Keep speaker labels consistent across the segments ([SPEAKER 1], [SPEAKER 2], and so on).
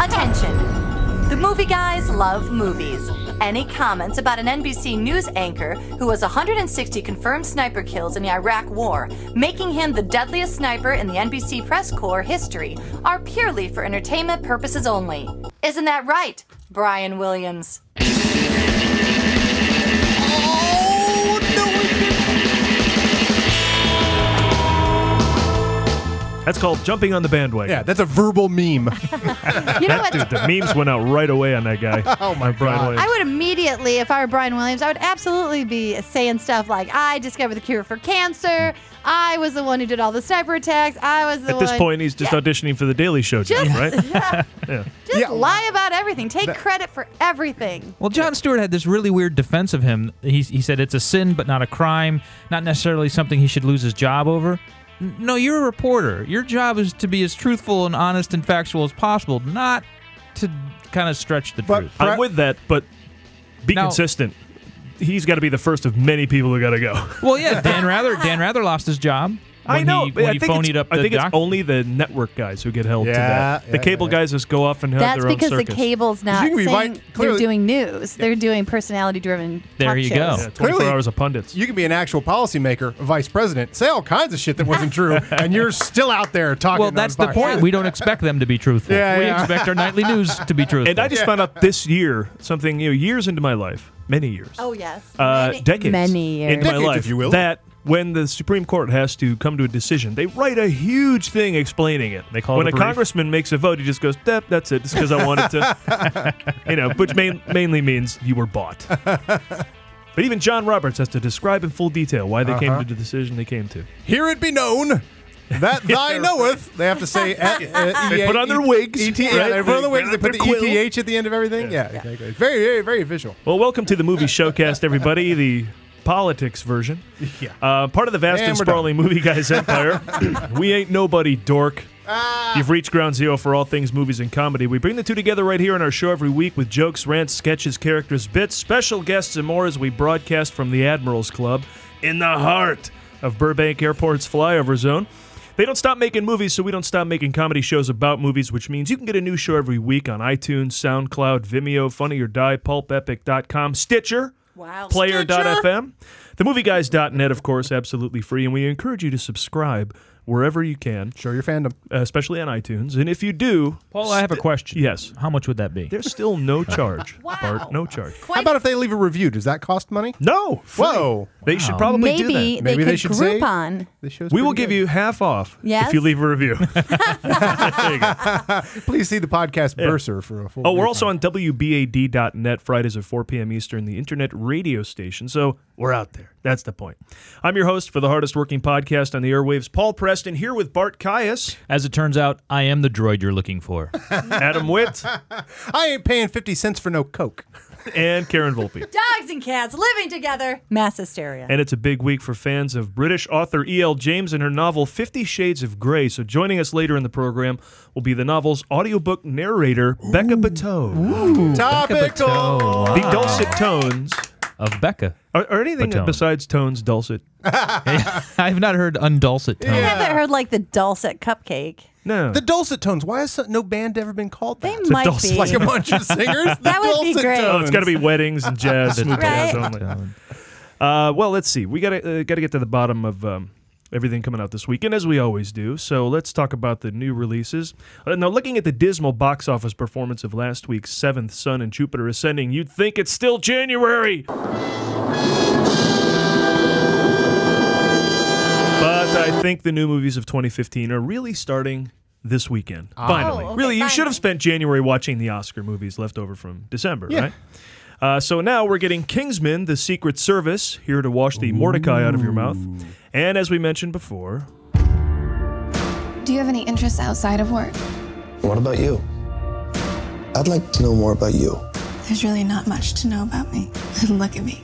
[SPEAKER 1] Attention! The movie guys love movies. Any comments about an NBC News anchor who has 160 confirmed sniper kills in the Iraq War, making him the deadliest sniper in the NBC Press Corps history, are purely for entertainment purposes only. Isn't that right, Brian Williams?
[SPEAKER 2] That's called jumping on the bandwagon.
[SPEAKER 3] Yeah, that's a verbal meme.
[SPEAKER 4] You know what?
[SPEAKER 2] Dude, the memes went out right away on that guy.
[SPEAKER 3] Oh, my
[SPEAKER 2] On Brian
[SPEAKER 3] God.
[SPEAKER 2] Williams.
[SPEAKER 4] I would immediately, if I were Brian Williams, I would absolutely be saying stuff like, I discovered the cure for cancer. I was the one who did all the sniper attacks. I was the
[SPEAKER 2] At
[SPEAKER 4] one.
[SPEAKER 2] this point, he's just auditioning for the Daily Show,
[SPEAKER 4] Just-
[SPEAKER 2] John, right?
[SPEAKER 4] Just
[SPEAKER 3] Yeah.
[SPEAKER 4] lie about everything. Take credit for everything.
[SPEAKER 5] Well, John Stewart had this really weird defense of him. He, he said it's a sin, but not a crime, not necessarily something he should lose his job over. N- No, you're a reporter. Your job is to be as truthful and honest and factual as possible, not to kind of stretch the
[SPEAKER 3] But-
[SPEAKER 5] truth.
[SPEAKER 2] I'm with that, but be
[SPEAKER 5] Now-
[SPEAKER 2] consistent. He's got to be the first of many people who got to go.
[SPEAKER 5] Well, yeah, Dan Rather. Dan Rather lost his job.
[SPEAKER 2] I
[SPEAKER 5] when
[SPEAKER 2] know.
[SPEAKER 5] He,
[SPEAKER 2] but
[SPEAKER 5] when
[SPEAKER 2] I
[SPEAKER 5] he
[SPEAKER 2] think,
[SPEAKER 5] phonied
[SPEAKER 2] it's,
[SPEAKER 5] up the
[SPEAKER 2] I think it's
[SPEAKER 5] doc-
[SPEAKER 2] only the network guys who get held to
[SPEAKER 3] Yeah,
[SPEAKER 2] that.
[SPEAKER 3] yeah,
[SPEAKER 2] the cable
[SPEAKER 3] yeah.
[SPEAKER 2] guys just go off and have
[SPEAKER 4] That's
[SPEAKER 2] their own
[SPEAKER 4] because the
[SPEAKER 2] circus.
[SPEAKER 4] cable's not
[SPEAKER 3] You can be
[SPEAKER 4] saying
[SPEAKER 3] right- clearly-
[SPEAKER 4] they're doing news. They're doing personality driven.
[SPEAKER 5] There you go.
[SPEAKER 2] Yeah, 24
[SPEAKER 3] Clearly-
[SPEAKER 2] hours of pundits.
[SPEAKER 3] You can be an actual policymaker, vice president, say all kinds of shit that wasn't true, and you're still out there talking.
[SPEAKER 5] Well,
[SPEAKER 3] on
[SPEAKER 5] that's the
[SPEAKER 3] podcast.
[SPEAKER 5] point. We don't expect them to be truthful.
[SPEAKER 3] Yeah,
[SPEAKER 5] we
[SPEAKER 3] yeah.
[SPEAKER 5] expect our nightly news to be truthful.
[SPEAKER 2] and I just found out this year something, you know, years into my life, many years.
[SPEAKER 4] Oh, yes.
[SPEAKER 2] uh,
[SPEAKER 4] Many-
[SPEAKER 2] decades,
[SPEAKER 4] Many years.
[SPEAKER 2] in my
[SPEAKER 3] Decades,
[SPEAKER 2] life,
[SPEAKER 3] if you will.
[SPEAKER 2] that when the Supreme Court has to come to a decision, they write a huge thing explaining it.
[SPEAKER 5] They call it
[SPEAKER 2] when
[SPEAKER 5] a
[SPEAKER 2] a
[SPEAKER 5] brief.
[SPEAKER 2] congressman makes a vote, he just goes, "Yep, that's it," just because I wanted to, you know, which main, mainly means you were bought. But even John Roberts has to describe in full detail why they
[SPEAKER 3] Uh-huh.
[SPEAKER 2] came to the decision they came to.
[SPEAKER 3] Here it be known that thy knoweth. They have to say. uh, uh,
[SPEAKER 2] They
[SPEAKER 3] EA,
[SPEAKER 2] put on their wigs,
[SPEAKER 3] ET,
[SPEAKER 2] right?
[SPEAKER 3] yeah, they put on
[SPEAKER 2] They
[SPEAKER 3] their wigs. They
[SPEAKER 2] got
[SPEAKER 3] put the
[SPEAKER 2] their quill.
[SPEAKER 3] ETH at the end of everything. Yeah, exactly. Very, very, very visual.
[SPEAKER 2] Well, welcome to the movie showcast, everybody. The politics version.
[SPEAKER 3] Yeah.
[SPEAKER 2] Uh, part of the vast
[SPEAKER 3] And
[SPEAKER 2] and
[SPEAKER 3] we're done.
[SPEAKER 2] sprawling movie guys empire. we ain't nobody dork.
[SPEAKER 3] Ah.
[SPEAKER 2] You've reached ground zero for all things movies and comedy. We bring the two together right here on our show every week with jokes, rants, sketches, characters, bits, special guests, and more as we broadcast from the Admirals Club in the heart of Burbank Airport's flyover zone. They don't stop making movies, so we don't stop making comedy shows about movies, which means you can get a new show every week on iTunes, SoundCloud, Vimeo, Funny or Die, PulpEpic.com, Stitcher,
[SPEAKER 1] Wow.
[SPEAKER 2] Player.fm, TheMovieGuys.net, of course, absolutely free, and we encourage you to subscribe wherever you can,
[SPEAKER 3] Show your fandom.
[SPEAKER 2] especially on iTunes. And if you do,
[SPEAKER 5] Paul, I have a question.
[SPEAKER 2] yes,
[SPEAKER 5] How much would that be?
[SPEAKER 2] there's still no charge, Bart. No charge.
[SPEAKER 3] How about if they leave a review? Does that cost money?
[SPEAKER 2] No. free.
[SPEAKER 3] Whoa.
[SPEAKER 2] They should probably
[SPEAKER 4] Maybe,
[SPEAKER 2] do that.
[SPEAKER 4] they
[SPEAKER 3] Maybe
[SPEAKER 4] could
[SPEAKER 3] they should say-
[SPEAKER 4] Groupon.
[SPEAKER 3] This show's
[SPEAKER 2] We will
[SPEAKER 3] pretty
[SPEAKER 2] give
[SPEAKER 3] good.
[SPEAKER 2] you half off
[SPEAKER 4] Yes?
[SPEAKER 2] if you leave a review.
[SPEAKER 3] Please see the podcast Bursar for a full.
[SPEAKER 2] Oh, we're
[SPEAKER 3] refund.
[SPEAKER 2] also on WBAD.net Fridays at 4 p.m. Eastern, the internet radio station. So we're out there. That's the point. I'm your host for the hardest working podcast on the airwaves, Paul Preston, here with Bart Caius,
[SPEAKER 5] As it turns out, I am the droid you're looking for.
[SPEAKER 2] Adam Witt,
[SPEAKER 3] I ain't paying fifty cents for no coke.
[SPEAKER 2] and Karen Volpe.
[SPEAKER 1] Dogs and cats living together. Mass hysteria.
[SPEAKER 2] And it's a big week for fans of British author E.L. James and her novel Fifty Shades of Grey. So joining us later in the program will be the novel's audiobook narrator, Becca Bateau.
[SPEAKER 3] Topical.
[SPEAKER 2] The dulcet tones.
[SPEAKER 5] Of Becca.
[SPEAKER 2] Are, are anything
[SPEAKER 5] Bateau.
[SPEAKER 2] besides tones dulcet?
[SPEAKER 5] I have not heard undulcet tone.
[SPEAKER 1] I've never heard like the dulcet cupcake.
[SPEAKER 2] No.
[SPEAKER 3] The dulcet tones. Why has no band ever been called
[SPEAKER 1] They
[SPEAKER 3] that?
[SPEAKER 1] might
[SPEAKER 2] dulcet-
[SPEAKER 1] be.
[SPEAKER 3] like a bunch of singers. The
[SPEAKER 1] That would be
[SPEAKER 3] dulcet
[SPEAKER 1] great.
[SPEAKER 3] Tones.
[SPEAKER 2] Oh, it's got to be weddings and jazz, smooth jazz
[SPEAKER 1] Right.
[SPEAKER 2] only. Uh, well, let's see. We got to uh, got to get to the bottom of um, everything coming out this weekend, as we always do. So let's talk about the new releases. Uh, now, looking at the dismal box office performance of last week's Seventh Sun and Jupiter Ascending, you'd think it's still January. But I think the new movies of 2015 are really starting this weekend. finally.
[SPEAKER 1] okay,
[SPEAKER 2] really, you should
[SPEAKER 1] finally.
[SPEAKER 2] have spent January watching the Oscar movies left over from December,
[SPEAKER 3] Yeah.
[SPEAKER 2] right? Uh, so now we're getting Kingsman, the Secret Service, here to wash the Mordecai out of your mouth. And as we mentioned before,
[SPEAKER 6] Do you have any interests outside of work?
[SPEAKER 7] What about you? I'd like to know more about you.
[SPEAKER 6] There's really not much to know about me. Look at me.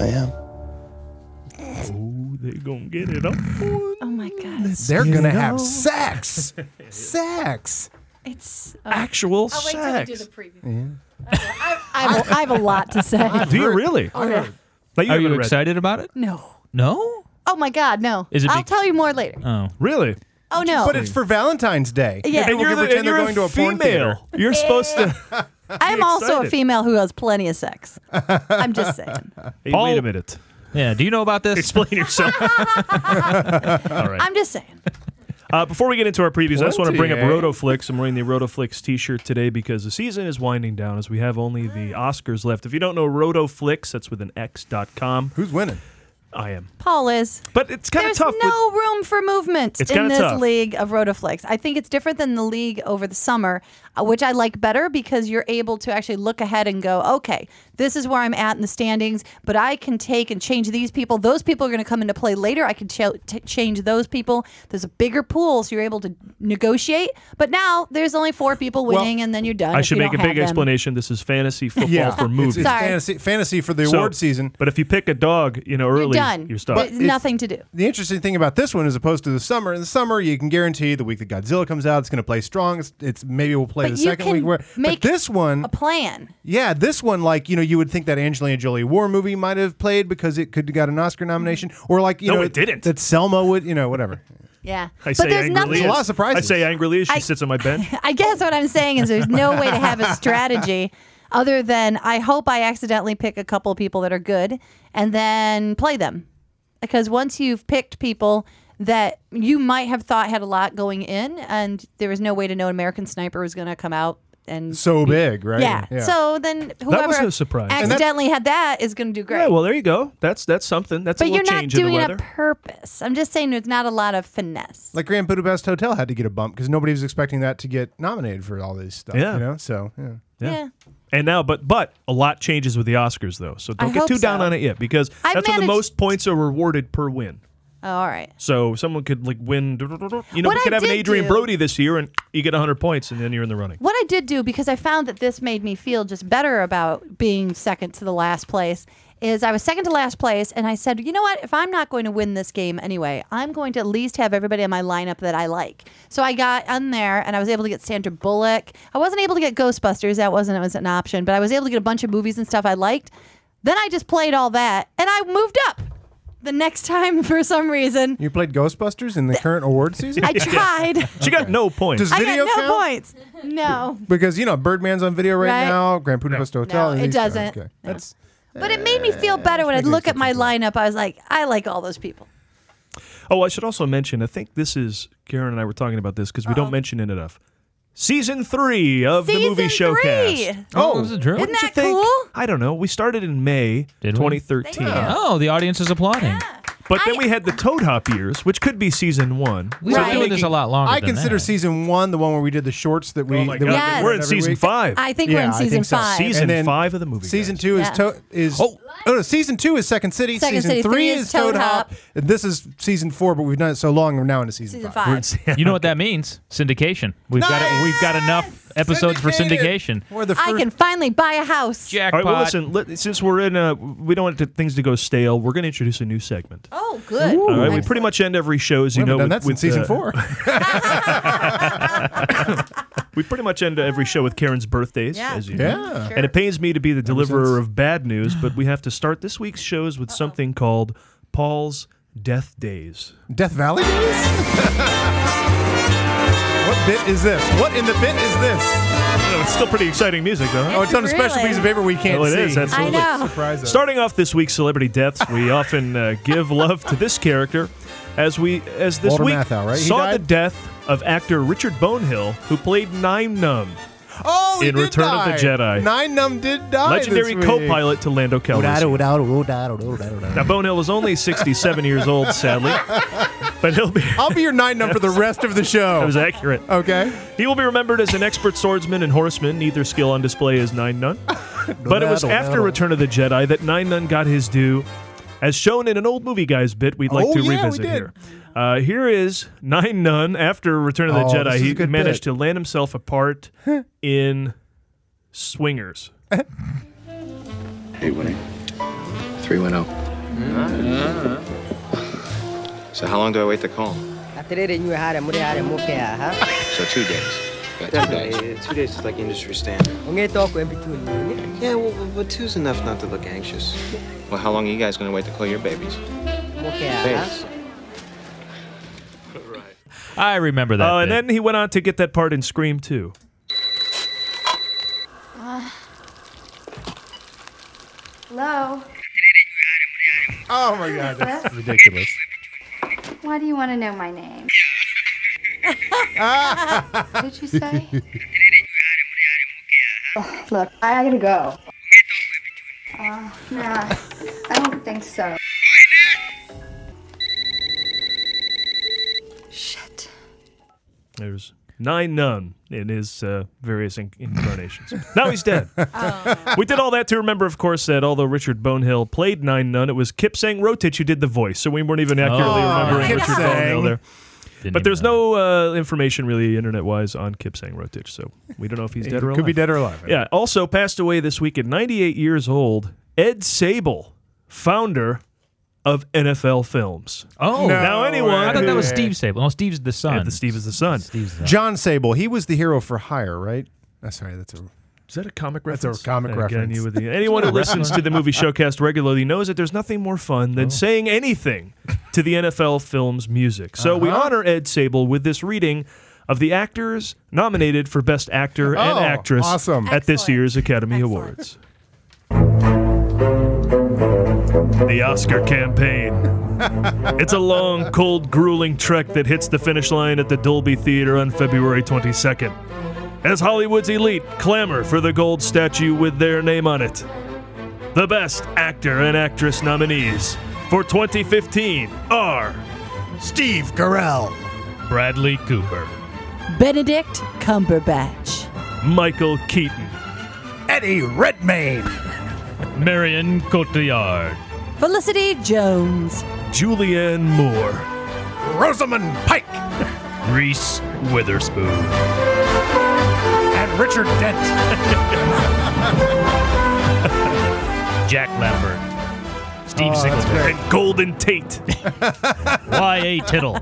[SPEAKER 7] I am.
[SPEAKER 2] ooh, Oh, they gonna get it up.
[SPEAKER 1] Oh my god.
[SPEAKER 3] They're gonna have sex. sex.
[SPEAKER 1] It's
[SPEAKER 4] uh,
[SPEAKER 2] Actual
[SPEAKER 1] I
[SPEAKER 2] sex.
[SPEAKER 1] preview. I, have, I have a lot to say.
[SPEAKER 2] do you really? Now,
[SPEAKER 5] Are you
[SPEAKER 2] haven't read-
[SPEAKER 5] excited about it?
[SPEAKER 1] no.
[SPEAKER 5] No?
[SPEAKER 4] Oh my God, no.
[SPEAKER 5] Is it
[SPEAKER 4] I'll
[SPEAKER 5] bec-
[SPEAKER 4] tell you more later.
[SPEAKER 5] Oh.
[SPEAKER 2] Really?
[SPEAKER 4] Oh no!
[SPEAKER 3] But it's for Valentine's Day.
[SPEAKER 4] Yeah.
[SPEAKER 3] People
[SPEAKER 4] And
[SPEAKER 2] you're,
[SPEAKER 3] can
[SPEAKER 2] the,
[SPEAKER 3] pretend
[SPEAKER 2] and
[SPEAKER 3] they're
[SPEAKER 2] you're
[SPEAKER 3] going to a porn theater.
[SPEAKER 2] female. You're supposed to.
[SPEAKER 4] I'm also a
[SPEAKER 2] excited.
[SPEAKER 4] female who has plenty of sex. I'm just saying.
[SPEAKER 2] Hey,
[SPEAKER 5] Paul-
[SPEAKER 2] wait a minute.
[SPEAKER 5] Yeah. Do you know about this?
[SPEAKER 2] Explain yourself.
[SPEAKER 4] I'm just saying.
[SPEAKER 2] Uh, before we get into our previews, I just want to bring up
[SPEAKER 3] 28.
[SPEAKER 2] Rotoflix. I'm wearing the Rotoflix T-shirt today because the season is winding down, as we have only the Oscars left. If you don't know Rotoflix, that's with an X dot com.
[SPEAKER 3] Who's winning?
[SPEAKER 2] I am,
[SPEAKER 4] Paul is.
[SPEAKER 2] but it's kind
[SPEAKER 4] There's
[SPEAKER 2] of tough.
[SPEAKER 4] no room for movement
[SPEAKER 2] It's
[SPEAKER 4] in
[SPEAKER 2] kinda
[SPEAKER 4] this
[SPEAKER 2] tough.
[SPEAKER 4] league of Rotoflix. I think it's different than the league over the summer, uh, which I like better because you're able to actually look ahead and go, okay, this is where I'm at in the standings, but I can take and change these people. Those people are going to come into play later. I can ch- t- change those people. There's a bigger pool, so you're able to negotiate. But now there's only four people
[SPEAKER 3] Well,
[SPEAKER 4] winning, and then you're done.
[SPEAKER 2] I
[SPEAKER 4] if
[SPEAKER 2] should
[SPEAKER 4] you
[SPEAKER 2] make a
[SPEAKER 4] don't have
[SPEAKER 2] big
[SPEAKER 4] them.
[SPEAKER 2] explanation. This is fantasy football for
[SPEAKER 3] It's,
[SPEAKER 2] movies.
[SPEAKER 3] it's
[SPEAKER 4] Sorry.
[SPEAKER 3] fantasy, fantasy for the
[SPEAKER 2] So-
[SPEAKER 3] award season.
[SPEAKER 2] But if you pick a dog, you know
[SPEAKER 4] You're
[SPEAKER 2] early,
[SPEAKER 4] done.
[SPEAKER 2] you're
[SPEAKER 4] There's
[SPEAKER 2] stuck.
[SPEAKER 3] it's-
[SPEAKER 4] nothing to do.
[SPEAKER 3] The interesting thing about this one, as opposed to the summer, in the summer you can guarantee the week that Godzilla comes out, it's going to play strong. It's, it's maybe we'll play
[SPEAKER 4] But
[SPEAKER 3] the
[SPEAKER 4] you
[SPEAKER 3] second
[SPEAKER 4] can
[SPEAKER 3] week. Where,
[SPEAKER 4] make
[SPEAKER 3] but this one,
[SPEAKER 4] A plan.
[SPEAKER 3] yeah, this one, like you know, you would think that Angelina Jolie war movie might have played because it could have got an Oscar nomination, or like you
[SPEAKER 2] No,
[SPEAKER 3] know,
[SPEAKER 2] it didn't.
[SPEAKER 3] That Selma would, you know, whatever.
[SPEAKER 4] Yeah.
[SPEAKER 2] I
[SPEAKER 4] but
[SPEAKER 2] say
[SPEAKER 4] there's
[SPEAKER 2] angrily.
[SPEAKER 4] nothing
[SPEAKER 3] A lot of surprises.
[SPEAKER 2] I say angrily as she
[SPEAKER 4] I-
[SPEAKER 2] sits on my bench.
[SPEAKER 4] I guess what I'm saying is there's no way to have a strategy other than I hope I accidentally pick a couple people that are good and then play them. Because once you've picked people that you might have thought had a lot going in and there was no way to know an American Sniper was going to come out and
[SPEAKER 3] So big, right?
[SPEAKER 4] yeah. So then whoever
[SPEAKER 2] was a surprise. And that-
[SPEAKER 4] accidentally had that is going to do great.
[SPEAKER 2] Yeah, well, there you go. That's that's something. That's a
[SPEAKER 4] but
[SPEAKER 2] little
[SPEAKER 4] you're not
[SPEAKER 2] change in the
[SPEAKER 4] doing it
[SPEAKER 2] weather.
[SPEAKER 4] on purpose. I'm just saying there's not a lot of finesse.
[SPEAKER 3] like Grand Budapest Hotel had to get a bump because nobody was expecting that to get nominated for all this stuff.
[SPEAKER 2] Yeah.
[SPEAKER 3] you know, so yeah.
[SPEAKER 4] yeah.
[SPEAKER 2] And now, but but a lot changes with the Oscars though, so don't
[SPEAKER 4] I
[SPEAKER 2] get
[SPEAKER 4] hope
[SPEAKER 2] too down
[SPEAKER 4] so.
[SPEAKER 2] on it yet because
[SPEAKER 4] I
[SPEAKER 2] that's when
[SPEAKER 4] managed-
[SPEAKER 2] the most points are rewarded per win.
[SPEAKER 4] Oh, all right.
[SPEAKER 2] So someone could like win. You know,
[SPEAKER 4] What
[SPEAKER 2] we could
[SPEAKER 4] I
[SPEAKER 2] have an
[SPEAKER 4] did
[SPEAKER 2] Adrian
[SPEAKER 4] do-
[SPEAKER 2] Brody this year, and you get 100 points, and then you're in the running.
[SPEAKER 4] What I did do, because I found that this made me feel just better about being second to the last place, is I was second to last place, and I said, you know what? If I'm not going to win this game anyway, I'm going to at least have everybody in my lineup that I like. So I got on there, and I was able to get Sandra Bullock. I wasn't able to get Ghostbusters. That wasn't it was an option, but I was able to get a bunch of movies and stuff I liked. Then I just played all that, and I moved up. The next time, for some reason,
[SPEAKER 3] You played Ghostbusters in the current award season.
[SPEAKER 4] I tried.
[SPEAKER 2] She got no points.
[SPEAKER 3] Does
[SPEAKER 4] I got
[SPEAKER 3] video
[SPEAKER 4] no
[SPEAKER 3] count?
[SPEAKER 4] points. No.
[SPEAKER 3] Because you know, Birdman's on video right,
[SPEAKER 4] Right.
[SPEAKER 3] now. Grand Budapest Hotel.
[SPEAKER 4] No,
[SPEAKER 3] and
[SPEAKER 4] it
[SPEAKER 3] these-
[SPEAKER 4] doesn't.
[SPEAKER 3] Okay.
[SPEAKER 4] No.
[SPEAKER 3] That's
[SPEAKER 4] But it made me feel better when I look at my lineup. I was like, I like all those people.
[SPEAKER 2] oh, I should also mention. I think this is Karen and I were talking about this because we don't mention it enough. Season three of the movie
[SPEAKER 4] Season
[SPEAKER 2] showcast.
[SPEAKER 4] three.
[SPEAKER 5] Oh, is it true?
[SPEAKER 4] Isn't
[SPEAKER 2] Don't you
[SPEAKER 4] that
[SPEAKER 2] think?
[SPEAKER 4] cool?
[SPEAKER 2] I don't know. We started in May
[SPEAKER 5] Did we?
[SPEAKER 2] 2013,
[SPEAKER 5] Oh, the audience is applauding.
[SPEAKER 2] but then
[SPEAKER 4] I-
[SPEAKER 2] we had the Toad Hop years, which could be season one.
[SPEAKER 5] We've been
[SPEAKER 4] Right.
[SPEAKER 5] doing this a lot longer.
[SPEAKER 3] I
[SPEAKER 5] than
[SPEAKER 3] consider
[SPEAKER 5] that.
[SPEAKER 3] season one the one where we did the shorts that we.
[SPEAKER 2] Oh my
[SPEAKER 3] that
[SPEAKER 2] God!
[SPEAKER 3] we
[SPEAKER 4] Yes.
[SPEAKER 3] did
[SPEAKER 2] We're in
[SPEAKER 3] every
[SPEAKER 2] season
[SPEAKER 3] week.
[SPEAKER 2] five.
[SPEAKER 4] I think we're
[SPEAKER 3] Yeah,
[SPEAKER 4] in
[SPEAKER 3] I
[SPEAKER 4] season
[SPEAKER 3] think so.
[SPEAKER 4] five.
[SPEAKER 2] Season
[SPEAKER 3] And then
[SPEAKER 2] five of the movie.
[SPEAKER 3] Season
[SPEAKER 2] guys.
[SPEAKER 3] two is
[SPEAKER 4] Yeah.
[SPEAKER 3] to- is oh. no season two is Second City.
[SPEAKER 4] Second
[SPEAKER 3] season
[SPEAKER 4] City,
[SPEAKER 3] three, is Toad Hop.
[SPEAKER 4] Hop.
[SPEAKER 3] And This is season four, but we've done it so long. We're now into season,
[SPEAKER 4] season
[SPEAKER 2] We're in
[SPEAKER 4] five.
[SPEAKER 2] se-
[SPEAKER 5] You know what that means? Syndication. We've got we've got enough episodes for syndication.
[SPEAKER 3] We're the
[SPEAKER 4] I
[SPEAKER 3] first-
[SPEAKER 4] can finally buy a house.
[SPEAKER 2] All
[SPEAKER 5] Jackpot.
[SPEAKER 2] right, well, listen, let, since we're in, uh, we don't want to, things to go stale. We're going to introduce a new segment.
[SPEAKER 4] Oh, good.
[SPEAKER 2] All right, we
[SPEAKER 4] Excellent.
[SPEAKER 2] pretty much end every show, as
[SPEAKER 3] We
[SPEAKER 2] you
[SPEAKER 3] haven't
[SPEAKER 2] know.
[SPEAKER 3] done
[SPEAKER 2] with-
[SPEAKER 3] that since
[SPEAKER 2] with,
[SPEAKER 3] season
[SPEAKER 2] uh,
[SPEAKER 3] four.
[SPEAKER 2] We pretty much end every show with Karen's birthdays,
[SPEAKER 4] Yeah.
[SPEAKER 2] as you know.
[SPEAKER 3] yeah.
[SPEAKER 2] And it pains me to be the deliverer of bad news, but we have to start this week's shows with something called Paul's Death Days.
[SPEAKER 3] Death Valley days? what bit is this? What in the bit is this?
[SPEAKER 2] No, it's still pretty exciting music, though. huh?
[SPEAKER 3] Oh, it's on a special
[SPEAKER 4] Really?
[SPEAKER 3] piece of paper we can't
[SPEAKER 2] Oh, it
[SPEAKER 3] see.
[SPEAKER 2] is,
[SPEAKER 4] I
[SPEAKER 2] absolutely.
[SPEAKER 4] know.
[SPEAKER 3] Surprise us.
[SPEAKER 2] Starting off this week's celebrity deaths, we often uh, give love to this character as we as this
[SPEAKER 3] Walter
[SPEAKER 2] week
[SPEAKER 3] Matthau, right? He
[SPEAKER 2] saw
[SPEAKER 3] died?
[SPEAKER 2] the death of actor Richard Bonehill, who played Nine Numb,
[SPEAKER 3] Oh, he
[SPEAKER 2] in
[SPEAKER 3] did
[SPEAKER 2] Return of the
[SPEAKER 3] die.
[SPEAKER 2] Jedi.
[SPEAKER 3] Nine Numb did die. this
[SPEAKER 2] legendary
[SPEAKER 3] week.
[SPEAKER 2] co-pilot to Lando Calrissian. Now Bonehill was only 67 years old, sadly, but he'll be.
[SPEAKER 3] I'll be your nine numb for the rest of the
[SPEAKER 2] That
[SPEAKER 3] show.
[SPEAKER 2] was accurate.
[SPEAKER 3] Okay.
[SPEAKER 2] He will be remembered as an expert swordsman and horseman, neither skill on display as Nine Nun. But it was after Return of the Jedi that Nine Nun got his due, as shown in an old movie guys bit we'd like
[SPEAKER 3] Oh,
[SPEAKER 2] to
[SPEAKER 3] yeah, we
[SPEAKER 2] revisit
[SPEAKER 3] did.
[SPEAKER 2] here. Uh, here is Nine Nun after Return of the
[SPEAKER 3] Oh,
[SPEAKER 2] Jedi.
[SPEAKER 3] this is a
[SPEAKER 2] He
[SPEAKER 3] good
[SPEAKER 2] managed
[SPEAKER 3] bit.
[SPEAKER 2] to land himself apart in Swingers.
[SPEAKER 7] Hey, Winnie.
[SPEAKER 8] oh.
[SPEAKER 7] 310. So, how long do I wait to call?
[SPEAKER 9] Atirere nyue hara muri hara muke aha.
[SPEAKER 7] So, two days. Got two days.
[SPEAKER 8] Definitely. Two days is like industry standard.
[SPEAKER 9] Ungeto ku embituni nyue.
[SPEAKER 8] Yeah, well, well, but two's enough not to look anxious.
[SPEAKER 7] Well, how long are you guys going to wait to call your babies?
[SPEAKER 9] Muke aha.
[SPEAKER 7] Babies.
[SPEAKER 5] I remember that.
[SPEAKER 2] Oh, and
[SPEAKER 5] bit.
[SPEAKER 2] then he went on to get that part in Scream too.
[SPEAKER 10] Hello?
[SPEAKER 3] Oh my god, that's ridiculous.
[SPEAKER 10] Why do you want to know my name? What did you say? Ugh, Oh, Look, I, I gotta go. Uh, nah, I don't think so. Shit.
[SPEAKER 2] There's nine nun in his uh, various in- incarnations. now he's dead.
[SPEAKER 5] Oh.
[SPEAKER 2] We did all that to remember, of course, that although Richard Bonehill played nine nun, it was Kipsang Rotich who did the voice, so we weren't even accurately
[SPEAKER 5] Oh.
[SPEAKER 2] remembering
[SPEAKER 3] Kip
[SPEAKER 2] Richard
[SPEAKER 3] Sang.
[SPEAKER 2] Bonehill there.
[SPEAKER 5] Didn't
[SPEAKER 2] But
[SPEAKER 5] even
[SPEAKER 2] there's
[SPEAKER 5] know.
[SPEAKER 2] no uh, information really internet-wise on Kipsang Rotich, so we don't know if he's dead or alive.
[SPEAKER 3] Could be dead or alive.
[SPEAKER 2] Yeah. Also passed away this week at 98 years old, Ed Sable, founder of NFL Films.
[SPEAKER 5] Oh,
[SPEAKER 3] No
[SPEAKER 2] now anyone
[SPEAKER 5] I thought that was
[SPEAKER 3] way.
[SPEAKER 5] Steve Sable. No, Steve's the son.
[SPEAKER 2] And the Steve is the son.
[SPEAKER 5] Steve's the
[SPEAKER 3] John Sable, he was the hero for hire, right? Oh, sorry, that's a
[SPEAKER 2] Is that a comic
[SPEAKER 3] That's a
[SPEAKER 2] reference?
[SPEAKER 3] comic
[SPEAKER 2] Again,
[SPEAKER 3] reference.
[SPEAKER 2] you with the- anyone who listens to the movie Showcast regularly knows that there's nothing more fun
[SPEAKER 3] Oh.
[SPEAKER 2] than saying anything to the NFL film's music. So
[SPEAKER 3] Uh-huh.
[SPEAKER 2] we honor Ed Sable with this reading of the actors nominated for Best Actor and
[SPEAKER 3] Oh,
[SPEAKER 2] Actress
[SPEAKER 3] awesome.
[SPEAKER 2] at this
[SPEAKER 1] Excellent.
[SPEAKER 2] year's Academy
[SPEAKER 1] Excellent.
[SPEAKER 2] Awards. The Oscar campaign. It's a long, cold, grueling trek that hits the finish line at the Dolby Theater on February 22nd as Hollywood's elite clamor for the gold statue with their name on it. The best actor and actress nominees for 2015 are
[SPEAKER 3] Steve Carell.
[SPEAKER 5] Bradley Cooper.
[SPEAKER 4] Benedict Cumberbatch.
[SPEAKER 2] Michael Keaton,
[SPEAKER 3] Eddie Redmayne.
[SPEAKER 5] Marion Cotillard.
[SPEAKER 4] Felicity Jones.
[SPEAKER 2] Julianne Moore,
[SPEAKER 3] Rosamund Pike.
[SPEAKER 5] Reese Witherspoon.
[SPEAKER 3] And Richard Dent.
[SPEAKER 5] Jack Lambert.
[SPEAKER 3] Oh,
[SPEAKER 5] Steve Singleton.
[SPEAKER 2] and Golden Tate.
[SPEAKER 5] Y.A. Tittle.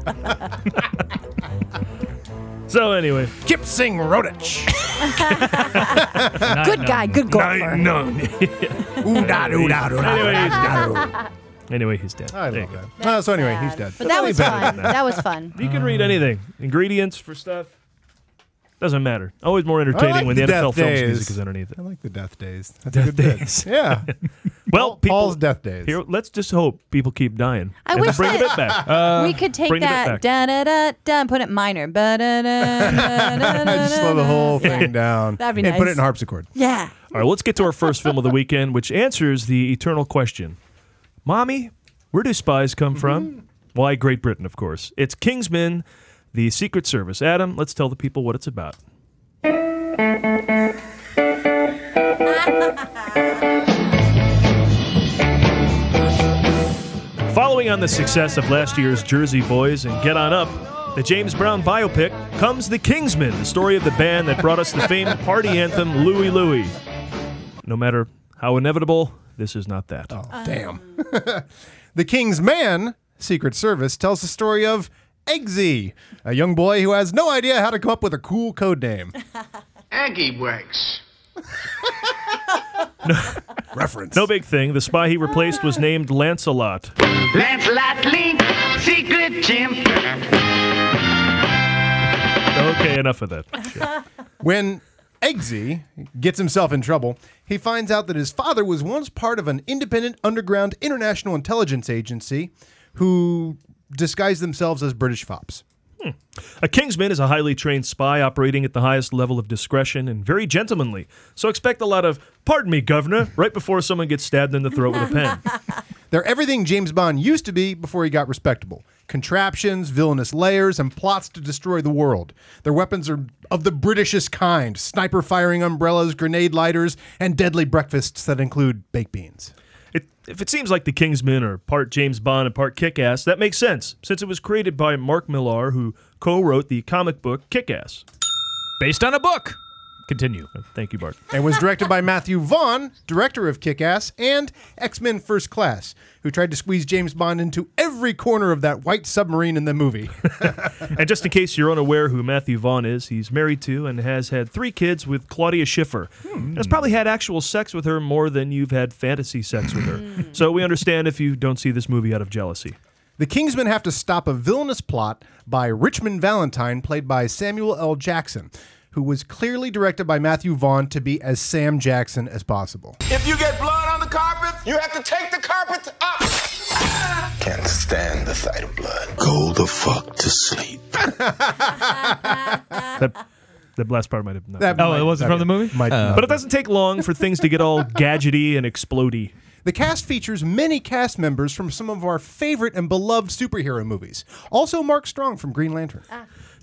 [SPEAKER 2] so anyway,
[SPEAKER 3] Kip Singh Rodich.
[SPEAKER 4] Good guy, good golfer.
[SPEAKER 2] nine none. Anyway, he's anyway, he's dead.
[SPEAKER 3] I
[SPEAKER 2] There you
[SPEAKER 3] love
[SPEAKER 2] go.
[SPEAKER 3] that. Uh, so anyway, he's dead.
[SPEAKER 4] But that was fun.
[SPEAKER 2] that.
[SPEAKER 4] That. was fun.
[SPEAKER 2] You can read anything. Ingredients for stuff. Doesn't matter. Always more entertaining
[SPEAKER 3] like
[SPEAKER 2] when the,
[SPEAKER 3] the
[SPEAKER 2] NFL
[SPEAKER 3] Death
[SPEAKER 2] films
[SPEAKER 3] Days.
[SPEAKER 2] music is underneath it.
[SPEAKER 3] I like the Death Days. That's
[SPEAKER 2] Death
[SPEAKER 3] a good bit.
[SPEAKER 2] Days.
[SPEAKER 3] Yeah.
[SPEAKER 2] Well, people,
[SPEAKER 3] Paul's Death Days.
[SPEAKER 2] Here, let's just hope people keep dying.
[SPEAKER 4] I
[SPEAKER 2] and then
[SPEAKER 4] wish
[SPEAKER 2] bring
[SPEAKER 4] that-
[SPEAKER 2] the bit back. Uh,
[SPEAKER 4] we could take
[SPEAKER 2] bring the
[SPEAKER 4] that
[SPEAKER 2] bit
[SPEAKER 4] da
[SPEAKER 2] back.
[SPEAKER 4] da da da and put it minor. I
[SPEAKER 3] I just slow the whole thing down.
[SPEAKER 4] That'd be
[SPEAKER 3] and put it
[SPEAKER 4] nice.
[SPEAKER 3] in harpsichord.
[SPEAKER 4] Yeah.
[SPEAKER 2] All right, let's get to our first film of the weekend, which answers the eternal question Mommy, where do spies come from? Why, Great Britain, of course. It's Kingsman, the Secret Service. Adam, let's tell the people what it's about. Following on the success of last year's Jersey Boys and Get On Up, the James Brown biopic comes The Kingsmen, the story of the band that brought us the famed party anthem Louie Louie. No matter how inevitable, Oh, this is not that.
[SPEAKER 3] Oh, Damn. the King's Man, Secret Service, tells the story of Eggsy, a young boy who has no idea how to come up with a cool code name.
[SPEAKER 11] Aggie Wax.
[SPEAKER 3] Reference.
[SPEAKER 2] No big thing. The spy he replaced was named Lancelot.
[SPEAKER 11] Lancelot Link, secret chimp.
[SPEAKER 2] Okay, enough of that. Shit.
[SPEAKER 3] When Eggsy gets himself in trouble, he finds out that his father was once part of an independent underground international intelligence agency who disguised themselves as British fops.
[SPEAKER 2] A Kingsman is a highly trained spy operating at the highest level of discretion and very gentlemanly. So expect a lot of, pardon me, governor, right before someone gets stabbed in the throat with a pen.
[SPEAKER 3] They're everything James Bond used to be before he got respectable contraptions, villainous layers, and plots to destroy the world. Their weapons are of the Britishest kind sniper firing umbrellas, grenade lighters, and deadly breakfasts that include baked beans.
[SPEAKER 2] It, if it seems like the Kingsmen are part James Bond and part Kick Ass, that makes sense, since it was created by Mark Millar, who co wrote the comic book Kick Ass.
[SPEAKER 5] Based on a book. Continue.
[SPEAKER 2] Thank you, Bart.
[SPEAKER 3] and was directed by Matthew Vaughn, director of Kick Ass and X Men First Class, who tried to squeeze James Bond into every corner of that white submarine in the movie.
[SPEAKER 2] and just in case you're unaware who Matthew Vaughn is, he's married to and has had three kids with Claudia Schiffer.
[SPEAKER 3] Hmm.
[SPEAKER 2] And Has probably had actual sex with her
[SPEAKER 3] Hmm.
[SPEAKER 2] more than you've had fantasy sex with her. so we understand if you don't see this movie out of jealousy.
[SPEAKER 3] The Kingsmen have to stop a villainous plot by Richmond Valentine, played by Samuel L. Jackson, who was clearly directed by Matthew Vaughn to be as Sam Jackson as possible.
[SPEAKER 11] If you get blood on the carpet, you have to take the carpet up.
[SPEAKER 7] Can't stand the sight of blood. Go the fuck to sleep.
[SPEAKER 2] that, that last part might have not.
[SPEAKER 3] That
[SPEAKER 2] been-
[SPEAKER 5] Oh, it wasn't
[SPEAKER 3] that
[SPEAKER 5] from the movie?
[SPEAKER 3] might
[SPEAKER 5] Oh.
[SPEAKER 3] not
[SPEAKER 2] but it doesn't take long for things to get all gadgety and explodey.
[SPEAKER 3] The cast features many cast members from some of our favorite and beloved superhero movies. Also, Mark Strong from Green Lantern.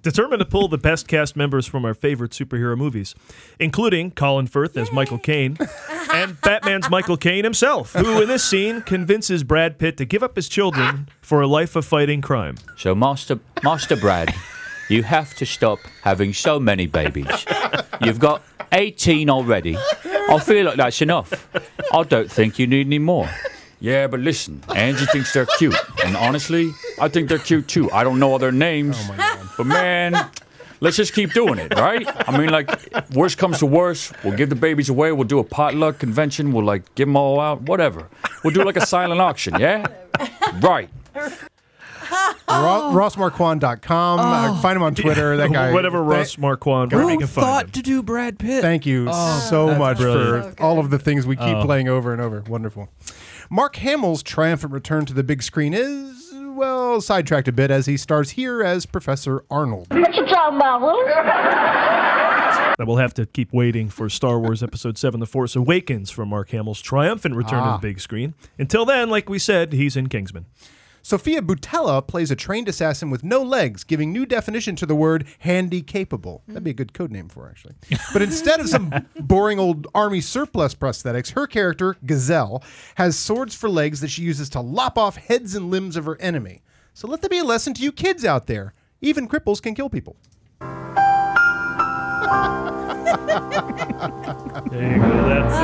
[SPEAKER 2] Determined to pull the best cast members from our favorite superhero movies, including Colin Firth as Michael Caine and Batman's Michael Caine himself, who in this scene convinces Brad Pitt to give up his children for a life of fighting crime.
[SPEAKER 12] So, Master, Master Brad, you have to stop having so many babies. You've got 18 already. I feel like that's enough. I don't think you need any more. Yeah, but listen, Angie thinks they're cute. And honestly, I think they're cute too. I don't know all their names. But man, let's just keep doing it, right? I mean, like, worst comes to worst, we'll give the babies away. We'll do a potluck convention. We'll, like, give them all out, whatever. We'll do, like, a silent auction, yeah? Right.
[SPEAKER 3] Ro- RossMarquand.com. Uh, find him on Twitter. That guy.
[SPEAKER 2] Whatever
[SPEAKER 3] Tha-
[SPEAKER 2] Ross Marquand, wherever you can find him.
[SPEAKER 5] to do Brad Pitt? Oh,
[SPEAKER 3] Thank you so
[SPEAKER 5] that's
[SPEAKER 3] much
[SPEAKER 5] brilliant.
[SPEAKER 3] for all of the things we keep
[SPEAKER 5] Oh.
[SPEAKER 3] playing over and over. Wonderful. Mark Hamill's triumphant return to the big screen is, well, sidetracked a bit as he stars here as Professor Arnold.
[SPEAKER 11] What you talking about,
[SPEAKER 2] That we'll have to keep waiting for Star Wars Episode 7 The Force Awakens from Mark Hamill's triumphant return
[SPEAKER 3] Ah.
[SPEAKER 2] to the big screen. Until then, like we said, he's in Kingsman.
[SPEAKER 3] Sophia Butella plays a trained assassin with no legs, giving new definition to the word handy capable. That'd be a good code name for her, actually. But instead of some boring old army surplus prosthetics, her character, Gazelle, has swords for legs that she uses to lop off heads and limbs of her enemy. So let that be a lesson to you kids out there. Even cripples can kill people. Ah.
[SPEAKER 2] There you go. That's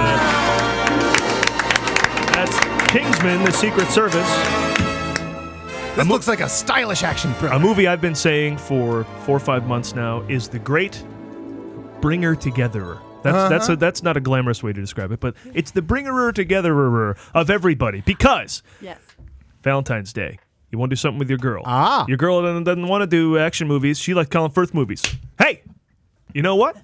[SPEAKER 2] uh, that's Kingsman: The Secret Service,
[SPEAKER 3] This looks like a stylish action
[SPEAKER 2] a
[SPEAKER 3] thriller.
[SPEAKER 2] movie I've been saying for four or five months now is the great bringer together. That's that's
[SPEAKER 3] Uh-huh.
[SPEAKER 2] a, that's not a glamorous way to describe it, but it's the bringer togetherer of everybody because
[SPEAKER 1] Yes.
[SPEAKER 2] Valentine's Day. You want to do something with your girl.
[SPEAKER 3] Ah.
[SPEAKER 2] Your girl doesn't, doesn't want to do action movies. She likes Colin Firth movies. Hey, you know what?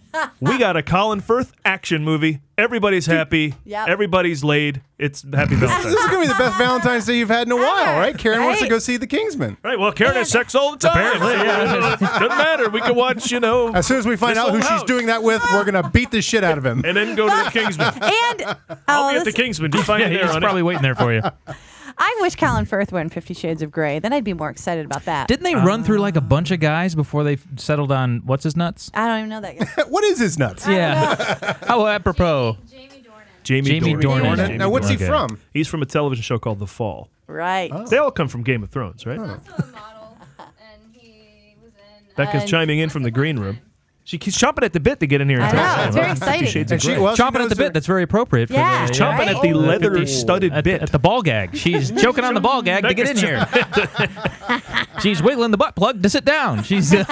[SPEAKER 2] we got a Colin Firth action movie. Everybody's happy.
[SPEAKER 1] Yep.
[SPEAKER 2] Everybody's laid. It's happy Valentine's.
[SPEAKER 3] This is going to be the best Valentine's Day you've had in a
[SPEAKER 2] Ah.
[SPEAKER 3] while, right? Karen wants to
[SPEAKER 1] Right.
[SPEAKER 3] go see The Kingsman.
[SPEAKER 2] Right. Well, Karen has sex all the time.
[SPEAKER 5] Apparently, yeah.
[SPEAKER 2] Doesn't matter. We can watch, you know,
[SPEAKER 3] As soon as we find
[SPEAKER 2] This
[SPEAKER 3] out who
[SPEAKER 2] old
[SPEAKER 3] she's
[SPEAKER 2] house.
[SPEAKER 3] doing that with, we're going to beat the shit out of him.
[SPEAKER 2] and then go to the Kingsman.
[SPEAKER 4] And
[SPEAKER 2] I'll
[SPEAKER 4] oh,
[SPEAKER 2] be at the
[SPEAKER 4] this-
[SPEAKER 2] Kingsman. Just find
[SPEAKER 5] Yeah,
[SPEAKER 2] it there
[SPEAKER 5] he's
[SPEAKER 2] on
[SPEAKER 5] probably
[SPEAKER 2] it.
[SPEAKER 5] waiting there for you.
[SPEAKER 4] I wish Colin Firth were in Fifty Shades of Grey. Then I'd be more excited about that.
[SPEAKER 5] Didn't
[SPEAKER 2] Uh,
[SPEAKER 5] they run through
[SPEAKER 3] Ah.
[SPEAKER 5] like a bunch of guys before they f- settled on what's his nuts?
[SPEAKER 4] I don't even know that guy.
[SPEAKER 3] What is his nuts?
[SPEAKER 5] Yeah. How apropos.
[SPEAKER 2] Jamie,
[SPEAKER 5] Jamie
[SPEAKER 2] Dornan.
[SPEAKER 5] Dornan.
[SPEAKER 2] Jamie
[SPEAKER 3] Now, what's he
[SPEAKER 5] Okay.
[SPEAKER 3] from?
[SPEAKER 2] He's from a television show called The Fall.
[SPEAKER 4] Right.
[SPEAKER 3] Oh.
[SPEAKER 2] They all come from Game of Thrones, right?
[SPEAKER 13] also a model, and he was in.
[SPEAKER 2] Becca's
[SPEAKER 4] Uh,
[SPEAKER 2] chiming in from the green room. She keeps chomping at the bit to get in here.
[SPEAKER 4] I
[SPEAKER 2] and tell
[SPEAKER 4] know,
[SPEAKER 2] us
[SPEAKER 4] it's
[SPEAKER 2] all
[SPEAKER 4] very
[SPEAKER 2] about Fifty
[SPEAKER 4] exciting.
[SPEAKER 2] Shades of
[SPEAKER 3] And she
[SPEAKER 2] Grey.
[SPEAKER 3] was
[SPEAKER 5] Chomping at the bit. That's very appropriate.
[SPEAKER 4] Yeah,
[SPEAKER 5] For the,
[SPEAKER 2] chomping at the
[SPEAKER 4] Right?
[SPEAKER 2] leather
[SPEAKER 5] 50
[SPEAKER 2] studded
[SPEAKER 5] at,
[SPEAKER 2] bit.
[SPEAKER 5] at the ball gag. She's choking on the ball gag to get in here. she's wiggling the butt plug to sit down. She's uh,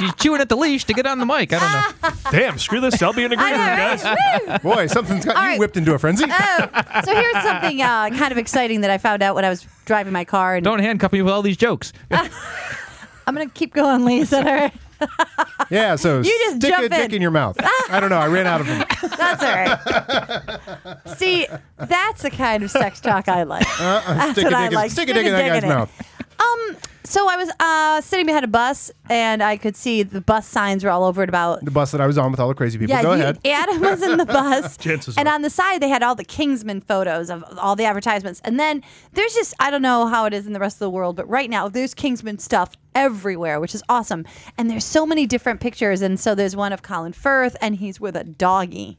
[SPEAKER 5] she's chewing at the leash to get on the mic. I don't know.
[SPEAKER 2] Damn, screw this. I'll be in the green room, guys.
[SPEAKER 3] Boy, something's got you
[SPEAKER 4] right.
[SPEAKER 3] whipped into a frenzy.
[SPEAKER 4] Oh, so here's something uh, kind of exciting that I found out when I was driving my car. And
[SPEAKER 5] Don't handcuff me with all these jokes.
[SPEAKER 4] I'm going to keep going, Lee. Is that all right?
[SPEAKER 3] Yeah, so
[SPEAKER 4] You just
[SPEAKER 3] stick
[SPEAKER 4] jump
[SPEAKER 3] a dick
[SPEAKER 4] in.
[SPEAKER 3] in your mouth. I don't know. I ran out of them.
[SPEAKER 4] That's all right. See, that's the kind of sex talk I like.
[SPEAKER 3] Uh, stick
[SPEAKER 4] what
[SPEAKER 3] a
[SPEAKER 4] I
[SPEAKER 3] dick, in-
[SPEAKER 4] like.
[SPEAKER 3] stick a dick in that guy's
[SPEAKER 4] it.
[SPEAKER 3] mouth.
[SPEAKER 4] Um, so I was uh, sitting behind a bus, and I could see the bus signs were all over it about.
[SPEAKER 3] The bus that I was on with all the crazy people.
[SPEAKER 4] Yeah,
[SPEAKER 3] Go
[SPEAKER 4] you-
[SPEAKER 3] ahead.
[SPEAKER 4] Adam was in the bus,
[SPEAKER 2] Chances
[SPEAKER 4] and
[SPEAKER 2] are.
[SPEAKER 4] on the side they had all the Kingsman photos of all the advertisements. And then there's just I don't know how it is in the rest of the world, but right now there's Kingsman stuff everywhere, which is awesome. And there's so many different pictures, and so there's one of Colin Firth, and he's with a doggy.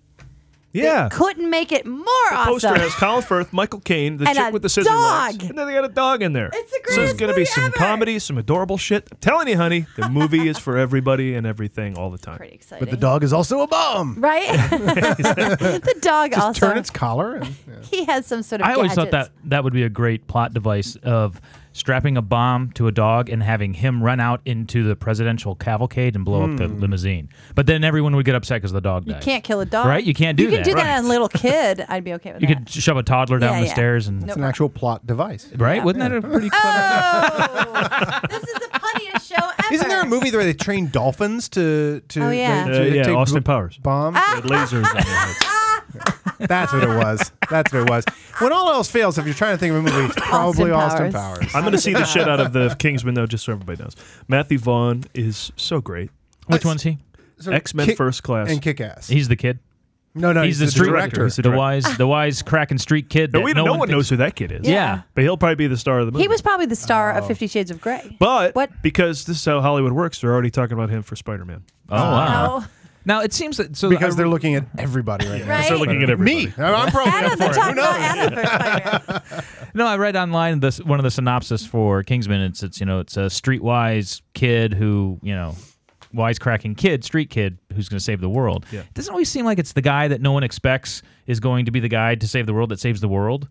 [SPEAKER 2] Yeah.
[SPEAKER 4] Couldn't make it more
[SPEAKER 2] Poster
[SPEAKER 4] awesome.
[SPEAKER 2] has Colin Firth, Michael Caine, the
[SPEAKER 4] And
[SPEAKER 2] chick
[SPEAKER 4] a
[SPEAKER 2] with the scissor legs,
[SPEAKER 4] dog.
[SPEAKER 2] and then they got a dog in there.
[SPEAKER 4] It's the
[SPEAKER 2] So
[SPEAKER 4] greatest
[SPEAKER 2] it's gonna be
[SPEAKER 4] movie
[SPEAKER 2] some
[SPEAKER 4] ever.
[SPEAKER 2] comedy, some adorable shit. I'm telling you, honey, the movie is for everybody and everything all the time.
[SPEAKER 4] Pretty exciting.
[SPEAKER 3] But the dog is also a bomb.
[SPEAKER 4] right? the dog also.
[SPEAKER 3] Turn its collar. And, yeah.
[SPEAKER 4] he has some sort of.
[SPEAKER 5] I always thought
[SPEAKER 4] gadgets.
[SPEAKER 5] that that would be a great plot device of strapping a bomb to a dog and having him run out into the presidential cavalcade and blow up the
[SPEAKER 4] Hmm.
[SPEAKER 5] limousine. But then everyone would get upset because the dog
[SPEAKER 4] You
[SPEAKER 5] died.
[SPEAKER 4] can't kill a dog.
[SPEAKER 5] Right? You can't do
[SPEAKER 4] You can
[SPEAKER 5] that.
[SPEAKER 4] do that
[SPEAKER 5] Right.
[SPEAKER 4] on a little kid. I'd be okay with
[SPEAKER 5] You
[SPEAKER 4] that.
[SPEAKER 5] could shove a toddler down
[SPEAKER 4] Yeah,
[SPEAKER 5] the
[SPEAKER 4] yeah.
[SPEAKER 5] stairs and
[SPEAKER 4] It's
[SPEAKER 3] an actual plot device.
[SPEAKER 5] Right? Wasn't that a pretty
[SPEAKER 4] Uh,
[SPEAKER 5] clever
[SPEAKER 4] Funniest show ever.
[SPEAKER 3] Isn't there a movie where they train dolphins to to?
[SPEAKER 4] Oh, yeah.
[SPEAKER 3] they- to
[SPEAKER 2] Uh, yeah,
[SPEAKER 3] take
[SPEAKER 2] Austin
[SPEAKER 3] b-
[SPEAKER 2] Powers.
[SPEAKER 3] bombs.
[SPEAKER 2] They had lasers on their heads.
[SPEAKER 3] That's what it was. That's what it was. When all else fails, if you're trying to think of a movie, it's probably Austin Powers.
[SPEAKER 2] I'm going to see the shit out of the Kingsman, though, just so everybody knows. Matthew Vaughn is so great.
[SPEAKER 5] Which one's he?
[SPEAKER 3] So
[SPEAKER 2] X Men
[SPEAKER 3] Kick-
[SPEAKER 2] First Class
[SPEAKER 3] and Kick-Ass.
[SPEAKER 5] He's the kid.
[SPEAKER 3] No, no, he's
[SPEAKER 5] the,
[SPEAKER 3] the
[SPEAKER 5] street
[SPEAKER 3] director.
[SPEAKER 5] director.
[SPEAKER 3] He's the
[SPEAKER 5] the
[SPEAKER 3] director.
[SPEAKER 5] wise, the wise Kraken street kid.
[SPEAKER 2] No,
[SPEAKER 5] that
[SPEAKER 2] we-
[SPEAKER 5] no,
[SPEAKER 2] no
[SPEAKER 5] one,
[SPEAKER 2] one knows who that kid is.
[SPEAKER 5] Yeah.
[SPEAKER 2] But he'll probably be the star of the movie.
[SPEAKER 4] He was probably the star
[SPEAKER 5] Oh.
[SPEAKER 4] of Fifty Shades of Grey.
[SPEAKER 2] but because this is how Hollywood works, they're already talking about him for Spider Man.
[SPEAKER 5] Oh, wow. Now it seems that so
[SPEAKER 3] Because they're looking at everybody right now.
[SPEAKER 2] Right? They're looking at everybody.
[SPEAKER 3] Me. I'm- I'm probably up for it. Who knows?
[SPEAKER 5] No, I read online this one of the synopsis for Kingsman. It's it's you know it's a streetwise kid who you know wisecracking kid, street kid who's going to save the world.
[SPEAKER 2] Yeah.
[SPEAKER 5] It doesn't always seem like it's the guy that no one expects is going to be the guy to save the world that saves the world.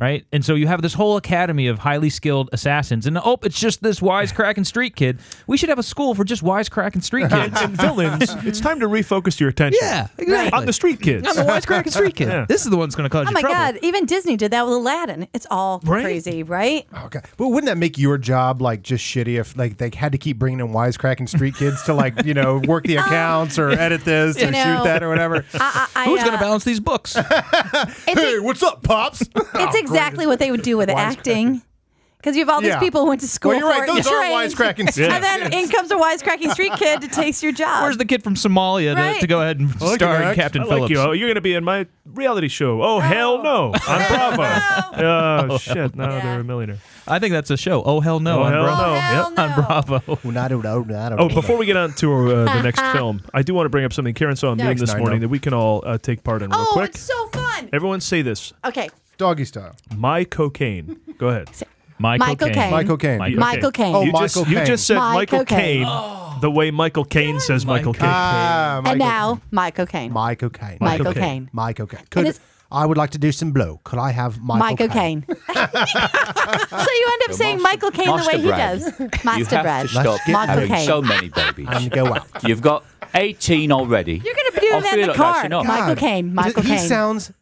[SPEAKER 5] Right, and so you have this whole academy of highly skilled assassins, and oh, it's just this wisecracking street kid. We should have a school for just wisecracking street
[SPEAKER 2] And,
[SPEAKER 5] kids
[SPEAKER 2] and villains, it's time to refocus your attention.
[SPEAKER 5] Yeah, exactly.
[SPEAKER 2] On the street kids.
[SPEAKER 5] I'm the wisecracking street kid.
[SPEAKER 2] Yeah.
[SPEAKER 5] This is the one that's going to cause
[SPEAKER 4] Oh
[SPEAKER 5] you
[SPEAKER 4] my
[SPEAKER 5] trouble.
[SPEAKER 4] God! Even Disney did that with Aladdin. It's all crazy, right?
[SPEAKER 3] Okay. But Oh, wouldn't that make your job like just shitty if like they had to keep bringing in wisecracking street kids to like you know work the accounts or edit this or
[SPEAKER 4] Uh, You know,
[SPEAKER 3] shoot that or whatever?
[SPEAKER 4] I, I, I,
[SPEAKER 5] Who's
[SPEAKER 4] uh,
[SPEAKER 5] going to balance these books?
[SPEAKER 3] hey, what's up, pops?
[SPEAKER 4] It's exactly what they would do with acting. Because you have all these
[SPEAKER 3] Yeah.
[SPEAKER 4] people who went to school
[SPEAKER 3] Well, you're
[SPEAKER 4] for
[SPEAKER 3] right.
[SPEAKER 4] it and
[SPEAKER 3] Those are
[SPEAKER 4] trained.
[SPEAKER 3] wisecracking street
[SPEAKER 4] And then
[SPEAKER 3] kids.
[SPEAKER 4] in comes a wisecracking street kid to takes your job.
[SPEAKER 5] Where's the kid from Somalia to- to,
[SPEAKER 4] Right.
[SPEAKER 5] go ahead and
[SPEAKER 2] I like
[SPEAKER 5] star
[SPEAKER 2] you,
[SPEAKER 5] in
[SPEAKER 2] Max.
[SPEAKER 5] Captain
[SPEAKER 2] I like
[SPEAKER 5] Phillips?
[SPEAKER 2] you. Oh, you're going to be in my reality show. Oh, hell no. On Bravo. Oh, shit. Now they're a millionaire.
[SPEAKER 5] I think that's a show. Oh hell no!
[SPEAKER 2] Oh,
[SPEAKER 5] on
[SPEAKER 2] hell
[SPEAKER 5] Bravo.
[SPEAKER 2] no. Oh, hell
[SPEAKER 5] On Bravo.
[SPEAKER 2] Oh, before we get on to uh, the next film, I do want to bring up something Karen saw on
[SPEAKER 4] Yeah.
[SPEAKER 2] meme this
[SPEAKER 4] Next, I
[SPEAKER 2] morning
[SPEAKER 4] know.
[SPEAKER 2] that we can all uh, take part in real
[SPEAKER 4] oh,
[SPEAKER 2] quick.
[SPEAKER 4] it's so fun.
[SPEAKER 2] Everyone say this.
[SPEAKER 4] Okay.
[SPEAKER 3] Doggy style.
[SPEAKER 2] My cocaine. Go ahead.
[SPEAKER 5] My
[SPEAKER 4] My cocaine. cocaine. My cocaine. My cocaine.
[SPEAKER 2] you
[SPEAKER 4] Oh,
[SPEAKER 2] just,
[SPEAKER 4] Michael
[SPEAKER 2] You
[SPEAKER 4] Caine.
[SPEAKER 2] just said
[SPEAKER 4] My
[SPEAKER 2] Michael
[SPEAKER 4] cocaine.
[SPEAKER 2] Caine the way Michael Caine says Michael Caine.
[SPEAKER 12] Ah,
[SPEAKER 4] and now my cocaine.
[SPEAKER 3] My cocaine.
[SPEAKER 4] My My cocaine. cocaine.
[SPEAKER 3] My cocaine.
[SPEAKER 4] And
[SPEAKER 3] Could
[SPEAKER 4] it's-
[SPEAKER 3] I would like to do some blow. Could I have my,
[SPEAKER 4] my
[SPEAKER 3] cocaine?
[SPEAKER 4] cocaine. so you end up saying Michael Caine the
[SPEAKER 12] Master
[SPEAKER 4] way he
[SPEAKER 12] Brad.
[SPEAKER 4] does.
[SPEAKER 12] you
[SPEAKER 4] Master
[SPEAKER 12] have
[SPEAKER 4] Brad.
[SPEAKER 12] to stop
[SPEAKER 4] My
[SPEAKER 12] having
[SPEAKER 4] cocaine.
[SPEAKER 12] so many babies.
[SPEAKER 3] And go out.
[SPEAKER 12] You've got 18 already.
[SPEAKER 4] You're gonna be doing
[SPEAKER 12] I
[SPEAKER 4] that
[SPEAKER 12] feel
[SPEAKER 4] in the
[SPEAKER 12] like that's
[SPEAKER 4] car.
[SPEAKER 12] enough.
[SPEAKER 4] Michael
[SPEAKER 12] God.
[SPEAKER 4] Caine. Michael
[SPEAKER 3] He
[SPEAKER 4] Caine.
[SPEAKER 3] sounds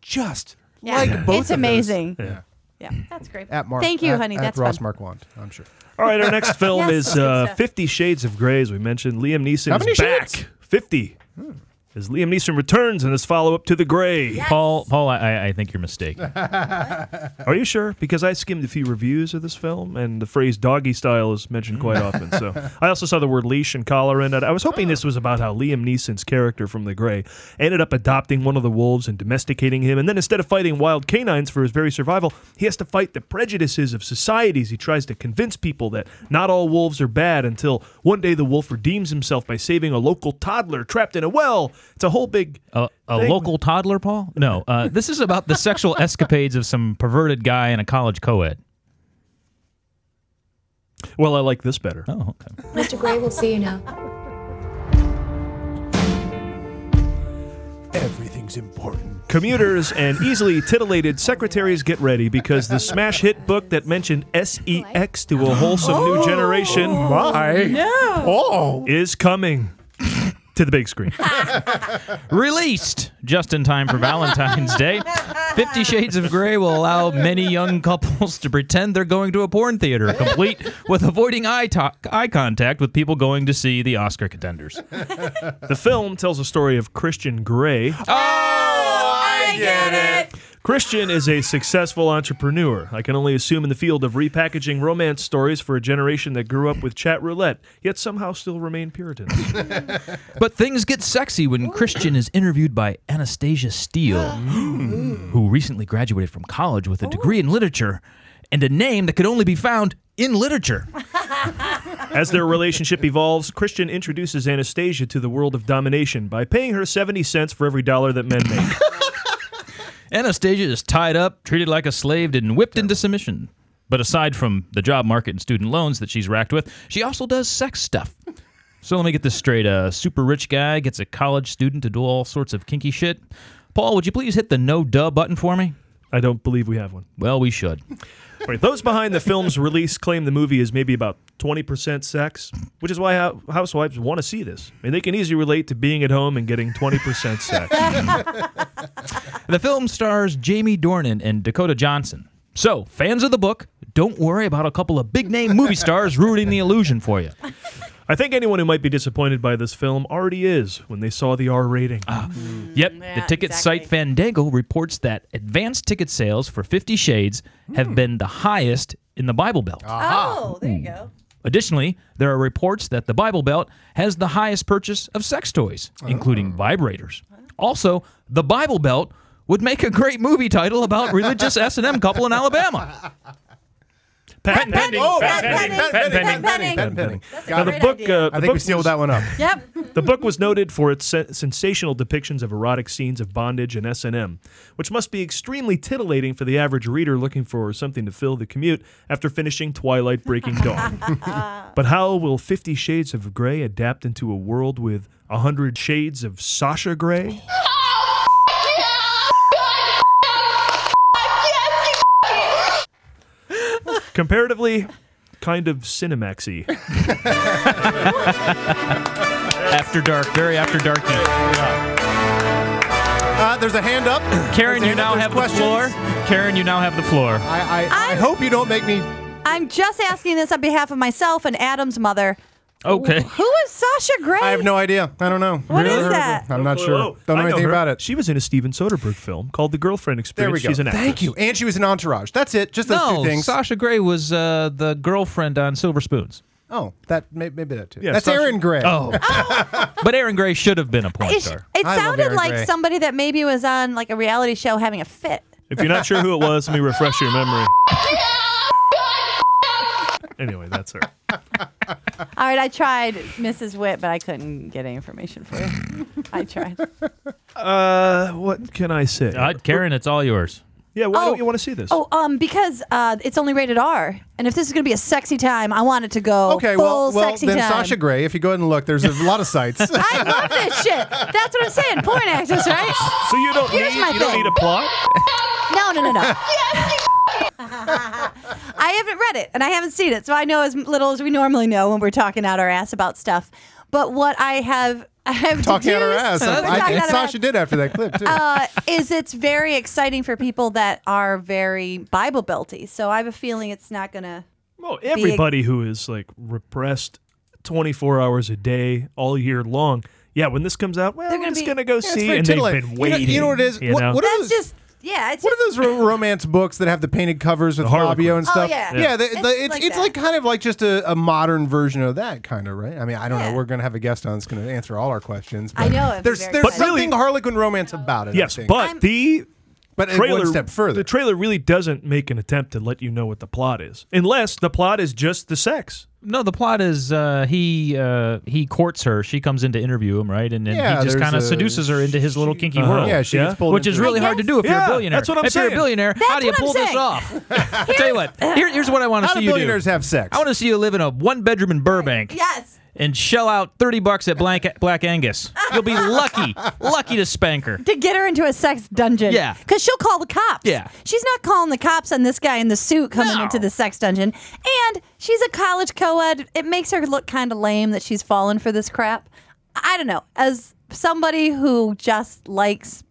[SPEAKER 3] just
[SPEAKER 4] Yeah.
[SPEAKER 3] like both of
[SPEAKER 4] It's
[SPEAKER 3] those.
[SPEAKER 4] amazing.
[SPEAKER 2] Yeah.
[SPEAKER 4] Yeah. That's great.
[SPEAKER 3] Mm. At Mark.
[SPEAKER 4] Thank you,
[SPEAKER 3] at-
[SPEAKER 4] honey.
[SPEAKER 3] At
[SPEAKER 4] That's
[SPEAKER 3] Ross
[SPEAKER 4] fun.
[SPEAKER 3] Marquand, I'm sure.
[SPEAKER 2] All right, our next film
[SPEAKER 4] Yes,
[SPEAKER 2] is
[SPEAKER 4] that's good
[SPEAKER 2] uh,
[SPEAKER 4] stuff.
[SPEAKER 2] Fifty Shades of Grey, as we mentioned. Liam Neeson
[SPEAKER 3] How
[SPEAKER 2] is
[SPEAKER 3] many
[SPEAKER 2] back.
[SPEAKER 3] shades? Hmm.
[SPEAKER 2] Fifty. As Liam Neeson returns in his follow-up to The Grey.
[SPEAKER 5] Paul, Paul, I- I, I think you're mistaken. ah.
[SPEAKER 2] Are you sure? Because I skimmed a few reviews of this film, and the phrase "doggy style" is mentioned
[SPEAKER 5] Mm.
[SPEAKER 2] quite often. So I also saw the word leash and collar in it. I was hoping this was about how Liam Neeson's character from The Grey ended up adopting one of the wolves and domesticating him, and then instead of fighting wild canines for his very survival, he has to fight the prejudices of society as he tries to convince people that not all wolves are bad. Until one day, the wolf redeems himself by saving a local toddler trapped in a well. It's a whole big
[SPEAKER 5] A, a
[SPEAKER 2] Thank-
[SPEAKER 5] local toddler,
[SPEAKER 2] Oh.
[SPEAKER 5] Paul? No. Uh, this is about the sexual escapades of some perverted guy in a college co-ed.
[SPEAKER 2] Well, I like this better.
[SPEAKER 5] Oh, okay.
[SPEAKER 14] Mr. Gray will see you now.
[SPEAKER 3] Everything's important.
[SPEAKER 2] Commuters and easily titillated secretaries get ready because the smash hit book that mentioned SEX to a wholesome new generation
[SPEAKER 3] my. Oh.
[SPEAKER 2] is coming to the big screen.
[SPEAKER 5] Released just in time for Valentine's Day, Fifty Shades of Grey will allow many young couples to pretend they're going to a porn theater, complete with avoiding eye, to- eye contact with people going to see the Oscar contenders.
[SPEAKER 2] The film tells a story of Christian Grey.
[SPEAKER 14] I get it.
[SPEAKER 2] Christian is a successful entrepreneur. I can only assume in the field of repackaging romance stories for a generation that grew up with chat roulette, yet somehow still remain Puritans.
[SPEAKER 5] But things get sexy when Christian is interviewed by Anastasia Steele, who recently graduated from college with a degree in literature and a name that could only be found in literature.
[SPEAKER 2] As their relationship evolves, Christian introduces Anastasia to the world of domination by paying her 70 cents for every dollar that men make.
[SPEAKER 5] Anastasia is tied up, treated like a slave, and whipped into submission. But aside from the job market and student loans that she's racked with, she also does sex stuff. So let me get this straight. A super rich guy gets a college student to do all sorts of kinky shit. Paul, would you please hit the no duh button for me?
[SPEAKER 2] I don't believe we have one.
[SPEAKER 5] Well, we should.
[SPEAKER 2] All right, those behind the film's release claim the movie is maybe about 20% sex, which is why hou- housewives want to see this. I mean, they can easily relate to being at home and getting 20% sex.
[SPEAKER 5] The film stars Jamie Dornan and Dakota Johnson. So, fans of the book, don't worry about a couple of big name movie stars ruining the illusion for you.
[SPEAKER 2] I think anyone who might be disappointed by this film already is when they saw the R rating.
[SPEAKER 5] Ah, Yep, the ticket site Fandango reports that advanced ticket sales for Fifty Shades have been the highest in the Bible Belt.
[SPEAKER 14] Hmm.
[SPEAKER 5] Hmm.
[SPEAKER 14] Oh, there you go.
[SPEAKER 5] Additionally, there are reports that the Bible Belt has the highest purchase of sex toys, including vibrators. Also, the Bible Belt would make a great movie title about religious S&M couple in Alabama.
[SPEAKER 2] Patent
[SPEAKER 5] pending.
[SPEAKER 3] Oh,
[SPEAKER 5] Patent
[SPEAKER 3] patent
[SPEAKER 5] pending.
[SPEAKER 3] pending,
[SPEAKER 5] Patent
[SPEAKER 3] patent pending,
[SPEAKER 5] pending.
[SPEAKER 3] patent pending.
[SPEAKER 2] Now, the book, uh, the
[SPEAKER 3] I think
[SPEAKER 2] book
[SPEAKER 3] we sealed
[SPEAKER 2] was-
[SPEAKER 3] that one up.
[SPEAKER 2] Yep. the book was noted for its sen- sensational depictions of erotic scenes of bondage and S&M, which must be extremely titillating for the average reader looking for something to fill the commute after finishing Twilight Breaking Dawn. but how will 50 Shades of Grey adapt into a world with 100 shades of Sasha Grey? Comparatively, kind of Cinemaxy.
[SPEAKER 5] After dark, very after dark.
[SPEAKER 3] Uh, there's a hand up.
[SPEAKER 5] Karen, you
[SPEAKER 3] There's a hand
[SPEAKER 5] now
[SPEAKER 3] up. There's
[SPEAKER 5] have
[SPEAKER 3] questions.
[SPEAKER 5] the floor. Karen, you now have the floor.
[SPEAKER 3] I, I, I hope you don't make me.
[SPEAKER 4] I'm just asking this on behalf of myself and Adam's mother.
[SPEAKER 5] Okay.
[SPEAKER 4] Who is Sasha Gray?
[SPEAKER 3] I have no idea. I don't know.
[SPEAKER 4] What
[SPEAKER 3] Never
[SPEAKER 4] is
[SPEAKER 3] heard of her.
[SPEAKER 4] that?
[SPEAKER 3] I'm not
[SPEAKER 2] Oh, Whoa,
[SPEAKER 3] sure.
[SPEAKER 2] whoa.
[SPEAKER 3] Don't know
[SPEAKER 2] I
[SPEAKER 3] anything
[SPEAKER 2] her.
[SPEAKER 3] about it.
[SPEAKER 2] She was in a Steven Soderbergh film called The Girlfriend
[SPEAKER 3] There
[SPEAKER 2] Experience.
[SPEAKER 3] we go.
[SPEAKER 2] She's an actress.
[SPEAKER 3] Thank you. And she was in Entourage. That's it. Just those
[SPEAKER 5] no,
[SPEAKER 3] two things.
[SPEAKER 5] Sasha Grey was uh, the girlfriend on Silver Spoons.
[SPEAKER 3] Oh, that may, maybe that too.
[SPEAKER 2] Yeah,
[SPEAKER 3] That's
[SPEAKER 2] Sasha-
[SPEAKER 3] Aaron Gray.
[SPEAKER 5] Oh. but Aaron Gray should have been a porn
[SPEAKER 4] Ish-
[SPEAKER 5] star.
[SPEAKER 4] it
[SPEAKER 3] I love
[SPEAKER 4] sounded
[SPEAKER 3] Aaron
[SPEAKER 4] like
[SPEAKER 3] Gray.
[SPEAKER 4] somebody that maybe was on like a reality show having a fit.
[SPEAKER 2] If you're not sure who it was, let me refresh your memory. anyway, that's her.
[SPEAKER 4] All right, I tried Mrs. Witt, but I couldn't get any information for you. I tried.
[SPEAKER 2] Uh, what can I say?
[SPEAKER 5] Uh, Karen, it's all yours.
[SPEAKER 2] yeah, why
[SPEAKER 4] Oh.
[SPEAKER 2] don't you want to see this?
[SPEAKER 4] Oh, um, because uh, it's only rated R, and if this is gonna be a sexy time, I want it to go
[SPEAKER 3] Okay,
[SPEAKER 4] full
[SPEAKER 3] well, well
[SPEAKER 4] sexy
[SPEAKER 3] then
[SPEAKER 4] time.
[SPEAKER 3] Sasha Gray. If you go ahead and look, there's a lot of sites.
[SPEAKER 4] I love this shit. That's what I'm saying. Porn actors, right?
[SPEAKER 2] So you don't
[SPEAKER 4] Here's
[SPEAKER 2] need
[SPEAKER 4] my
[SPEAKER 2] you don't
[SPEAKER 4] thing.
[SPEAKER 2] need a plot.
[SPEAKER 4] No, no, no, no. I haven't read it and I haven't seen it, so I know as little as we normally know when we're talking out our ass about stuff. But what I have, I have
[SPEAKER 3] talking out her
[SPEAKER 4] deduced-
[SPEAKER 3] ass.
[SPEAKER 4] We're talking
[SPEAKER 3] I think
[SPEAKER 4] out our ass.
[SPEAKER 3] Sasha did after that clip too.
[SPEAKER 4] uh, is it's very exciting for people that are very Bible belty. So I have a feeling it's not gonna.
[SPEAKER 2] Well, everybody who is like repressed 24 hours a day all year long. Yeah, when this comes out, well,
[SPEAKER 4] They're
[SPEAKER 2] they're
[SPEAKER 4] gonna
[SPEAKER 2] just
[SPEAKER 4] be-
[SPEAKER 2] gonna go
[SPEAKER 3] it's
[SPEAKER 2] see,
[SPEAKER 3] very
[SPEAKER 2] and they've
[SPEAKER 3] titillating.
[SPEAKER 2] been
[SPEAKER 3] You know-
[SPEAKER 2] waiting.
[SPEAKER 3] you know what it is?
[SPEAKER 2] you
[SPEAKER 3] What-
[SPEAKER 2] know?
[SPEAKER 3] what
[SPEAKER 4] That's
[SPEAKER 3] is-
[SPEAKER 4] just yeah. It's
[SPEAKER 3] What
[SPEAKER 4] just,
[SPEAKER 3] are those ro- romance books that have the painted covers with
[SPEAKER 2] Harlequin.
[SPEAKER 3] Fabio and
[SPEAKER 4] Oh,
[SPEAKER 3] stuff?
[SPEAKER 4] yeah.
[SPEAKER 3] yeah. the-
[SPEAKER 4] Yeah.
[SPEAKER 3] the-
[SPEAKER 4] It's
[SPEAKER 3] it's
[SPEAKER 4] like
[SPEAKER 3] it's,
[SPEAKER 4] that.
[SPEAKER 3] like kind of like just a, a modern version of that kind of right. I mean, I don't
[SPEAKER 4] Yeah.
[SPEAKER 3] know. We're gonna have a guest on that's gonna answer all our questions.
[SPEAKER 4] I
[SPEAKER 3] but
[SPEAKER 4] know, it'd be
[SPEAKER 3] There's
[SPEAKER 4] very
[SPEAKER 3] there's
[SPEAKER 4] exciting. But
[SPEAKER 2] really-
[SPEAKER 3] something Harlequin romance about it. I
[SPEAKER 2] yes,
[SPEAKER 3] think.
[SPEAKER 2] but
[SPEAKER 4] I'm-
[SPEAKER 2] the
[SPEAKER 3] but it
[SPEAKER 2] trailer
[SPEAKER 3] one step further.
[SPEAKER 2] The trailer really doesn't make an attempt to let you know what the plot is, unless the plot is just the sex.
[SPEAKER 5] No, the plot is uh, he uh, he courts her. She comes in to interview him, right? And then
[SPEAKER 3] Yeah,
[SPEAKER 5] he just
[SPEAKER 3] there's
[SPEAKER 5] kind
[SPEAKER 3] a-
[SPEAKER 5] of seduces her into his little kinky
[SPEAKER 2] Uh-huh.
[SPEAKER 5] world.
[SPEAKER 3] yeah, she
[SPEAKER 2] Yeah.
[SPEAKER 3] gets pulled.
[SPEAKER 5] which is
[SPEAKER 3] into it.
[SPEAKER 5] really hard to do if you're
[SPEAKER 2] Yeah,
[SPEAKER 5] a billionaire.
[SPEAKER 2] that's what I'm
[SPEAKER 5] if you're
[SPEAKER 2] saying.
[SPEAKER 5] a billionaire, how do you
[SPEAKER 4] what I'm
[SPEAKER 5] pull this
[SPEAKER 4] saying.
[SPEAKER 5] off? I'll tell you what. Here, here's what I want to
[SPEAKER 3] How
[SPEAKER 5] see
[SPEAKER 3] do
[SPEAKER 5] you do.
[SPEAKER 3] billionaires have sex?
[SPEAKER 5] I want to see you live in a one bedroom in Burbank
[SPEAKER 4] yes.
[SPEAKER 5] and shell out thirty bucks at Black Black Angus. You'll be lucky, lucky to spank her.
[SPEAKER 4] To get her into a sex dungeon.
[SPEAKER 5] Yeah.
[SPEAKER 4] Because she'll call the cops.
[SPEAKER 5] Yeah.
[SPEAKER 4] She's not calling the cops on this guy in the suit coming
[SPEAKER 5] No.
[SPEAKER 4] into the sex dungeon. And she's a college co ed. It makes her look kind of lame that she's fallen for this crap. I don't know. As somebody who just likes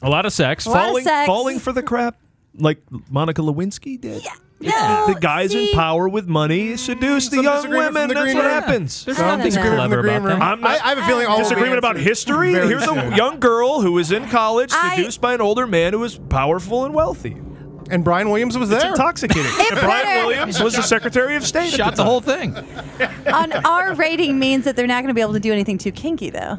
[SPEAKER 5] A lot of sex.
[SPEAKER 4] A lot of
[SPEAKER 2] falling,
[SPEAKER 4] sex.
[SPEAKER 2] falling for the crap, like Monica Lewinsky did.
[SPEAKER 4] no,
[SPEAKER 2] The guys
[SPEAKER 4] see,
[SPEAKER 2] in power with money seduce the
[SPEAKER 3] Some
[SPEAKER 2] young
[SPEAKER 3] disagreement
[SPEAKER 2] women.
[SPEAKER 3] from the
[SPEAKER 2] That's
[SPEAKER 3] green
[SPEAKER 2] what
[SPEAKER 3] room.
[SPEAKER 2] happens.
[SPEAKER 5] There's
[SPEAKER 4] I don't
[SPEAKER 5] something
[SPEAKER 4] know.
[SPEAKER 3] Disagreement in the
[SPEAKER 5] clever
[SPEAKER 3] green
[SPEAKER 5] about
[SPEAKER 3] room.
[SPEAKER 5] that.
[SPEAKER 2] I'm not-
[SPEAKER 3] I, I have a feeling all will be
[SPEAKER 2] Disagreement about
[SPEAKER 3] answered
[SPEAKER 2] history.
[SPEAKER 3] very
[SPEAKER 2] Here's
[SPEAKER 3] soon.
[SPEAKER 2] a young girl who was in college
[SPEAKER 4] I-
[SPEAKER 2] seduced by an older man who was powerful and wealthy.
[SPEAKER 3] And Brian Williams was
[SPEAKER 2] It's
[SPEAKER 3] there.
[SPEAKER 2] intoxicating. and
[SPEAKER 4] better-
[SPEAKER 2] Brian Williams was the Secretary of State. at
[SPEAKER 5] Shot the
[SPEAKER 2] time.
[SPEAKER 5] whole thing.
[SPEAKER 4] An R rating means that they're not going to be able to do anything too kinky, though.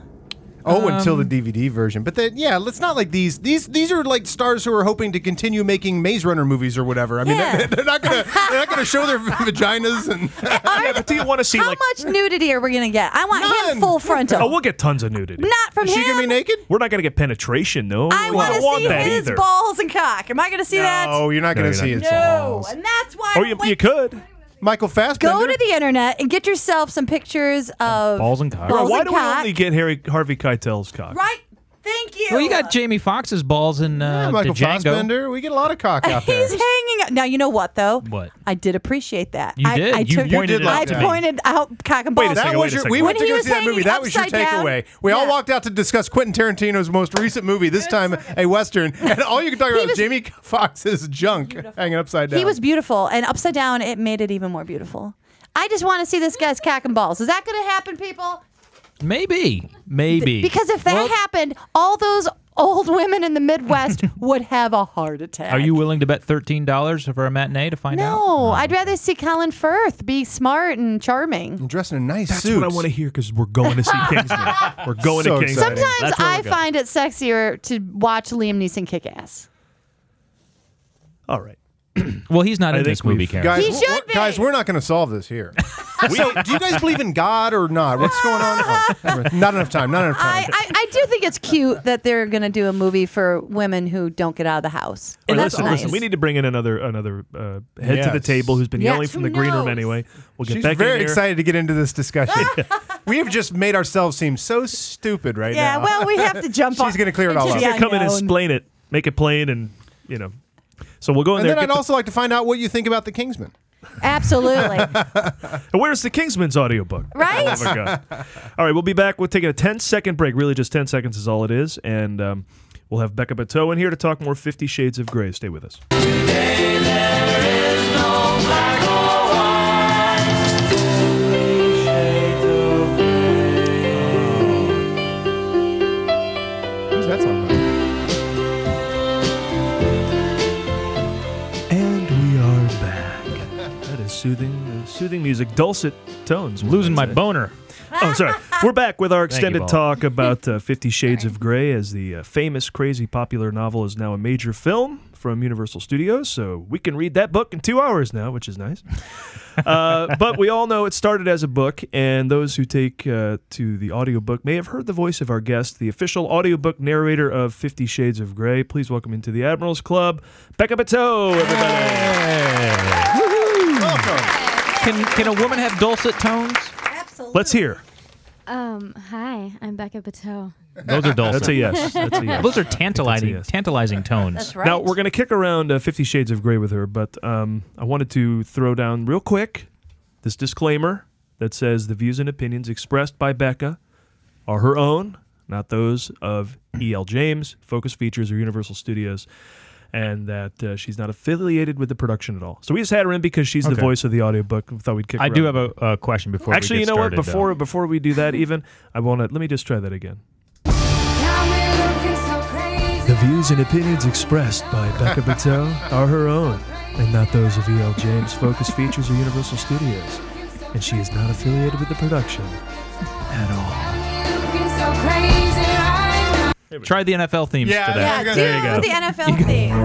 [SPEAKER 3] Oh, until
[SPEAKER 4] Um,
[SPEAKER 3] the DVD version. But then, yeah, let's not like these. These these are like stars who are hoping to continue making Maze Runner movies or whatever. I mean,
[SPEAKER 4] Yeah.
[SPEAKER 3] they're, they're not gonna they're not gonna show their vaginas and
[SPEAKER 2] Yeah, but do you want to see
[SPEAKER 4] How
[SPEAKER 2] like?
[SPEAKER 4] much nudity are we going to get? I want
[SPEAKER 3] None.
[SPEAKER 4] him full
[SPEAKER 2] Oh,
[SPEAKER 4] frontal.
[SPEAKER 2] we'll get tons of nudity.
[SPEAKER 4] not from
[SPEAKER 3] is she
[SPEAKER 4] him.
[SPEAKER 3] gonna be naked?
[SPEAKER 2] We're not going to get penetration though.
[SPEAKER 4] I
[SPEAKER 2] we
[SPEAKER 4] want to
[SPEAKER 2] don't want
[SPEAKER 4] see
[SPEAKER 2] that
[SPEAKER 4] his
[SPEAKER 2] either.
[SPEAKER 4] balls and cock. Am I going to see that?
[SPEAKER 3] Oh, you're not
[SPEAKER 2] No,
[SPEAKER 3] gonna
[SPEAKER 2] you're
[SPEAKER 3] see
[SPEAKER 2] not
[SPEAKER 3] it.
[SPEAKER 4] No, and that's why. I
[SPEAKER 2] Oh,
[SPEAKER 4] don't
[SPEAKER 2] you,
[SPEAKER 4] like
[SPEAKER 2] you could.
[SPEAKER 3] Michael Fassbender.
[SPEAKER 4] Go to the internet and get yourself some pictures of
[SPEAKER 5] Balls and cock.
[SPEAKER 4] Balls
[SPEAKER 2] Why
[SPEAKER 4] and
[SPEAKER 2] do we
[SPEAKER 4] cock.
[SPEAKER 2] only get Harry Harvey Keitel's cock?
[SPEAKER 4] right
[SPEAKER 1] Thank you.
[SPEAKER 5] Well, you got Jamie Foxx's balls in uh,
[SPEAKER 4] Yeah, Michael
[SPEAKER 5] Django.
[SPEAKER 4] Fassbender.
[SPEAKER 3] We get a lot of cock
[SPEAKER 5] out there.
[SPEAKER 4] He's hanging out. Now you know what though.
[SPEAKER 5] What?
[SPEAKER 4] I did appreciate that.
[SPEAKER 5] You
[SPEAKER 4] I,
[SPEAKER 5] did.
[SPEAKER 4] I
[SPEAKER 5] You
[SPEAKER 4] took,
[SPEAKER 5] pointed it
[SPEAKER 4] I
[SPEAKER 5] out to me.
[SPEAKER 4] pointed out cock and balls.
[SPEAKER 3] That was your, we
[SPEAKER 4] When
[SPEAKER 3] went to
[SPEAKER 4] he
[SPEAKER 3] go
[SPEAKER 4] was
[SPEAKER 3] see that
[SPEAKER 4] hanging
[SPEAKER 3] movie. That was your
[SPEAKER 4] upside down-
[SPEAKER 3] takeaway. We all
[SPEAKER 4] Yeah.
[SPEAKER 3] walked out to discuss Quentin Tarantino's most recent movie. This time, a western, and all you could talk about was, Jamie Foxx's junk hanging upside down.
[SPEAKER 4] He was beautiful, and upside down, it made it even more beautiful. I just want to see this guy's cock and balls. Is that going to happen, people?
[SPEAKER 5] Maybe, maybe.
[SPEAKER 4] Because if that
[SPEAKER 5] Well,
[SPEAKER 4] happened, all those old women in the Midwest would have a heart attack.
[SPEAKER 5] are you willing to bet thirteen dollars for a matinee to find out?
[SPEAKER 4] No, I'd rather see Colin Firth be smart and charming.
[SPEAKER 3] dressed in a nice
[SPEAKER 2] That's what I want to hear because we're going to see Kingsman. we're going
[SPEAKER 3] So
[SPEAKER 2] to Kingsman.
[SPEAKER 3] exciting.
[SPEAKER 4] Sometimes
[SPEAKER 2] That's where
[SPEAKER 4] I
[SPEAKER 2] we're going.
[SPEAKER 4] find it sexier to watch Liam Neeson kick ass.
[SPEAKER 2] All right.
[SPEAKER 5] Well, he's not
[SPEAKER 2] I
[SPEAKER 5] in
[SPEAKER 2] think
[SPEAKER 5] this movie,
[SPEAKER 2] we've-
[SPEAKER 5] Karen.
[SPEAKER 3] Guys,
[SPEAKER 4] He
[SPEAKER 3] we're-
[SPEAKER 4] should
[SPEAKER 3] we're- guys, we're not going to solve this here. so, do you guys believe in God or not? What's going on? Oh, never mind. not enough time. Not enough time.
[SPEAKER 4] I, I, I do think it's cute that they're going to do a movie for women who don't get out of the house.
[SPEAKER 2] All right,
[SPEAKER 4] That's
[SPEAKER 2] listen,
[SPEAKER 4] nice.
[SPEAKER 2] listen. We need to bring in another another uh, head to the
[SPEAKER 3] Yes.
[SPEAKER 2] table who's been
[SPEAKER 4] Yes,
[SPEAKER 2] yelling from
[SPEAKER 4] who
[SPEAKER 2] the green room
[SPEAKER 4] knows?
[SPEAKER 2] anyway. We'll get
[SPEAKER 3] She's
[SPEAKER 2] back
[SPEAKER 3] very
[SPEAKER 2] in here.
[SPEAKER 3] excited to get into this discussion. we have just made ourselves seem so stupid right
[SPEAKER 4] Yeah,
[SPEAKER 3] now.
[SPEAKER 4] well, we have to jump
[SPEAKER 3] She's
[SPEAKER 4] on-
[SPEAKER 3] going to clear it all
[SPEAKER 4] into
[SPEAKER 3] up.
[SPEAKER 4] the Yeah, I
[SPEAKER 2] Come in and
[SPEAKER 4] know.
[SPEAKER 2] explain it, make it plain, and you know. So we'll go in
[SPEAKER 3] And
[SPEAKER 2] there.
[SPEAKER 3] then I'd
[SPEAKER 2] get the-
[SPEAKER 3] also like to find out what you think about the Kingsman.
[SPEAKER 4] Absolutely.
[SPEAKER 2] And Where's the Kingsman's audiobook?
[SPEAKER 4] Right?
[SPEAKER 2] Oh my God. All right, we'll be back. We'll take a 10 second break. Really, just 10 seconds is all it is. And um, we'll have Becca Bateau in here to talk more Fifty Shades of Grey. Stay with us.
[SPEAKER 3] Who's that song about?
[SPEAKER 2] And we are back. That is soothing, uh, soothing music, dulcet tones.
[SPEAKER 5] Losing my boner.
[SPEAKER 2] Oh, sorry. We're back with our
[SPEAKER 5] Thank you,
[SPEAKER 2] extended
[SPEAKER 5] Paul.
[SPEAKER 2] talk about uh, Fifty Shades of Grey, as the uh, famous, crazy, popular novel is now a major film from Universal Studios. So we can read that book in two hours now, which is nice. Uh, but we all know it started as a book, and those who take uh, to the audiobook may have heard the voice of our guest, the official audiobook narrator of Fifty Shades of Grey. Please welcome into the Admirals Club, Becca Bateau, everybody.
[SPEAKER 5] Can can a woman have dulcet tones?
[SPEAKER 2] Let's hear.
[SPEAKER 15] Um, hi, I'm Becca Bateau.
[SPEAKER 5] Those are dulcet.
[SPEAKER 2] That's a yes. That's a yes.
[SPEAKER 5] Those are tantalizing,
[SPEAKER 2] That's a yes.
[SPEAKER 5] tantalizing tones.
[SPEAKER 2] Now we're gonna kick around uh, Fifty Shades of Grey with her, but um, I wanted to throw down real quick this disclaimer that says the views and opinions expressed by Becca are her own, not those of E.L. James, Focus Features, or Universal Studios, and that uh, she's not affiliated with the production at all. So we just had her in because she's the
[SPEAKER 5] Okay.
[SPEAKER 2] voice of the audiobook. We thought we'd kick.
[SPEAKER 16] I
[SPEAKER 2] her
[SPEAKER 16] do
[SPEAKER 2] out.
[SPEAKER 16] have a, a question before.
[SPEAKER 2] Actually,
[SPEAKER 16] we
[SPEAKER 2] you
[SPEAKER 16] get
[SPEAKER 2] know
[SPEAKER 16] started, um,
[SPEAKER 2] what? Before
[SPEAKER 16] though.
[SPEAKER 2] before we do that, even I want to let me just try that again. The views and opinions expressed by Becca Bateau are her own and not those of E.L. James, Focus Features, or Universal Studios. And she is not affiliated with the production at all.
[SPEAKER 5] Try the NFL themes
[SPEAKER 2] Yeah,
[SPEAKER 5] today.
[SPEAKER 2] yeah,
[SPEAKER 5] there you
[SPEAKER 2] do
[SPEAKER 5] go.
[SPEAKER 2] the
[SPEAKER 4] NFL theme.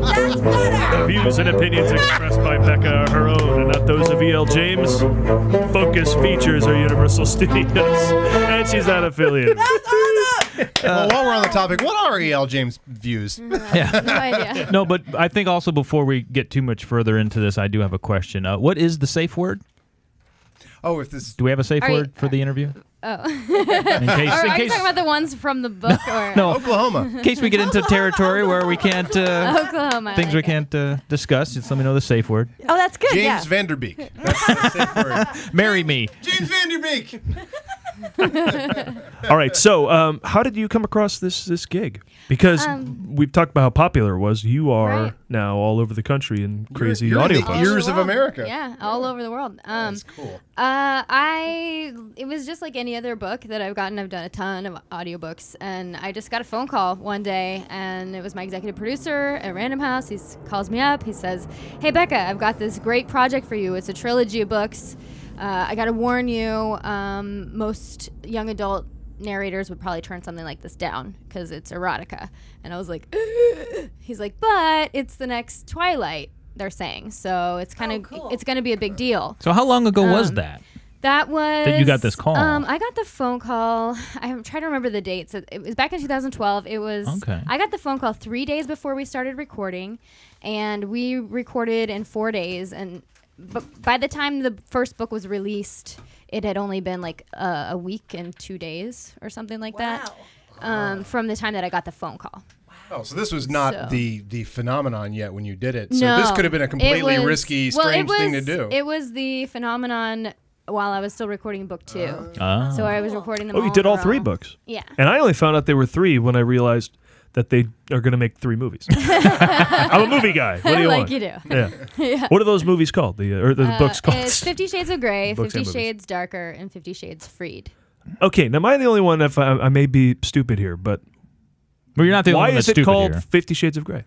[SPEAKER 4] That's better.
[SPEAKER 2] The views and opinions expressed by Becca are her own and not those of E.L. James, Focus Features, or Universal Studios. And she's not affiliated.
[SPEAKER 3] well, while we're on the topic, what are E.L. James' views?
[SPEAKER 5] Yeah.
[SPEAKER 15] No idea.
[SPEAKER 5] No, but I think also before we get too much further into this, I do have a question. Uh, what is the safe word?
[SPEAKER 3] Oh, if this
[SPEAKER 5] Do we have a safe
[SPEAKER 15] Are you-
[SPEAKER 5] word for the interview?
[SPEAKER 15] Oh.
[SPEAKER 5] case-
[SPEAKER 15] Or
[SPEAKER 5] in
[SPEAKER 15] are you
[SPEAKER 5] case-
[SPEAKER 15] talking about the ones from the book or
[SPEAKER 5] No,
[SPEAKER 3] Oklahoma.
[SPEAKER 5] In case we get into territory where we can't uh,
[SPEAKER 15] Oklahoma, I
[SPEAKER 5] things we
[SPEAKER 15] like it.
[SPEAKER 5] can't uh, discuss, just let me know the safe word.
[SPEAKER 4] Oh, that's good.
[SPEAKER 3] James
[SPEAKER 4] yeah.
[SPEAKER 3] Vanderbeek.
[SPEAKER 5] Marry me.
[SPEAKER 3] James Vanderbeek.
[SPEAKER 2] All right. So, um, how did you come across this this gig? Because
[SPEAKER 15] Um,
[SPEAKER 2] we've talked about how popular it was. You are
[SPEAKER 15] Right.
[SPEAKER 2] now all over the country in crazy
[SPEAKER 3] you're in the
[SPEAKER 2] audio.
[SPEAKER 15] All
[SPEAKER 2] audiobooks.
[SPEAKER 15] over the
[SPEAKER 3] Ears of
[SPEAKER 15] world.
[SPEAKER 3] America.
[SPEAKER 15] Yeah, all over the world. Um, That's
[SPEAKER 3] cool.
[SPEAKER 15] Uh, I it was just like any other book that I've gotten. I've done a ton of audiobooks, and I just got a phone call one day, and it was my executive producer at Random House. He s- calls me up. He says, "Hey Becca, I've got this great project for you. It's a trilogy of books. Uh, I got to warn you, um, most young adult." Narrators would probably turn something like this down because it's erotica. And I was like, he's like, but it's the next Twilight, they're saying. So it's kind of, it's going to be a big deal.
[SPEAKER 5] So how long ago was
[SPEAKER 15] Um,
[SPEAKER 5] that?
[SPEAKER 15] That was
[SPEAKER 5] That you got this call.
[SPEAKER 15] Um, I got the phone call. I'm trying to remember the dates. It it was back in 2012. It was
[SPEAKER 5] Okay.
[SPEAKER 15] I got the phone call three days before we started recording, and we recorded in four days. And but by the time the first book was released, it had only been like a a week and two days or something like that. um, from the time that I got the phone call.
[SPEAKER 3] Oh, so this was not
[SPEAKER 15] So-
[SPEAKER 3] the the phenomenon yet when you did it. So this
[SPEAKER 15] No,
[SPEAKER 3] could have been a
[SPEAKER 15] it
[SPEAKER 3] completely
[SPEAKER 15] was-
[SPEAKER 3] risky,
[SPEAKER 15] well, it
[SPEAKER 3] strange thing to
[SPEAKER 15] was-
[SPEAKER 3] do.
[SPEAKER 15] It was the phenomenon while I was still recording book two.
[SPEAKER 2] Ah.
[SPEAKER 15] So I was recording them.
[SPEAKER 2] Oh,
[SPEAKER 15] all
[SPEAKER 2] you did
[SPEAKER 15] in a
[SPEAKER 2] all three
[SPEAKER 15] row.
[SPEAKER 2] books.
[SPEAKER 15] Yeah.
[SPEAKER 2] And I only found out there were three when I realized that they are going to make three movies. I'm a movie guy. What do you
[SPEAKER 15] Like
[SPEAKER 2] want?
[SPEAKER 15] you do.
[SPEAKER 2] Yeah.
[SPEAKER 15] Yeah.
[SPEAKER 2] What are those movies called? The uh, or the
[SPEAKER 15] Uh,
[SPEAKER 2] books called?
[SPEAKER 15] It's Fifty Shades of Grey,
[SPEAKER 2] Books and
[SPEAKER 15] Fifty
[SPEAKER 2] movies.
[SPEAKER 15] Shades Darker, and Fifty Shades Freed.
[SPEAKER 2] Okay, now am I the only one? If I, I may be stupid here, but
[SPEAKER 5] well, you're not the only
[SPEAKER 2] Why
[SPEAKER 5] one
[SPEAKER 2] is
[SPEAKER 5] that's
[SPEAKER 2] it
[SPEAKER 5] stupid
[SPEAKER 2] called
[SPEAKER 5] here.
[SPEAKER 2] Fifty Shades of Grey?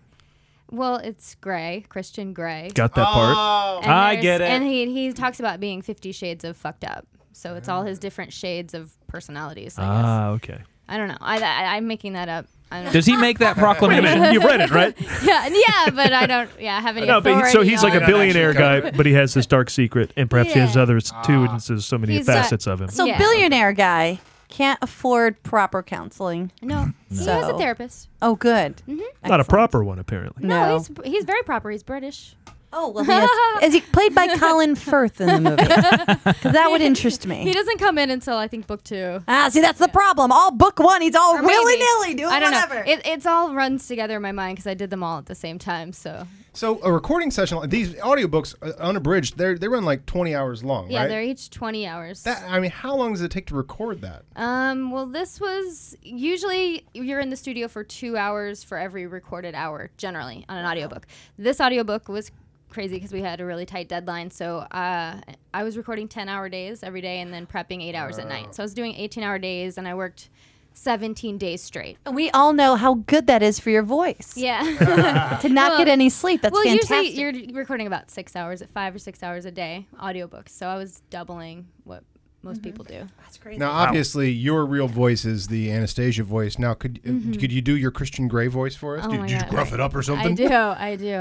[SPEAKER 15] Well, it's Grey, Christian Grey.
[SPEAKER 2] Got that part. Oh.
[SPEAKER 15] And
[SPEAKER 2] I
[SPEAKER 15] there's-
[SPEAKER 2] get it.
[SPEAKER 15] And he he talks about being Fifty Shades of fucked up. So it's all his different shades of personalities. I guess.
[SPEAKER 3] Uh,
[SPEAKER 2] Ah, okay.
[SPEAKER 15] I don't know. I, I I'm making that up. I don't
[SPEAKER 5] Does he make that proclamation?
[SPEAKER 2] Wait a minute, you've read it, right?
[SPEAKER 15] yeah, and yeah, but I don't. Yeah, I haven't.
[SPEAKER 2] No, but he, so he's like a billionaire guy, but he has this dark secret, and perhaps he has
[SPEAKER 15] Yeah.
[SPEAKER 2] others too,
[SPEAKER 3] Ah.
[SPEAKER 2] and there's so many
[SPEAKER 4] He's, uh,
[SPEAKER 2] facets of him.
[SPEAKER 4] So billionaire guy can't afford proper counseling.
[SPEAKER 15] No, he has a therapist.
[SPEAKER 4] Oh, good.
[SPEAKER 2] Not a proper one, apparently.
[SPEAKER 15] No, Mm-hmm. he's he's very proper. He's British.
[SPEAKER 4] Oh well, he has- is he played by Colin Firth in the movie? 'Cause that would interest me.
[SPEAKER 15] He doesn't come in until I think book two.
[SPEAKER 4] Ah, see, that's the problem. All book one, he's all willy nilly doing
[SPEAKER 15] I don't
[SPEAKER 4] Oh, whatever.
[SPEAKER 15] know. It, it's all runs together in my mind because I did them all at the same time. So
[SPEAKER 3] So a recording session, like these audiobooks uh, unabridged, they they run like 20 hours long,
[SPEAKER 15] yeah,
[SPEAKER 3] right?
[SPEAKER 15] they're each twenty hours.
[SPEAKER 3] That- I mean, how long does it take to record that?
[SPEAKER 15] um, well, this was usually you're in the studio for two hours for every recorded hour, generally on an
[SPEAKER 4] Uh-huh.
[SPEAKER 15] audiobook. This audiobook was crazy because we had a really tight deadline. So uh, I was recording ten hour days every day and then prepping eight hours at night. So I was doing eighteen hour days and I worked seventeen days straight.
[SPEAKER 4] we all know how good that is for your voice.
[SPEAKER 15] Yeah.
[SPEAKER 4] to not
[SPEAKER 15] Well-
[SPEAKER 4] get any sleep, that's
[SPEAKER 15] well,
[SPEAKER 4] fantastic.
[SPEAKER 15] usually you're recording about six hours, at five or six hours a day, audiobooks. So I was doubling what most
[SPEAKER 4] Mm-hmm.
[SPEAKER 15] people do. That's crazy.
[SPEAKER 3] Now, obviously, your real voice is the Anastasia voice. Now, could uh,
[SPEAKER 15] Mhm.
[SPEAKER 3] could you do your Christian Grey voice for us?
[SPEAKER 15] Oh
[SPEAKER 3] did
[SPEAKER 15] my
[SPEAKER 3] did you
[SPEAKER 15] God.
[SPEAKER 3] gruff it up or something?
[SPEAKER 15] I do. I do.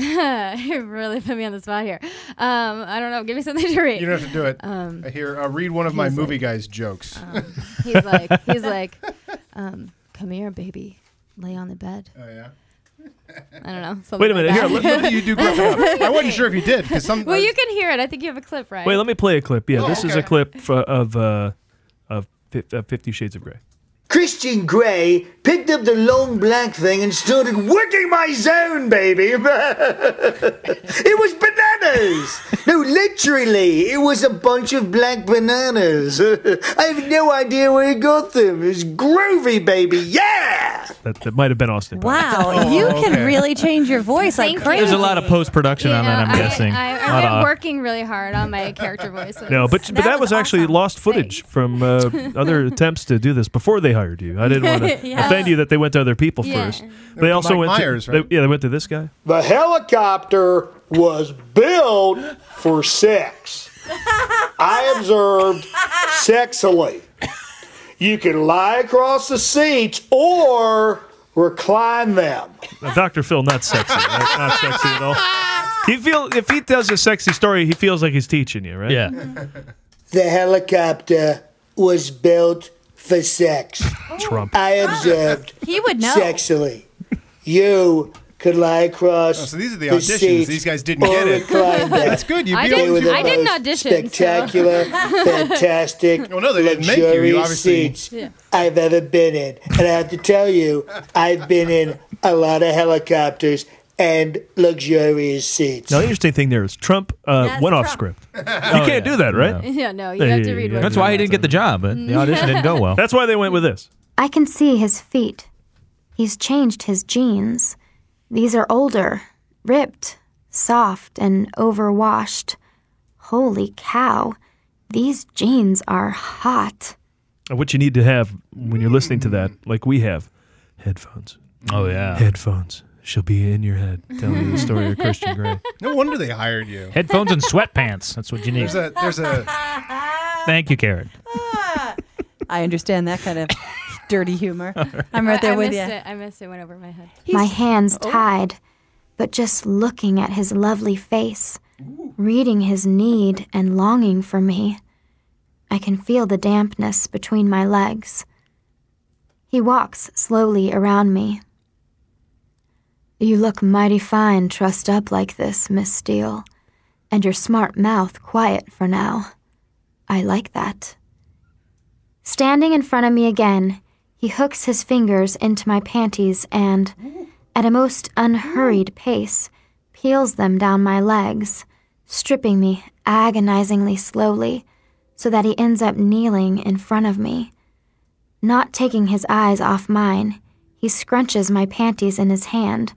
[SPEAKER 15] you really put me on the spot here. Um, I don't know. Give me something to read.
[SPEAKER 3] You don't have to do it.
[SPEAKER 15] Um,
[SPEAKER 3] I hear. Uh, read one of my
[SPEAKER 15] he's
[SPEAKER 3] movie guys' jokes.
[SPEAKER 15] he's like, he's like, um, come here, baby, lay on the bed.
[SPEAKER 3] Oh yeah.
[SPEAKER 15] I don't know. something
[SPEAKER 2] Wait a
[SPEAKER 15] like
[SPEAKER 2] minute, here,
[SPEAKER 15] that.
[SPEAKER 2] let- let me-
[SPEAKER 3] you do gruff it up. I wasn't sure if you did because some.
[SPEAKER 15] Well, you can hear it. I think you have a clip, right?
[SPEAKER 2] Wait, let me play a clip. Yeah,
[SPEAKER 15] Oh,
[SPEAKER 2] this is a
[SPEAKER 15] okay.
[SPEAKER 2] clip fro- of uh, of Fif- uh, Fifty Shades of Grey.
[SPEAKER 16] Christian Grey picked up the long black thing and started working my zone, baby. it was bananas. No, literally, it was a bunch of black bananas. I have no idea where he got them. It was groovy, baby. Yeah.
[SPEAKER 2] That, that might have been Austin. Powers.
[SPEAKER 4] Wow, you can really change your voice like crazy.
[SPEAKER 5] There's a lot of post production on that. I'm guessing.
[SPEAKER 15] I,
[SPEAKER 5] A
[SPEAKER 15] I've
[SPEAKER 5] lot
[SPEAKER 15] been
[SPEAKER 5] of-
[SPEAKER 15] working really hard on my character voice.
[SPEAKER 2] No, but but that was actually lost footage from uh, other attempts to do this before they hired you. I didn't want to
[SPEAKER 15] Yeah.
[SPEAKER 2] offend you that they went to other people
[SPEAKER 15] Yeah.
[SPEAKER 2] first.
[SPEAKER 15] They
[SPEAKER 2] They also
[SPEAKER 16] Mike
[SPEAKER 2] went
[SPEAKER 16] Myers,
[SPEAKER 2] to
[SPEAKER 16] right?
[SPEAKER 2] they, yeah, they went to this guy.
[SPEAKER 16] The helicopter was built for sex. I observed sexily. You can lie across the seats or recline them.
[SPEAKER 2] Uh, Dr. Phil, not sexy, right? not sexy at all. He feel if he tells a sexy story, he feels like he's teaching you, right? Yeah.
[SPEAKER 16] The helicopter was built for sex.
[SPEAKER 2] Trump.
[SPEAKER 16] I observed
[SPEAKER 4] He would know.
[SPEAKER 16] sexually. You could lie across.
[SPEAKER 3] Oh, so these are the auditions.
[SPEAKER 16] seats
[SPEAKER 3] These guys didn't
[SPEAKER 16] or
[SPEAKER 3] get it.
[SPEAKER 16] recline them.
[SPEAKER 3] That's good. You
[SPEAKER 15] I
[SPEAKER 3] beat
[SPEAKER 15] didn't-
[SPEAKER 16] They were the
[SPEAKER 15] I didn't
[SPEAKER 16] most
[SPEAKER 15] audition, so-
[SPEAKER 16] Spectacular, fantastic,
[SPEAKER 3] Well, no, they didn't make you. You
[SPEAKER 16] luxurious
[SPEAKER 3] obviously-
[SPEAKER 16] seats
[SPEAKER 3] Yeah.
[SPEAKER 16] I've ever been in. And I have to tell you, I've been in a lot of helicopters and luxurious seats.
[SPEAKER 2] Now the interesting thing there is Trump uh, went off script. You can't do that, right?
[SPEAKER 15] Yeah, no, you have to read what
[SPEAKER 5] Oh, That's why he didn't get the job. But the audition didn't go well.
[SPEAKER 2] That's why they went with this.
[SPEAKER 17] I can see his feet. He's changed his jeans. These are older, ripped, soft, and overwashed. Holy cow, these jeans are hot.
[SPEAKER 2] And Uh, What you need to have when you're listening to that, like we have, headphones.
[SPEAKER 5] Oh yeah.
[SPEAKER 2] Headphones. She'll be in your head telling you the story of Christian Grey.
[SPEAKER 3] No wonder they hired you.
[SPEAKER 5] Headphones and sweatpants. That's what you need.
[SPEAKER 3] There's a there's a
[SPEAKER 5] Thank you, Karen.
[SPEAKER 4] I understand that kind of dirty humor. I'm right
[SPEAKER 15] I-
[SPEAKER 4] there
[SPEAKER 15] I
[SPEAKER 4] with you.
[SPEAKER 15] missed It. I missed it. Went over my head.
[SPEAKER 17] My hands
[SPEAKER 15] Oh.
[SPEAKER 17] tied, but just looking at his lovely face, reading his need and longing for me, I can feel the dampness between my legs. He walks slowly around me. You look mighty fine trussed up like this, Miss Steele, and your smart mouth quiet for now. I like that. Standing in front of me again, He hooks his fingers into my panties and, at a most unhurried pace, peels them down my legs, stripping me agonizingly slowly, so that he ends up kneeling in front of me. Not taking his eyes off mine, he scrunches my panties in his hand,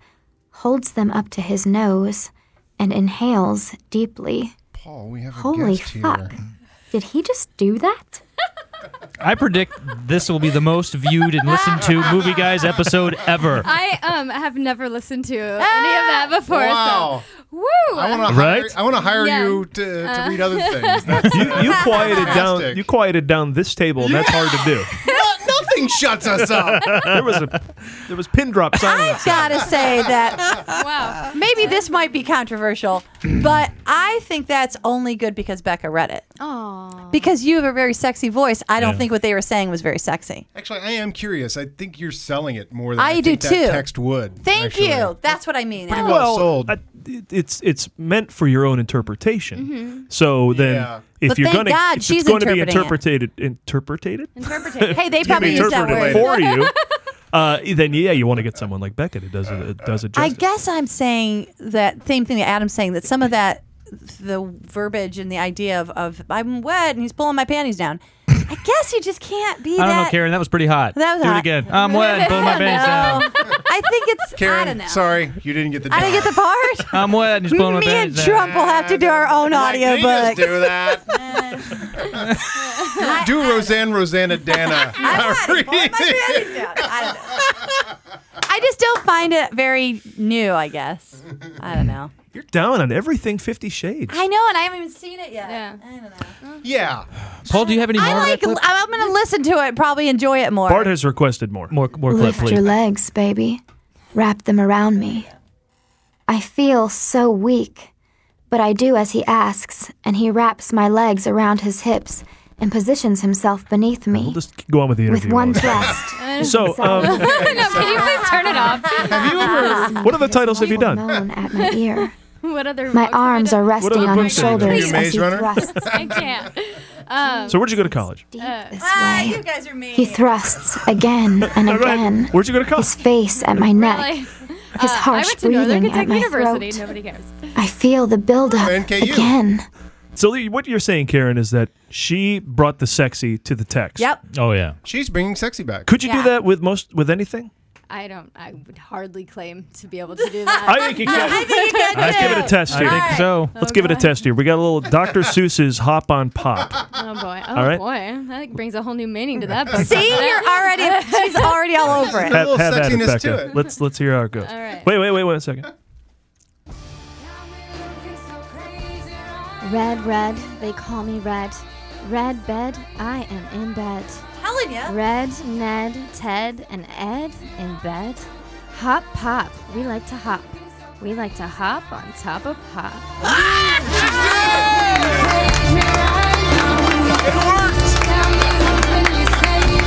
[SPEAKER 17] holds them up to his nose, and inhales deeply.
[SPEAKER 3] Paul, we have a
[SPEAKER 17] Holy
[SPEAKER 3] guest here.
[SPEAKER 17] fuck. Did he just do that?
[SPEAKER 5] I predict this will be the most viewed and listened to Movie Guys episode ever.
[SPEAKER 15] I um have never listened to any of that before.
[SPEAKER 3] Wow.
[SPEAKER 15] So. Woo!
[SPEAKER 3] I want to hire,
[SPEAKER 2] Right?
[SPEAKER 3] I wanna hire
[SPEAKER 15] Yeah.
[SPEAKER 3] you to, to
[SPEAKER 15] Uh.
[SPEAKER 3] read other things. That's,
[SPEAKER 2] You, you
[SPEAKER 3] uh,
[SPEAKER 2] quieted down.
[SPEAKER 3] fantastic.
[SPEAKER 2] You quieted down this table, and that's hard to do.
[SPEAKER 3] No- nothing shuts us up.
[SPEAKER 2] there was a there was pin drop silence.
[SPEAKER 4] gotta say that. wow. Maybe this might be controversial, but I think that's only good because Becca read it.
[SPEAKER 15] Aww.
[SPEAKER 4] Because you have a very sexy voice. I don't
[SPEAKER 3] Yeah.
[SPEAKER 4] think what they were saying was very sexy.
[SPEAKER 3] Actually, I am curious. I think you're selling it more than I,
[SPEAKER 4] I do
[SPEAKER 3] think that
[SPEAKER 4] too.
[SPEAKER 3] text would.
[SPEAKER 4] Thank
[SPEAKER 3] actually.
[SPEAKER 4] you. That's what I mean.
[SPEAKER 3] Pretty well sold.
[SPEAKER 2] I- it- it's it's meant for your own interpretation. So then,
[SPEAKER 4] Yeah. Mm-hmm.
[SPEAKER 2] if
[SPEAKER 4] But
[SPEAKER 2] you're
[SPEAKER 4] thank
[SPEAKER 2] gonna,
[SPEAKER 4] God
[SPEAKER 2] if
[SPEAKER 4] she's
[SPEAKER 2] it's going to be
[SPEAKER 4] interpreting
[SPEAKER 2] interpreted, interpreted,
[SPEAKER 4] Interpreted. Hey, they
[SPEAKER 2] It's
[SPEAKER 4] probably
[SPEAKER 2] gonna
[SPEAKER 4] used
[SPEAKER 2] be
[SPEAKER 4] that word.
[SPEAKER 2] interpreted for you. Uh, then yeah, you want to get someone like Beckett who does it, it does it
[SPEAKER 4] I
[SPEAKER 2] justice.
[SPEAKER 4] guess I'm saying that same thing that Adam's saying that some of that, the verbiage and the idea of, of I'm wet and he's pulling my panties down. I guess you just can't be
[SPEAKER 5] I don't know,
[SPEAKER 4] that.
[SPEAKER 5] Karen. That was pretty hot.
[SPEAKER 4] That was
[SPEAKER 5] do
[SPEAKER 4] hot.
[SPEAKER 5] it again. I'm wet. Pulling my pants down.
[SPEAKER 4] I think it's I don't
[SPEAKER 3] Karen,
[SPEAKER 4] know.
[SPEAKER 3] sorry, you didn't get the.
[SPEAKER 4] I don't get the part.
[SPEAKER 5] I'm wet. and Just blowing my
[SPEAKER 4] Me and
[SPEAKER 5] pants down.
[SPEAKER 4] Trump will have to do our own audio
[SPEAKER 3] Just
[SPEAKER 4] book.
[SPEAKER 3] do that. do Roseanne, Rosanna, Dana.
[SPEAKER 4] I just don't find it very new, I guess. I don't know.
[SPEAKER 2] You're down on everything Fifty Shades.
[SPEAKER 4] I know, and I haven't even seen it yet. Yeah. I don't know.
[SPEAKER 3] Uh-huh. yeah.
[SPEAKER 5] Paul, do you have any more?
[SPEAKER 4] I
[SPEAKER 5] of that
[SPEAKER 4] like.
[SPEAKER 5] clip?
[SPEAKER 4] I'm gonna listen to it. Probably enjoy it more.
[SPEAKER 2] Bart has requested more.
[SPEAKER 5] More, more
[SPEAKER 17] Lift your legs, baby. Wrap them around me. I feel so weak, but I do as he asks, and he wraps my legs around his hips and positions himself beneath me.
[SPEAKER 2] Go on with the
[SPEAKER 17] With
[SPEAKER 2] interview.
[SPEAKER 17] one
[SPEAKER 2] Melissa.
[SPEAKER 17] thrust.
[SPEAKER 2] So, um,
[SPEAKER 15] no, can you please turn it off? Have
[SPEAKER 2] you ever- what other titles have you done?
[SPEAKER 17] Moan at my ear.
[SPEAKER 15] What other?
[SPEAKER 17] My arms are
[SPEAKER 2] What
[SPEAKER 17] resting
[SPEAKER 2] other
[SPEAKER 17] on his
[SPEAKER 2] books have you
[SPEAKER 17] shoulders
[SPEAKER 2] done? Are you a
[SPEAKER 17] as
[SPEAKER 2] Maze
[SPEAKER 17] he
[SPEAKER 2] Runner?
[SPEAKER 17] thrusts.
[SPEAKER 15] I can't. Um, Uh,
[SPEAKER 2] So where'd you go to college?
[SPEAKER 17] Ah, you guys are mean. He thrusts again and again.
[SPEAKER 2] Where'd you go to college?
[SPEAKER 17] His face at my neck.
[SPEAKER 15] Really?
[SPEAKER 17] His
[SPEAKER 15] Uh, I
[SPEAKER 17] harsh
[SPEAKER 15] went to Northern
[SPEAKER 17] breathing at
[SPEAKER 15] Kentucky
[SPEAKER 17] my
[SPEAKER 15] University.
[SPEAKER 17] throat.
[SPEAKER 15] Nobody cares.
[SPEAKER 17] I feel the buildup again.
[SPEAKER 2] So the- what you're saying, Karen, is that she brought the sexy to the text.
[SPEAKER 4] Yep.
[SPEAKER 5] Oh yeah.
[SPEAKER 3] She's bringing sexy back.
[SPEAKER 2] Could you
[SPEAKER 15] Yeah.
[SPEAKER 2] do that with most with anything?
[SPEAKER 15] I don't. I would hardly claim to be able to do that.
[SPEAKER 2] I think you can. I
[SPEAKER 15] think you
[SPEAKER 2] Let's give it a test
[SPEAKER 5] I
[SPEAKER 2] here.
[SPEAKER 5] think so.
[SPEAKER 2] Let's give it a test here. We got a little Dr. Seuss's Hop on Pop.
[SPEAKER 15] Oh boy. Oh
[SPEAKER 2] All right.
[SPEAKER 15] boy. That brings a whole new meaning to that. book.
[SPEAKER 4] See, you're already. She's already all over it.
[SPEAKER 2] Have, have at it,
[SPEAKER 3] sexiness to
[SPEAKER 2] Becca.
[SPEAKER 3] it.
[SPEAKER 2] Let's let's hear how it goes.
[SPEAKER 4] All right.
[SPEAKER 2] Wait, wait, wait, wait a second.
[SPEAKER 18] Red, red, they call me red. Red bed, I am in bed.
[SPEAKER 4] Telling ya.
[SPEAKER 18] Red, Ned, Ted, and Ed in bed. Hop, pop, we like to hop. We like to hop on top of hop.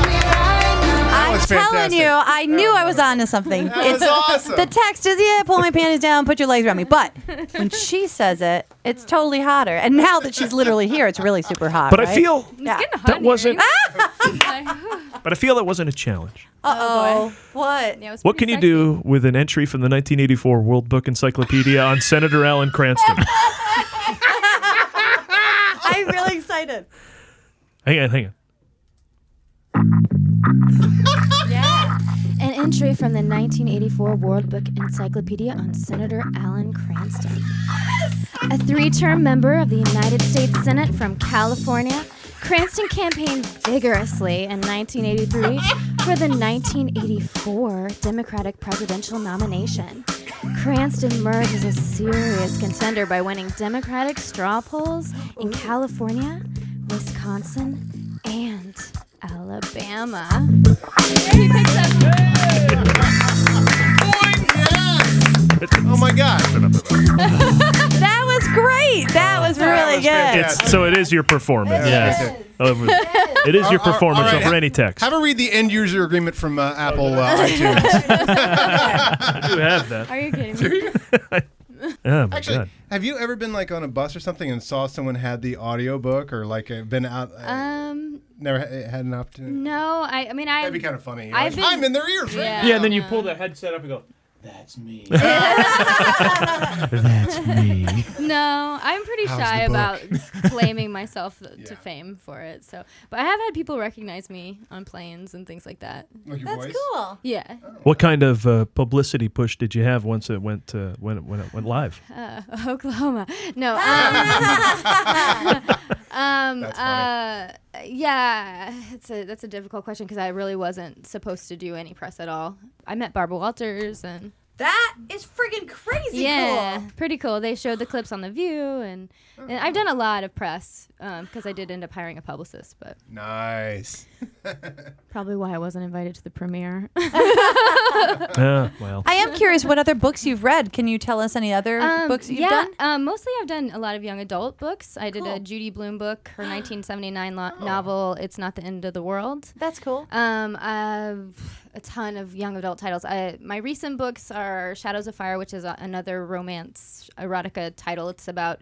[SPEAKER 4] I'm
[SPEAKER 14] was
[SPEAKER 4] telling
[SPEAKER 14] fantastic.
[SPEAKER 4] you, I knew I was onto something.
[SPEAKER 14] That was awesome.
[SPEAKER 4] The text is yeah, pull my panties down, put your legs around me. But when she says it, it's totally hotter. And now that she's literally here, it's really super hot.
[SPEAKER 2] But I
[SPEAKER 4] right?
[SPEAKER 2] feel-
[SPEAKER 4] yeah.
[SPEAKER 2] That wasn't But I feel that wasn't a challenge.
[SPEAKER 4] Uh oh. What?
[SPEAKER 2] What can you do with an entry from the 1984 World Book Encyclopedia on Senator Alan Cranston?
[SPEAKER 4] I'm really excited.
[SPEAKER 2] hang on, hang on.
[SPEAKER 18] yeah. An entry from the 1984 World Book Encyclopedia on Senator Alan Cranston. A three term member of the United States Senate from California, Cranston campaigned vigorously in 1983 for the 1984 Democratic presidential nomination. Cranston emerged as a serious contender by winning Democratic straw polls in California, Wisconsin, and Alabama.
[SPEAKER 3] Oh my god.
[SPEAKER 4] that was great. That was really good.
[SPEAKER 2] It's, so it is your performance.
[SPEAKER 3] It Yes.
[SPEAKER 2] Over- It is
[SPEAKER 3] All- all-
[SPEAKER 2] your
[SPEAKER 3] all
[SPEAKER 2] performance
[SPEAKER 3] right.
[SPEAKER 2] over any text.
[SPEAKER 3] Have her read the end user agreement from uh, Apple uh, iTunes.
[SPEAKER 2] I do have that.
[SPEAKER 15] Are you kidding
[SPEAKER 3] me?
[SPEAKER 2] Oh my
[SPEAKER 3] Actually,
[SPEAKER 2] god.
[SPEAKER 3] have you ever been like on a bus or something and saw someone had the audio book or like uh, been out?
[SPEAKER 15] Um,
[SPEAKER 3] never ha- had an opportunity.
[SPEAKER 15] No, I, I mean, I.
[SPEAKER 3] That'd be kind of funny. You're
[SPEAKER 15] I've
[SPEAKER 3] like,
[SPEAKER 15] been-
[SPEAKER 3] I'm in their ears. right
[SPEAKER 15] Yeah.
[SPEAKER 3] now."
[SPEAKER 5] Yeah, and then you pull the headset up and go, that's me.
[SPEAKER 14] That's me.
[SPEAKER 15] No, I'm pretty
[SPEAKER 14] How's
[SPEAKER 15] shy
[SPEAKER 14] the
[SPEAKER 15] about
[SPEAKER 14] book?
[SPEAKER 15] claiming myself to fame for it. So, but I have had people recognize me on planes and things like that.
[SPEAKER 1] That's cool.
[SPEAKER 15] Yeah.
[SPEAKER 2] What kind of uh, publicity push did you have once it went uh, when it, when it went live?
[SPEAKER 15] Uh, Oklahoma. No. Um, um, uh, yeah, it's a, that's a difficult question because I really wasn't supposed to do any press at all. I met Barbara Walters and.
[SPEAKER 1] That is friggin' crazy
[SPEAKER 15] yeah,
[SPEAKER 1] cool.
[SPEAKER 15] pretty cool. They showed the clips on The View, and, and I've done a lot of press because I did end up hiring a publicist, but
[SPEAKER 3] Nice.
[SPEAKER 15] probably why I wasn't invited to the premiere.
[SPEAKER 2] Yeah, well.
[SPEAKER 4] I am curious what other books you've read. Can you tell us any other
[SPEAKER 15] Um,
[SPEAKER 4] books you've
[SPEAKER 15] yeah,
[SPEAKER 4] done?
[SPEAKER 15] um, mostly I've done a lot of young adult books. I did a Judy Bloom book, her 1979 lo- novel, It's Not the End of the World.
[SPEAKER 4] That's cool.
[SPEAKER 15] Um, I've a ton of young adult titles. I, my recent books are Shadows of Fire, which is a, another romance erotica title. It's about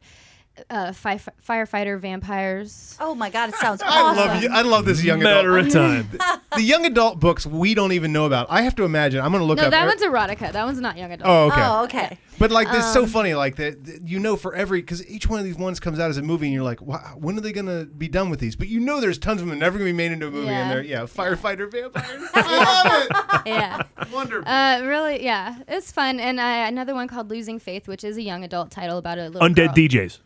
[SPEAKER 15] uh, fi- firefighter vampires.
[SPEAKER 1] Oh my God, it sounds
[SPEAKER 3] I love you. I love this young
[SPEAKER 2] Matter
[SPEAKER 3] adult.
[SPEAKER 2] of time.
[SPEAKER 3] the young adult books we don't even know about. I have to imagine. I'm gonna look
[SPEAKER 15] no,
[SPEAKER 3] up.
[SPEAKER 15] that
[SPEAKER 3] er-
[SPEAKER 15] one's erotica. That one's not young adult.
[SPEAKER 3] Oh, okay. Oh,
[SPEAKER 1] okay.
[SPEAKER 3] But like this, is so
[SPEAKER 15] Um,
[SPEAKER 3] funny. Like that, that you know, for every because each one of these ones comes out as a movie, and you're like, wow, when are they gonna be done with these? But you know, there's tons of them that are never gonna be made into a movie, and
[SPEAKER 15] Yeah.
[SPEAKER 3] they're yeah, firefighter vampires.
[SPEAKER 15] yeah.
[SPEAKER 3] Wonderful.
[SPEAKER 15] Uh, really, yeah. It's fun. And I, another one called Losing Faith, which is a young adult title about a little
[SPEAKER 2] Undead
[SPEAKER 15] girl.
[SPEAKER 2] DJs.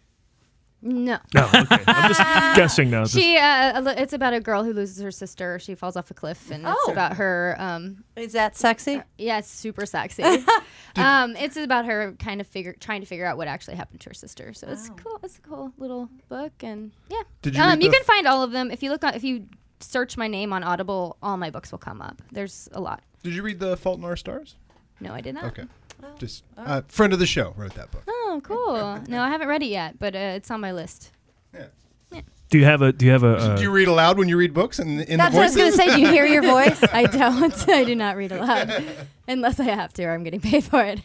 [SPEAKER 15] No.
[SPEAKER 2] No, okay. I'm just guessing now. Just-
[SPEAKER 15] Ah, She, uh, a li- it's about a girl who loses her sister. She falls off a cliff, and it's
[SPEAKER 1] Oh.
[SPEAKER 15] about her. Um,
[SPEAKER 4] Is that sexy?
[SPEAKER 15] yeah, it's super sexy. um, it's about her kind of figure, trying to figure out what actually happened to her sister. So it's cool. It's a cool little book, and yeah.
[SPEAKER 14] Did you
[SPEAKER 15] um,
[SPEAKER 14] read
[SPEAKER 15] you
[SPEAKER 14] the-
[SPEAKER 15] can find all of them if you look on if you search my name on Audible. All my books will come up. There's a lot.
[SPEAKER 3] Did you read The Fault in Our Stars?
[SPEAKER 15] No, I did not.
[SPEAKER 3] Okay. Just uh, friend of the show wrote that book.
[SPEAKER 2] Uh,
[SPEAKER 15] Oh, cool. No, I haven't read it yet, but uh, it's on my list.
[SPEAKER 2] do you have a? Do you have a?
[SPEAKER 3] So
[SPEAKER 2] Uh,
[SPEAKER 3] do you read aloud when you read books? And in the voices?
[SPEAKER 15] I don't. I do not read aloud, unless I have to, or I'm getting paid for it.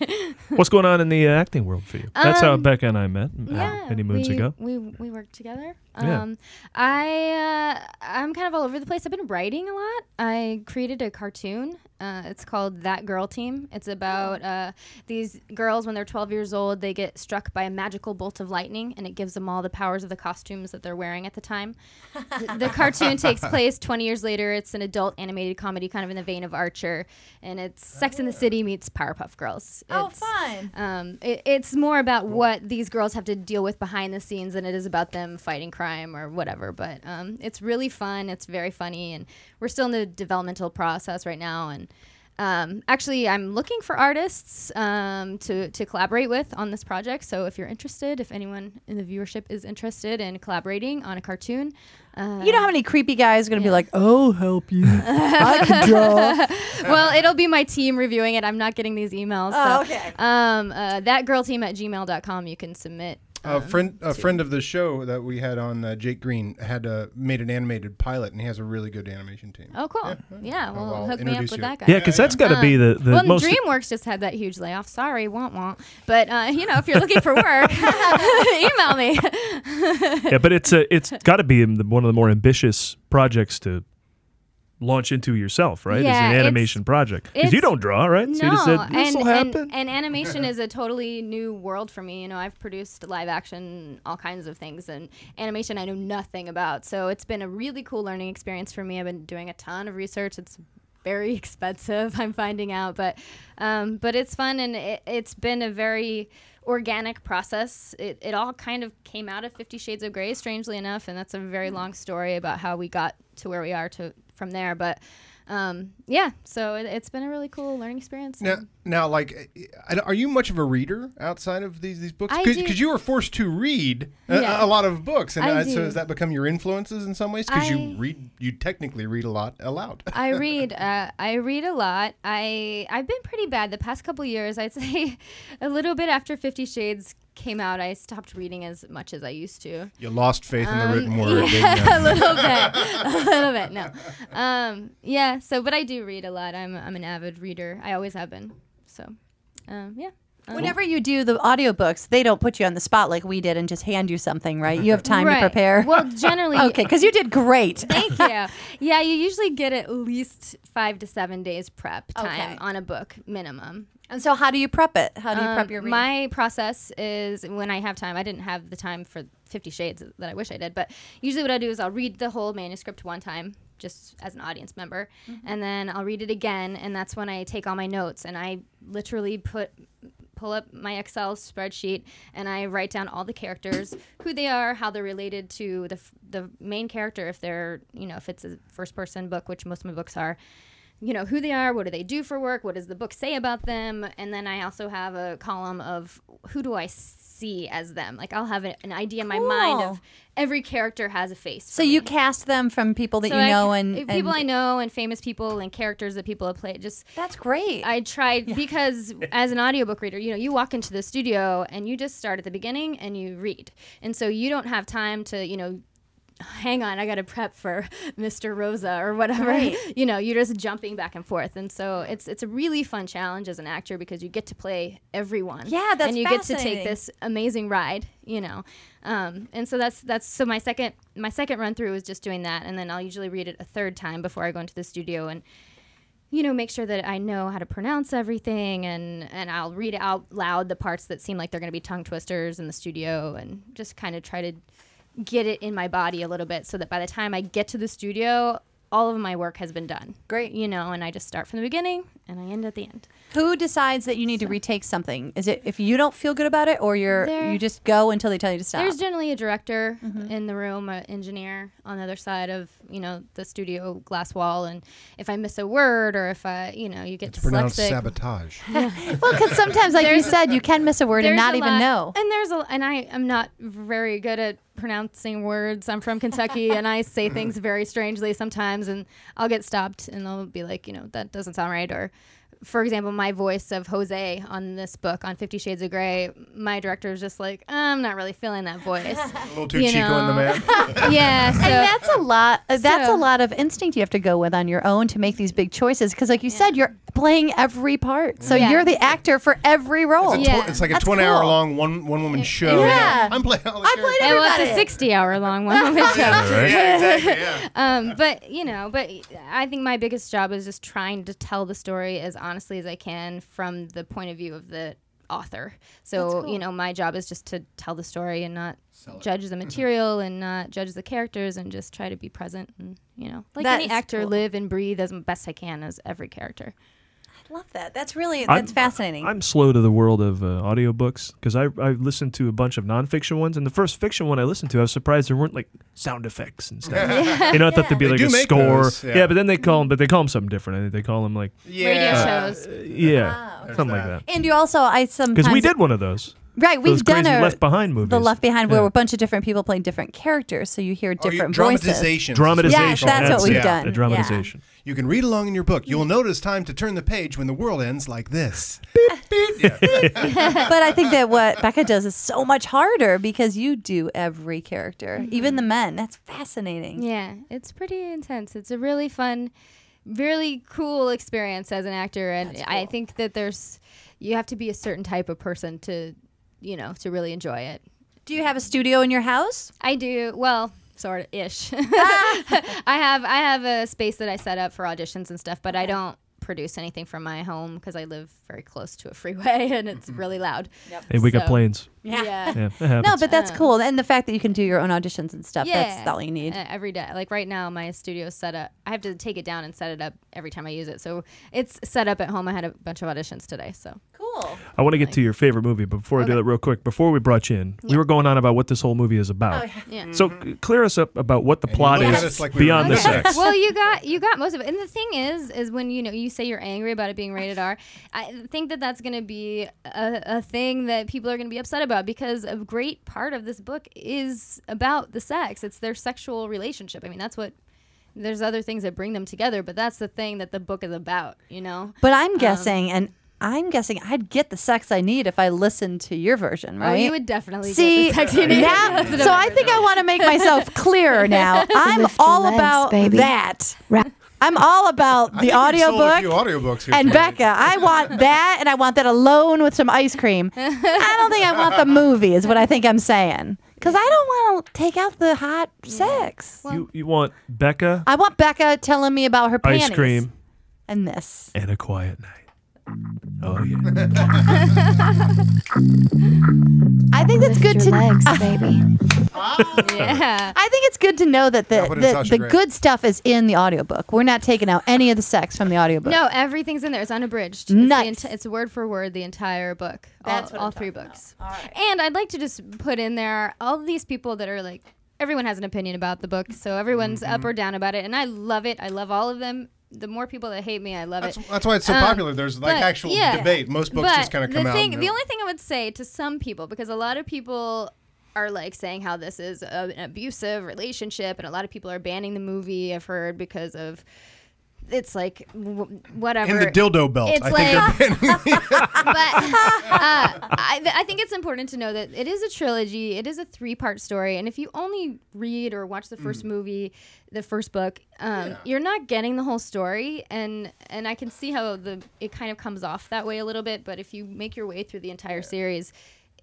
[SPEAKER 2] what's going on in the uh, acting world for you? That's how
[SPEAKER 15] Um,
[SPEAKER 2] Becca and I met
[SPEAKER 3] Uh-huh.
[SPEAKER 2] uh,
[SPEAKER 15] yeah,
[SPEAKER 2] many moons
[SPEAKER 15] we,
[SPEAKER 2] ago.
[SPEAKER 15] We we worked together.
[SPEAKER 2] Yeah.
[SPEAKER 15] Um, I uh, I'm kind of all over the place. I've been writing a lot. I created a cartoon. Uh, it's called That Girl Team. It's
[SPEAKER 3] Oh.
[SPEAKER 15] about uh, these girls when they're 12 years old. They get struck by a magical bolt of lightning, and it gives them all the powers of the costumes that they're wearing at the time. the, the cartoon takes place 20 years later. It's an adult animated comedy, kind of in the vein of Archer, and it's Sex in the City meets Powerpuff Girls.
[SPEAKER 1] Oh,
[SPEAKER 15] It's-
[SPEAKER 1] fun.
[SPEAKER 15] um, it, it's more about what these girls have to deal with behind the scenes than it is about them fighting crime or whatever. But um, it's really fun. It's very funny, and we're still in the developmental process right now. And um, actually, I'm looking for artists um, to to collaborate with on this project. So if you're interested, if anyone in the viewership is interested in collaborating on a cartoon, uh,
[SPEAKER 4] you know how many creepy guys are going to be like, "Oh, help you. I can draw."
[SPEAKER 15] well, it'll be my team reviewing it. I'm not getting these emails.
[SPEAKER 1] Oh,
[SPEAKER 15] so,
[SPEAKER 1] okay.
[SPEAKER 15] Um, uh, that girl team at gmail.com. You can submit. um,
[SPEAKER 3] A friend, a friend of the show that we had on uh, Jake Green had uh, made an animated pilot, and he has a really good animation team.
[SPEAKER 15] Oh, cool. Yeah, well,
[SPEAKER 3] I'll
[SPEAKER 15] hook me up
[SPEAKER 3] introduce
[SPEAKER 15] with
[SPEAKER 3] you.
[SPEAKER 15] that guy.
[SPEAKER 2] Yeah, 'cause that's gotta be the- the
[SPEAKER 15] well, and
[SPEAKER 2] most-
[SPEAKER 15] DreamWorks just had that huge layoff. Sorry, won't won't. But uh, you know, if you're looking for work, email me.
[SPEAKER 2] yeah, but it's a, it's got to be the- one of the more ambitious projects to launch into yourself, right?
[SPEAKER 15] Yeah,
[SPEAKER 2] As an
[SPEAKER 15] it's-
[SPEAKER 2] animation project, because you
[SPEAKER 15] it's-
[SPEAKER 2] don't draw, right? so you just said this
[SPEAKER 15] and,
[SPEAKER 2] will happen.
[SPEAKER 15] and, and animation is a totally new world for me. You know, I've produced live action, all kinds of things, and animation I know nothing about. So it's been a really cool learning experience for me. I've been doing a ton of research. It's very expensive, I'm finding out, but um, but it's fun and it, it's been a very organic process. It, it all kind of came out of Fifty Shades of Grey, strangely enough, and that's a very long story about how we got to where we are to from there, but. Um, yeah, so it, it's been a really cool learning experience.
[SPEAKER 3] Now,
[SPEAKER 15] and-
[SPEAKER 3] now, like, eh, I don't- are you much of a reader outside of these these books?
[SPEAKER 15] I do-
[SPEAKER 3] Because you were forced to read a-
[SPEAKER 15] Yeah.
[SPEAKER 3] a, lot of books, and
[SPEAKER 15] I
[SPEAKER 3] uh, so
[SPEAKER 15] do.
[SPEAKER 3] has that become your influences in some ways? Because
[SPEAKER 15] I-
[SPEAKER 3] you read, you technically read a lot aloud.
[SPEAKER 15] I read. Uh, I read a lot. I I've been pretty bad the past couple years. I'd say a little bit after Fifty Shades came out, I stopped reading as much as I used to.
[SPEAKER 3] You lost faith in the
[SPEAKER 15] Um,
[SPEAKER 3] written word. didn't you?
[SPEAKER 15] Yeah, a little bit, a little bit. No, um, yeah. So, but I do read a lot. I'm I'm an avid reader. I always have been. So, um, yeah.
[SPEAKER 4] Whenever you do the audiobooks, they don't put you on the spot like we did and just hand you something, right? You have time
[SPEAKER 15] Right.
[SPEAKER 4] to prepare.
[SPEAKER 15] Well, generally-
[SPEAKER 4] okay, because you did great.
[SPEAKER 15] Thank you. Yeah, you usually get at least five to seven days prep time
[SPEAKER 4] Okay.
[SPEAKER 15] on a book minimum.
[SPEAKER 4] And so, how do you prep it? How do you prep
[SPEAKER 15] Um,
[SPEAKER 4] your reading?
[SPEAKER 15] My process is when I have time. I didn't have the time for Fifty Shades that I wish I did, but usually what I do is I'll read the whole manuscript one time, just as an audience member,
[SPEAKER 4] Mm-hmm.
[SPEAKER 15] and then I'll read it again, and that's when I take all my notes and I literally put pull up my Excel spreadsheet and I write down all the characters, who they are, how they're related to the f- the main character if they're you know if it's a first person book, which most of my books are you know who they are what do they do for work what does the book say about them and then i also have a column of who do i see as them like i'll have a- an idea in my mind of
[SPEAKER 4] Cool.
[SPEAKER 15] every character has a face
[SPEAKER 4] so you cast them from people that
[SPEAKER 15] So
[SPEAKER 4] you
[SPEAKER 15] I
[SPEAKER 4] know
[SPEAKER 15] ca-
[SPEAKER 4] and,
[SPEAKER 15] if
[SPEAKER 4] and
[SPEAKER 15] people i know and famous people and characters that people have played just
[SPEAKER 4] that's great
[SPEAKER 15] i tried because as an audiobook reader you know you walk into the studio and you just start at the beginning and you read and so you don't have time to you know hang on, I got to prep for Mr. Rosa or whatever.
[SPEAKER 4] Right.
[SPEAKER 15] you know, you're just jumping back and forth, and so it's it's a really fun challenge as an actor because you get to play everyone.
[SPEAKER 4] Yeah, that's
[SPEAKER 15] and you get to take
[SPEAKER 4] fascinating.
[SPEAKER 15] this amazing ride. You know, um, and so that's that's so my second my second run through is just doing that, and then I'll usually read it a third time before I go into the studio and you know make sure that i know how to pronounce everything and and i'll read out loud the parts that seem like they're going to be tongue twisters in the studio and just kind of try to get it in my body a little bit so that by the time i get to the studio all of my work has been done great you know and i just start from the beginning and i end at the end
[SPEAKER 4] Who decides that you need to retake something? Is it if you don't feel good about it, or you're
[SPEAKER 15] There-
[SPEAKER 4] you just go until they tell you to stop?
[SPEAKER 15] There's generally a director in the room, an engineer on the other side of you know the studio glass wall, and if I miss a word or if I you know you get
[SPEAKER 3] It's pronounced
[SPEAKER 15] dyslexic,
[SPEAKER 3] sabotage.
[SPEAKER 4] well, because sometimes, like you
[SPEAKER 15] There's-
[SPEAKER 4] said, you can miss a word and
[SPEAKER 15] There's
[SPEAKER 4] not
[SPEAKER 15] a
[SPEAKER 4] even
[SPEAKER 15] lot-
[SPEAKER 4] know.
[SPEAKER 15] And there's a and I am not very good at pronouncing words. I'm from Kentucky and I say things very strangely sometimes and I'll get stopped and they'll be like, you know, that doesn't sound right or for example, my voice of Jose on this book on 50 Shades of Grey, my director was just like, I'm not really feeling that voice. a
[SPEAKER 4] little
[SPEAKER 3] too Chico in the man.
[SPEAKER 15] yeah, so-
[SPEAKER 4] and that's a lot. uh, That's
[SPEAKER 15] so-
[SPEAKER 4] a lot of instinct you have to go with on your own to make these big choices. Because, like you said, you're playing every part, so
[SPEAKER 15] Yeah.
[SPEAKER 4] you're the actor for every role.
[SPEAKER 15] It's a tw- Yeah.
[SPEAKER 3] It's like a
[SPEAKER 4] That's
[SPEAKER 3] 20 hour
[SPEAKER 4] cool.
[SPEAKER 3] long one one woman show.
[SPEAKER 15] Yeah.
[SPEAKER 3] I'm playing all the
[SPEAKER 4] I played
[SPEAKER 15] It was a
[SPEAKER 4] everybody.
[SPEAKER 15] 60 hour long one woman show.
[SPEAKER 3] Yeah, right? Yeah, exactly,
[SPEAKER 15] um, but, you know, but I think my biggest job is just trying to tell the story as honestly as I can from the point of view of the author. So,
[SPEAKER 18] That's cool.
[SPEAKER 15] you know, my job is just to tell the story and not judge
[SPEAKER 3] Mm-hmm.
[SPEAKER 15] the material and not judge the characters and just try to be present and, you know, like
[SPEAKER 4] That
[SPEAKER 15] any
[SPEAKER 4] is
[SPEAKER 15] actor,
[SPEAKER 4] cool.
[SPEAKER 15] live and breathe as best I can as every character.
[SPEAKER 4] I love that. That's really
[SPEAKER 2] I'm-
[SPEAKER 4] that's fascinating.
[SPEAKER 2] I'm slow to the world of uh, audiobooks because I I listened to a bunch of nonfiction ones, and the first fiction one I listened to, I was surprised there weren't like sound effects and stuff.
[SPEAKER 3] Yeah.
[SPEAKER 2] You know, I thought there'd be
[SPEAKER 3] They
[SPEAKER 2] like
[SPEAKER 3] do
[SPEAKER 2] a
[SPEAKER 3] make
[SPEAKER 2] score.
[SPEAKER 3] those, yeah.
[SPEAKER 2] yeah. but then they call them, but they call them something different. I think they call them like
[SPEAKER 15] Radio
[SPEAKER 2] uh,
[SPEAKER 15] shows.
[SPEAKER 2] yeah, something like that.
[SPEAKER 4] and you also, I sometimes
[SPEAKER 2] Because we did one of those.
[SPEAKER 4] Right, we've
[SPEAKER 2] those
[SPEAKER 4] done
[SPEAKER 2] crazy
[SPEAKER 4] a-
[SPEAKER 2] Left Behind movies.
[SPEAKER 4] The Left Behind, where
[SPEAKER 2] Yeah.
[SPEAKER 4] a bunch of different people playing different characters, so you
[SPEAKER 3] Oh,
[SPEAKER 4] hear different voices.
[SPEAKER 3] dramatization.
[SPEAKER 2] Dramatization.
[SPEAKER 4] Yes, that's what we've
[SPEAKER 2] it.
[SPEAKER 4] done.
[SPEAKER 2] A dramatization.
[SPEAKER 3] You can read along in your book. You'll
[SPEAKER 15] Mm.
[SPEAKER 3] notice time to turn the page when the world ends like this.
[SPEAKER 4] but I think that what Becca does is so much harder because you do every character, even the men. That's fascinating.
[SPEAKER 15] Yeah, it's pretty intense. It's a really fun, really cool experience as an actor, and I think that there's you have to be a certain type of person to, you know, to really enjoy it.
[SPEAKER 4] Do you have a studio in your house? Ah!
[SPEAKER 15] I do. Well, sort of ish. I have I have a space that I set up for auditions and stuff, but I don't produce anything from my home because I live very close to a freeway and it's really loud.
[SPEAKER 2] Hey, we got
[SPEAKER 15] So-
[SPEAKER 2] planes.
[SPEAKER 15] Yeah.
[SPEAKER 2] Yeah, it happens.
[SPEAKER 4] No, but that's
[SPEAKER 15] Um,
[SPEAKER 4] cool. And the fact that you can do your own auditions and stuff, that's all you need.
[SPEAKER 15] uh, every day. Like right now, my studio set up. I have to take it down and set it up every time I use it. So it's set up at home. I had a bunch of auditions today. So
[SPEAKER 4] cool.
[SPEAKER 2] I want to get to your favorite movie, but before I do that, real quick, before we brought you in, we were going on about what this whole movie is
[SPEAKER 15] Oh,
[SPEAKER 2] about.
[SPEAKER 15] yeah. Yeah.
[SPEAKER 2] So c- clear us up about what the plot
[SPEAKER 3] looked at
[SPEAKER 2] is
[SPEAKER 3] us like we were
[SPEAKER 2] beyond the
[SPEAKER 3] nuts.
[SPEAKER 2] sex.
[SPEAKER 15] well, you got you got most of it. And the thing is, is when you know you say you're angry about it being rated R, I think that that's going to be a, a thing that people are going to be upset about because a great part of this book is about the sex. It's their sexual relationship. I mean, that's what. There's other things that bring them together, but that's the thing that the book is about. You know.
[SPEAKER 4] But I'm guessing, and I'm guessing I'd get the sex I need if I listened to your version,
[SPEAKER 15] Oh,
[SPEAKER 4] right?
[SPEAKER 15] you would definitely
[SPEAKER 4] See,
[SPEAKER 15] get the sex you need.
[SPEAKER 4] now-
[SPEAKER 15] That's what
[SPEAKER 4] so
[SPEAKER 15] I'm
[SPEAKER 4] I think I want to make myself clearer now. I'm
[SPEAKER 17] Lift your
[SPEAKER 4] all
[SPEAKER 17] legs,
[SPEAKER 4] about
[SPEAKER 17] baby.
[SPEAKER 4] that.
[SPEAKER 17] Ra-
[SPEAKER 4] I'm all about
[SPEAKER 3] I
[SPEAKER 4] the
[SPEAKER 3] think we sold a
[SPEAKER 4] audiobook.
[SPEAKER 3] few audiobooks here
[SPEAKER 4] and
[SPEAKER 3] today.
[SPEAKER 4] Becca, I want that, and I want that alone with some ice cream. I don't think I want the movie, is what I think I'm saying. Because I don't want to take out the hot sex.
[SPEAKER 2] You, you want Becca,
[SPEAKER 4] I want Becca telling me about her
[SPEAKER 2] ice
[SPEAKER 4] panties
[SPEAKER 2] cream,
[SPEAKER 4] and this.
[SPEAKER 2] and a quiet night. Oh yeah.
[SPEAKER 4] I think that's good to
[SPEAKER 17] legs, baby.
[SPEAKER 15] yeah.
[SPEAKER 4] I think it's good to know that the
[SPEAKER 15] Yeah, what is
[SPEAKER 4] the,
[SPEAKER 15] Sasha
[SPEAKER 4] the
[SPEAKER 15] Grey?
[SPEAKER 4] good stuff is in the audiobook. We're not taking out any of the sex from the audiobook.
[SPEAKER 15] No, everything's in there. It's unabridged. It's,
[SPEAKER 4] Nice.
[SPEAKER 15] the enti- it's word for word the entire book.
[SPEAKER 4] That's
[SPEAKER 15] all,
[SPEAKER 4] what
[SPEAKER 15] all
[SPEAKER 4] I'm
[SPEAKER 15] three books. And I'd like to just put in there all these people that are like everyone has an opinion about the book, so everyone's
[SPEAKER 4] Mm-hmm.
[SPEAKER 15] up or down about it, and I love it. I love all of them. The more people that hate me, I love it.
[SPEAKER 3] That's why it's so
[SPEAKER 15] Um,
[SPEAKER 3] popular. There's like
[SPEAKER 15] but,
[SPEAKER 3] actual
[SPEAKER 15] yeah.
[SPEAKER 3] debate. Most books
[SPEAKER 15] But
[SPEAKER 3] just kind of
[SPEAKER 15] the
[SPEAKER 3] come out.
[SPEAKER 15] thing-
[SPEAKER 3] and
[SPEAKER 15] The
[SPEAKER 3] they're-
[SPEAKER 15] only thing I would say to some people, because a lot of people are like saying how this is a, an abusive relationship, and a lot of people are banning the movie. I've heard because of it's like w- whatever
[SPEAKER 3] in the dildo belt.
[SPEAKER 15] It's
[SPEAKER 3] I
[SPEAKER 15] like,
[SPEAKER 3] think they're banning
[SPEAKER 15] uh, I, th- I think it's important to know that it is a trilogy. It is a three-part story, and if you only read or watch the first
[SPEAKER 19] Mm.
[SPEAKER 15] movie, the first book, um, you're not getting the whole story. And and I can see how the it kind of comes off that way a little bit. But if you make your way through the entire series,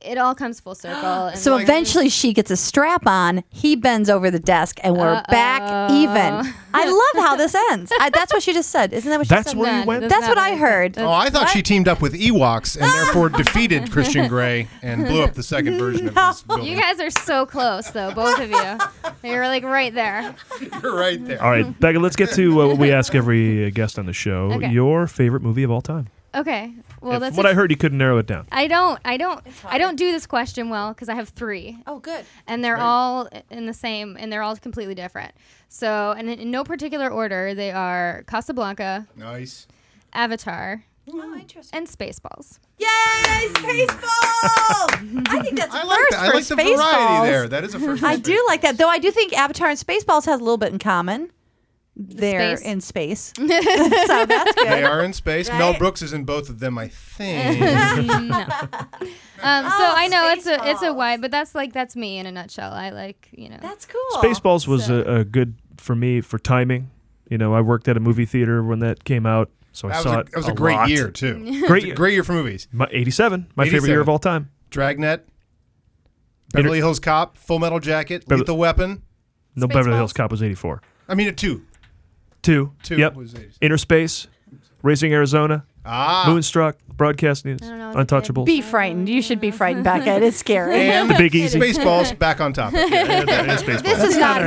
[SPEAKER 15] it all comes full circle. and
[SPEAKER 4] So
[SPEAKER 15] like-
[SPEAKER 4] eventually she gets a strap on. He bends over the desk, and we're back
[SPEAKER 15] Uh-oh.
[SPEAKER 4] even. I love how this ends. I, that's what she just said. Isn't that what she
[SPEAKER 3] That's
[SPEAKER 4] said?
[SPEAKER 3] where you That went? does
[SPEAKER 4] That's
[SPEAKER 3] not
[SPEAKER 4] what I
[SPEAKER 3] make
[SPEAKER 4] heard.
[SPEAKER 3] Oh, I thought she teamed up with Ewoks and therefore defeated Christian Grey and blew up the second version of this building.
[SPEAKER 15] you guys are so close, though, both of you. You're like right there.
[SPEAKER 3] You're right there.
[SPEAKER 2] All right, Becca, let's get to uh, what we ask every uh, guest on the show.
[SPEAKER 15] Okay.
[SPEAKER 2] Your favorite movie of all time.
[SPEAKER 15] Okay. Well,
[SPEAKER 2] If-
[SPEAKER 15] that's
[SPEAKER 2] what
[SPEAKER 15] a-
[SPEAKER 2] I heard, you couldn't narrow it down.
[SPEAKER 15] I don't. I don't. I don't do this question well because I have three.
[SPEAKER 4] Oh, good.
[SPEAKER 15] And they're all in the same, and they're all completely different. So, and in no particular order, they are Casablanca,
[SPEAKER 3] Nice.
[SPEAKER 15] Avatar,
[SPEAKER 4] Oh,
[SPEAKER 15] and Spaceballs.
[SPEAKER 4] Yay, Spaceballs! Oh, I think that's
[SPEAKER 3] I
[SPEAKER 4] a
[SPEAKER 3] like
[SPEAKER 4] first
[SPEAKER 3] that. I
[SPEAKER 4] for
[SPEAKER 3] like the variety
[SPEAKER 4] Spaceballs.
[SPEAKER 3] there. That is a first for
[SPEAKER 4] I do like that, though. I do think Avatar and Spaceballs has a little bit in common. They're
[SPEAKER 15] space.
[SPEAKER 4] in space, so that's good.
[SPEAKER 3] They are in space. Mel
[SPEAKER 4] Right.
[SPEAKER 3] Brooks is in both of them, I think.
[SPEAKER 15] Um,
[SPEAKER 4] Oh,
[SPEAKER 15] so I know it's a it's a wide, but that's like that's me in a nutshell. I like you know.
[SPEAKER 4] That's cool.
[SPEAKER 2] Spaceballs was a, a good for me for timing. You know, I worked at a movie theater when that came out, so I
[SPEAKER 3] That was
[SPEAKER 2] saw
[SPEAKER 3] a-
[SPEAKER 2] it.
[SPEAKER 3] that was a great
[SPEAKER 2] lot.
[SPEAKER 3] year, too. It was
[SPEAKER 2] Great,
[SPEAKER 3] a
[SPEAKER 2] year.
[SPEAKER 3] great year for movies.
[SPEAKER 2] My '87, my favorite
[SPEAKER 3] 87.
[SPEAKER 2] year of all time.
[SPEAKER 3] Dragnet, Beverly Hills Cop, Full Metal Jacket,
[SPEAKER 2] Beverly-
[SPEAKER 3] Lethal Weapon.
[SPEAKER 2] No, Beverly Hills Cop was '84.
[SPEAKER 3] I mean, at two.
[SPEAKER 2] Two.
[SPEAKER 3] Two
[SPEAKER 2] Yep.
[SPEAKER 3] was '87.
[SPEAKER 2] Inner Space, Racing Arizona,
[SPEAKER 3] Ah.
[SPEAKER 2] Moonstruck, Broadcast News,
[SPEAKER 4] don't know,
[SPEAKER 2] Untouchables.
[SPEAKER 4] Be frightened. You should be frightened, Becca. It is scary.
[SPEAKER 2] And The Big Easy.
[SPEAKER 3] Spaceballs back on top.
[SPEAKER 4] This is not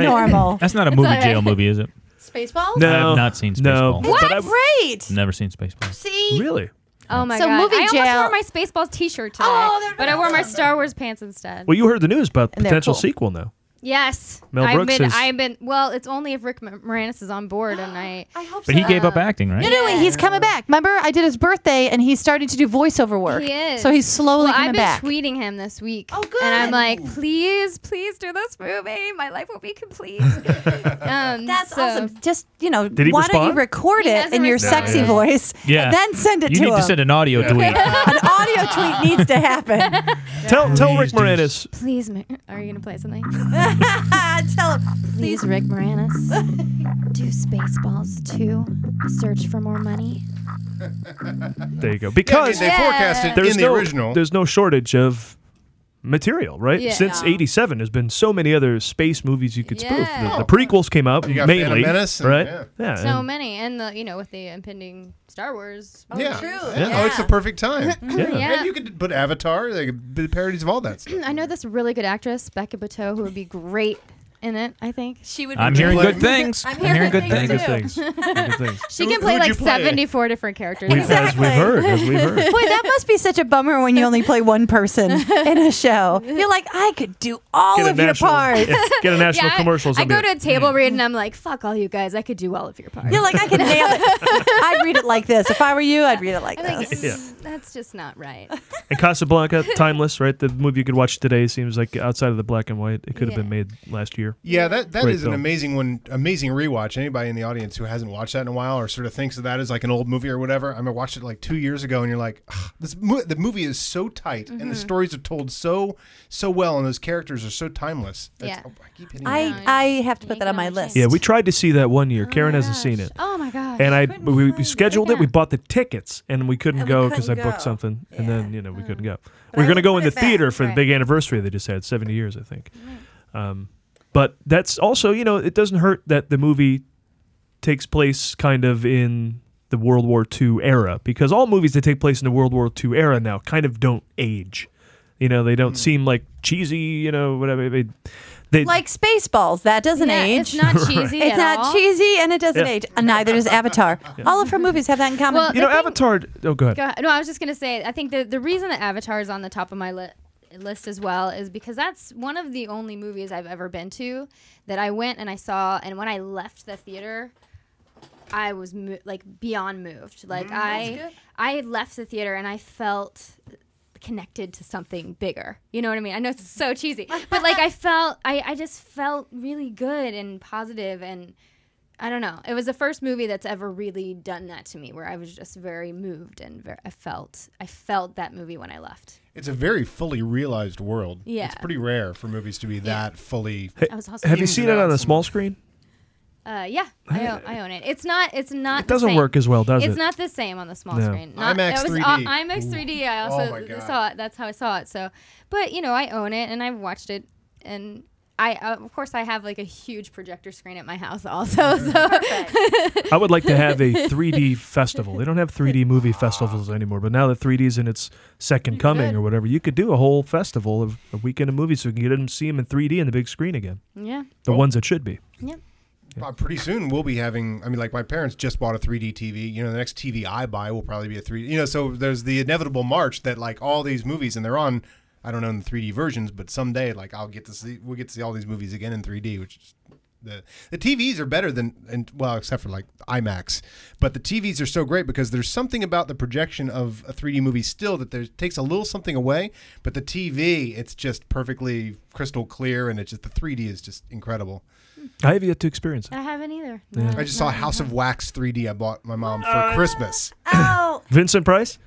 [SPEAKER 4] normal.
[SPEAKER 5] That's not a
[SPEAKER 4] It's
[SPEAKER 5] movie
[SPEAKER 4] all right.
[SPEAKER 5] jail movie, is it?
[SPEAKER 4] Spaceballs?
[SPEAKER 5] I have not seen
[SPEAKER 2] No.
[SPEAKER 5] Spaceballs.
[SPEAKER 2] What?
[SPEAKER 5] But I've
[SPEAKER 4] Great.
[SPEAKER 5] never seen Spaceballs.
[SPEAKER 4] See?
[SPEAKER 2] Really?
[SPEAKER 15] Oh my
[SPEAKER 4] So
[SPEAKER 15] god!
[SPEAKER 4] movie
[SPEAKER 15] I
[SPEAKER 4] jail-
[SPEAKER 15] almost wore my Spaceballs T-shirt today, oh, but I wore my Star Wars pants instead.
[SPEAKER 2] Well, you heard the news about
[SPEAKER 15] And they're
[SPEAKER 2] potential
[SPEAKER 15] cool.
[SPEAKER 2] sequel now.
[SPEAKER 15] Yes.
[SPEAKER 2] Mel
[SPEAKER 15] I've
[SPEAKER 2] Brooks
[SPEAKER 15] been,
[SPEAKER 2] is-
[SPEAKER 15] I've been. Well, it's only if Rick Mo- Moranis is on board, and I. I hope
[SPEAKER 5] But he gave up acting, right?
[SPEAKER 4] No, no, wait, he's coming back. Remember, I did his birthday, and he's starting to do voiceover work.
[SPEAKER 15] He is.
[SPEAKER 4] So he's slowly
[SPEAKER 15] well,
[SPEAKER 4] coming
[SPEAKER 15] I've been
[SPEAKER 4] back.
[SPEAKER 15] tweeting him this week. Oh, good. And I'm like, please, please do this movie. My life will be complete. um,
[SPEAKER 4] That's
[SPEAKER 15] so-
[SPEAKER 4] awesome. Just you know,
[SPEAKER 5] Did he
[SPEAKER 4] why don't
[SPEAKER 5] respond?
[SPEAKER 4] you record
[SPEAKER 15] He
[SPEAKER 4] it
[SPEAKER 15] hasn't
[SPEAKER 4] in your
[SPEAKER 5] responded.
[SPEAKER 4] sexy
[SPEAKER 5] Yeah.
[SPEAKER 4] voice?
[SPEAKER 5] Yeah.
[SPEAKER 4] And then send it
[SPEAKER 5] you
[SPEAKER 4] to
[SPEAKER 5] need
[SPEAKER 4] him.
[SPEAKER 5] to send an audio tweet.
[SPEAKER 4] An audio tweet needs to happen.
[SPEAKER 2] Tell tell Rick Moranis.
[SPEAKER 15] Please, Ma- are you gonna play something?
[SPEAKER 4] Tell him.
[SPEAKER 19] Please, Rick Moranis. Do Spaceballs too? Search for more money.
[SPEAKER 2] There you go. Because
[SPEAKER 3] they Yeah. forecast it
[SPEAKER 2] there's
[SPEAKER 3] in the
[SPEAKER 2] no,
[SPEAKER 3] original.
[SPEAKER 2] There's no shortage of material, right?
[SPEAKER 3] Yeah.
[SPEAKER 2] Since '87, there's been so many other space movies you could spoof.
[SPEAKER 15] Yeah.
[SPEAKER 2] The, the prequels came out
[SPEAKER 3] You got Phantom
[SPEAKER 2] mainly,
[SPEAKER 3] Menace and-
[SPEAKER 2] right?
[SPEAKER 3] yeah.
[SPEAKER 15] so
[SPEAKER 2] and-
[SPEAKER 15] many, and the you know with the impending Star Wars.
[SPEAKER 3] yeah. Oh, it's the perfect time.
[SPEAKER 15] Yeah. Yeah.
[SPEAKER 3] And you could put Avatar, they could do parodies of all that stuff.
[SPEAKER 15] I know this really good actress, Becca Bateau, who would be great in it. I think she would.
[SPEAKER 5] be I'm hearing great. good things. I'm hearing good things,
[SPEAKER 2] too. Good things.
[SPEAKER 15] she
[SPEAKER 4] Who-
[SPEAKER 15] can
[SPEAKER 4] who
[SPEAKER 15] play
[SPEAKER 4] would you
[SPEAKER 15] like
[SPEAKER 4] play?
[SPEAKER 15] 74 different characters.
[SPEAKER 2] We've- as we've heard, as we've heard.
[SPEAKER 4] Boy, that must be such a bummer when you only play one person in a show. You're like, I could do all
[SPEAKER 2] Get a
[SPEAKER 4] of your
[SPEAKER 2] national-
[SPEAKER 4] parts.
[SPEAKER 2] yeah, get a national commercials
[SPEAKER 15] I, I
[SPEAKER 2] on
[SPEAKER 15] go
[SPEAKER 2] there.
[SPEAKER 15] to a table read and I'm like, fuck all you guys. I could do all of your parts.
[SPEAKER 4] You're like, I could nail it. I'd read it like this. If I were you, I'd read it like
[SPEAKER 15] I'm like,
[SPEAKER 4] this.
[SPEAKER 2] Yeah.
[SPEAKER 15] "Mm, that's just not right.
[SPEAKER 2] And Casablanca, timeless, right? The movie you could watch today seems like outside of the black and white, it could have been made last year.
[SPEAKER 3] Yeah, that, that
[SPEAKER 2] Great
[SPEAKER 3] is an
[SPEAKER 2] film.
[SPEAKER 3] amazing one, amazing rewatch. Anybody in the audience who hasn't watched that in a while or sort of thinks of that as like an old movie or whatever, I mean, I watched it like two years ago, and you're like, "Ugh, this mo- the movie is so tight, and the
[SPEAKER 15] Mhm.
[SPEAKER 3] stories are told so so well, and those characters are so timeless. That's-
[SPEAKER 15] Yeah.
[SPEAKER 3] oh, I keep hitting
[SPEAKER 4] I,
[SPEAKER 3] that.
[SPEAKER 4] I have to put that on my list.
[SPEAKER 2] Yeah, we tried to see that one year. Karen hasn't seen it.
[SPEAKER 15] Oh my
[SPEAKER 2] and I we, we scheduled it. We bought the tickets, and we couldn't go because I
[SPEAKER 5] couldn't
[SPEAKER 2] booked
[SPEAKER 5] go. Mm.
[SPEAKER 2] something, and then you know we couldn't go.
[SPEAKER 5] But
[SPEAKER 2] we
[SPEAKER 5] I
[SPEAKER 2] were gonna
[SPEAKER 5] would
[SPEAKER 2] go in
[SPEAKER 5] put
[SPEAKER 2] the
[SPEAKER 5] it back,
[SPEAKER 2] theater for the
[SPEAKER 5] right.
[SPEAKER 2] big anniversary they just had, seventy years, I think. Um, but that's also you know it doesn't hurt that the movie takes place kind of in the World War II era because all movies that take place in the World War II era now kind of don't age. You know, they don't seem like cheesy. You know, whatever. They, they,
[SPEAKER 4] like Spaceballs, that doesn't
[SPEAKER 15] Yeah, it's
[SPEAKER 4] age.
[SPEAKER 15] not cheesy
[SPEAKER 4] It's
[SPEAKER 15] at
[SPEAKER 4] not
[SPEAKER 15] all.
[SPEAKER 4] cheesy, and it doesn't
[SPEAKER 2] Yeah.
[SPEAKER 4] age. And neither does Avatar. All of her movies have that in common.
[SPEAKER 15] Well,
[SPEAKER 2] you know, Avatar. Oh, go ahead.
[SPEAKER 15] Go ahead. No, I was just gonna say. I think the the reason that Avatar is on the top of my li- list as well is because that's one of the only movies I've ever been to that I went and I saw, and when I left the theater. I was mo- like beyond moved. Like
[SPEAKER 17] Mm,
[SPEAKER 15] I,
[SPEAKER 17] that's
[SPEAKER 15] I left the theater and I felt connected to something bigger. You know what I mean? I know it's so cheesy, but like I felt, I, I just felt really good and positive and I don't know. It was the first movie that's ever really done that to me, where I was just very moved and ver I felt I felt that movie when I left.
[SPEAKER 3] It's a very fully realized world.
[SPEAKER 15] Yeah.
[SPEAKER 3] It's pretty rare for movies to be that fully.
[SPEAKER 15] I was also-
[SPEAKER 2] have you seen it on a small screen?
[SPEAKER 15] Uh, yeah, I, o- I own it. It's not. It's not.
[SPEAKER 2] It doesn't
[SPEAKER 15] the same.
[SPEAKER 2] work as well, does
[SPEAKER 15] it's
[SPEAKER 2] it?
[SPEAKER 15] not the same on the small
[SPEAKER 2] No.
[SPEAKER 15] screen. Not,
[SPEAKER 2] IMAX
[SPEAKER 15] it was uh,
[SPEAKER 2] 3D.
[SPEAKER 15] on- IMAX 3D. I
[SPEAKER 2] Oh
[SPEAKER 15] also
[SPEAKER 2] my God.
[SPEAKER 15] saw it. That's how I saw it. So, but you know, I own it and I've watched it and. I, uh, of course, I have like a huge projector screen at my house, also. So
[SPEAKER 2] I would like to have a 3D festival. They don't have 3D movie festivals anymore, but now that 3D is in its second coming or whatever, you could do a whole festival of a weekend of movies so we can get them see them in 3D on the big screen again.
[SPEAKER 15] Yeah.
[SPEAKER 3] Oh.
[SPEAKER 2] The ones that should be.
[SPEAKER 3] Uh, pretty soon we'll be having. I mean, like my parents just bought a 3D TV. You know, the next TV I buy will probably be a 3D. You know, so there's the inevitable march that like all these movies, and they're on. I don't know in the 3D versions, but someday like I'll get to see. We'll get to see all these movies again in 3D, which is the the TVs are better than and well, except for like IMAX. But the TVs are so great because there's something about the projection of a 3D movie still that there takes a little something away. But the TV, it's just perfectly crystal clear, and it's just the 3D is just incredible.
[SPEAKER 2] I have yet to experience it.
[SPEAKER 15] I haven't either.
[SPEAKER 2] Yeah.
[SPEAKER 3] I just saw House of Wax 3D. I bought my mom for Christmas.
[SPEAKER 2] Vincent Price?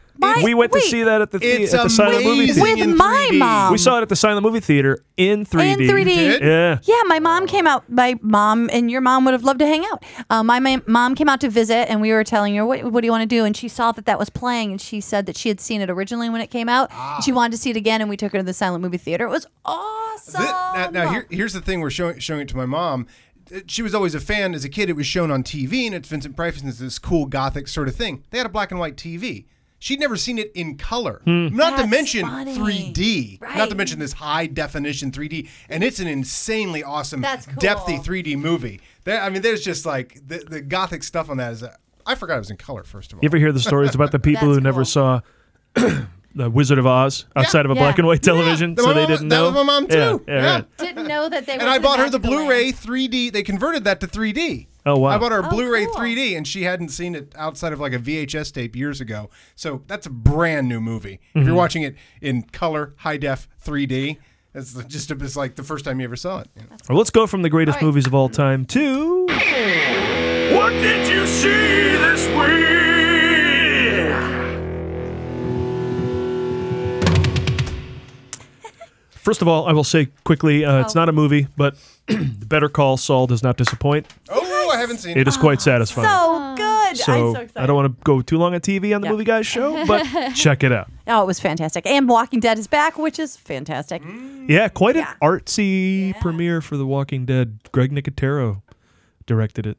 [SPEAKER 2] we went to see that at the, the-
[SPEAKER 3] It's
[SPEAKER 2] at the silent movie
[SPEAKER 3] amazing
[SPEAKER 2] theater.
[SPEAKER 3] in With my 3D. mom.
[SPEAKER 2] We saw it at the silent movie theater in 3D.
[SPEAKER 4] In 3D.
[SPEAKER 2] Yeah.
[SPEAKER 4] my mom came out. My mom and your mom would have loved to hang out. Uh, my, ma- mom came out to visit, and we were telling her, what, what do you want to do? And she saw that that was playing, and she said that she had seen it originally when it came out.
[SPEAKER 3] Ah.
[SPEAKER 4] and She wanted to see it again, and we took her to the silent movie theater. It was awesome.
[SPEAKER 3] now, now here, here's the thing we're showing showing it to my mom Uh, she was always a fan as a kid it was shown on tv and it's vincent price and it's this cool gothic sort of thing they had a black and white tv She'd never seen it in color.
[SPEAKER 2] Hmm.
[SPEAKER 3] Not to mention 3D. Not to mention this high definition 3D. And it's an insanely awesome,
[SPEAKER 4] That's cool.
[SPEAKER 3] depthy 3D movie. There, I mean, there's just like the, the gothic stuff on that is. Uh, I forgot it was in color, first of all.
[SPEAKER 2] You ever hear the stories about the people who never saw The Wizard of Oz outside of a
[SPEAKER 3] Yeah.
[SPEAKER 2] black and white television,
[SPEAKER 3] That
[SPEAKER 2] so
[SPEAKER 3] was
[SPEAKER 2] they
[SPEAKER 3] my-
[SPEAKER 2] didn't
[SPEAKER 3] that
[SPEAKER 2] know?
[SPEAKER 3] was my mom,
[SPEAKER 2] Yeah,
[SPEAKER 3] too.
[SPEAKER 2] yeah,
[SPEAKER 3] Yeah.
[SPEAKER 2] right.
[SPEAKER 4] Didn't know that they.
[SPEAKER 3] and I bought her the Blu-ray 3D. They converted that to 3D.
[SPEAKER 2] Oh, wow.
[SPEAKER 3] I bought her a Blu-ray 3D, and she hadn't seen it outside of like a VHS tape years ago. So that's a brand new movie. If you're
[SPEAKER 2] Mhm.
[SPEAKER 3] watching it in color, high def 3D, it's just it's like the first time you ever saw it.
[SPEAKER 2] Well, let's go from the greatest
[SPEAKER 3] All right.
[SPEAKER 2] movies of all time to
[SPEAKER 20] What did you see this week?
[SPEAKER 2] First of all, I will say quickly, uh,
[SPEAKER 4] Oh.
[SPEAKER 2] it's not a movie, but Better Call Saul does not disappoint.
[SPEAKER 3] Oh, I haven't seen it.
[SPEAKER 2] It is quite satisfying.
[SPEAKER 4] So good. I'm so
[SPEAKER 2] So, I don't want to go too long on TV on the Movie Guys show, but check it out.
[SPEAKER 4] Oh, it was fantastic. And Walking Dead is back, which is fantastic.
[SPEAKER 3] Mm.
[SPEAKER 2] Yeah, quite an artsy premiere for The Walking Dead. Greg Nicotero directed it.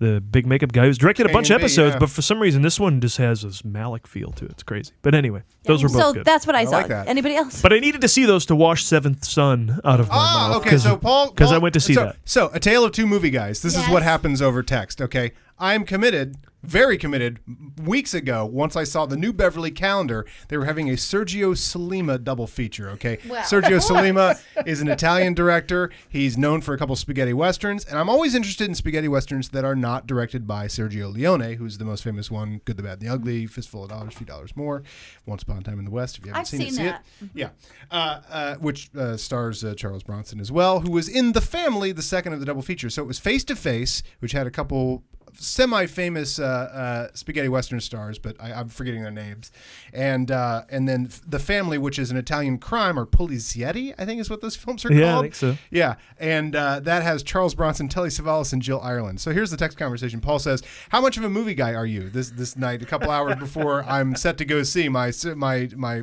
[SPEAKER 2] The big makeup guy who's directed a bunch of
[SPEAKER 5] K&B,
[SPEAKER 2] episodes,
[SPEAKER 5] yeah.
[SPEAKER 2] but for some reason this one just has this Malik feel to it. It's crazy. But anyway, those were both
[SPEAKER 4] so
[SPEAKER 2] good.
[SPEAKER 4] that's what I, saw. Anybody else?
[SPEAKER 2] But I needed to see those to wash Seventh Son out of my mouth.
[SPEAKER 3] Ah, okay, so Paul,
[SPEAKER 2] because I
[SPEAKER 3] Paul-
[SPEAKER 2] went to see
[SPEAKER 3] Oh, so,
[SPEAKER 2] that.
[SPEAKER 3] So, a tale of two movie guys. This is what happens over text. Okay, I'm committed, very committed. M- Weeks ago, once I saw the new Beverly calendar, they were having a Sergio Salima double feature. Okay,
[SPEAKER 5] Wow.
[SPEAKER 3] Sergio Salima is an Italian director. He's known for a couple spaghetti westerns, and I'm always interested in spaghetti westerns that are not directed by Sergio Leone, who's the most famous one: Good, the Bad, and the Ugly, Fistful of Dollars, Few Dollars More, Once Upon a Time in the West. If you haven't
[SPEAKER 5] I've
[SPEAKER 3] seen, it,
[SPEAKER 5] seen
[SPEAKER 3] see it.
[SPEAKER 5] that. Mhm.
[SPEAKER 3] Yeah, uh, uh, which uh, stars uh, Charles Bronson as well, who was in The Family, the second of the double feature. So it was Face to Face, which had a couple semi-famous uh, uh, spaghetti western stars, but I, I'm forgetting their names, and uh, and then f- the family, which is an Italian crime or polizietti, I think is what those films are
[SPEAKER 2] Yeah, I
[SPEAKER 3] called.
[SPEAKER 2] think so.
[SPEAKER 3] Yeah, and uh, that has Charles Bronson, Telly Savalas, and Jill Ireland. So here's the text conversation. Paul says, "How much of a movie guy are you?" This this night, a couple hours before I'm set to go see my my my.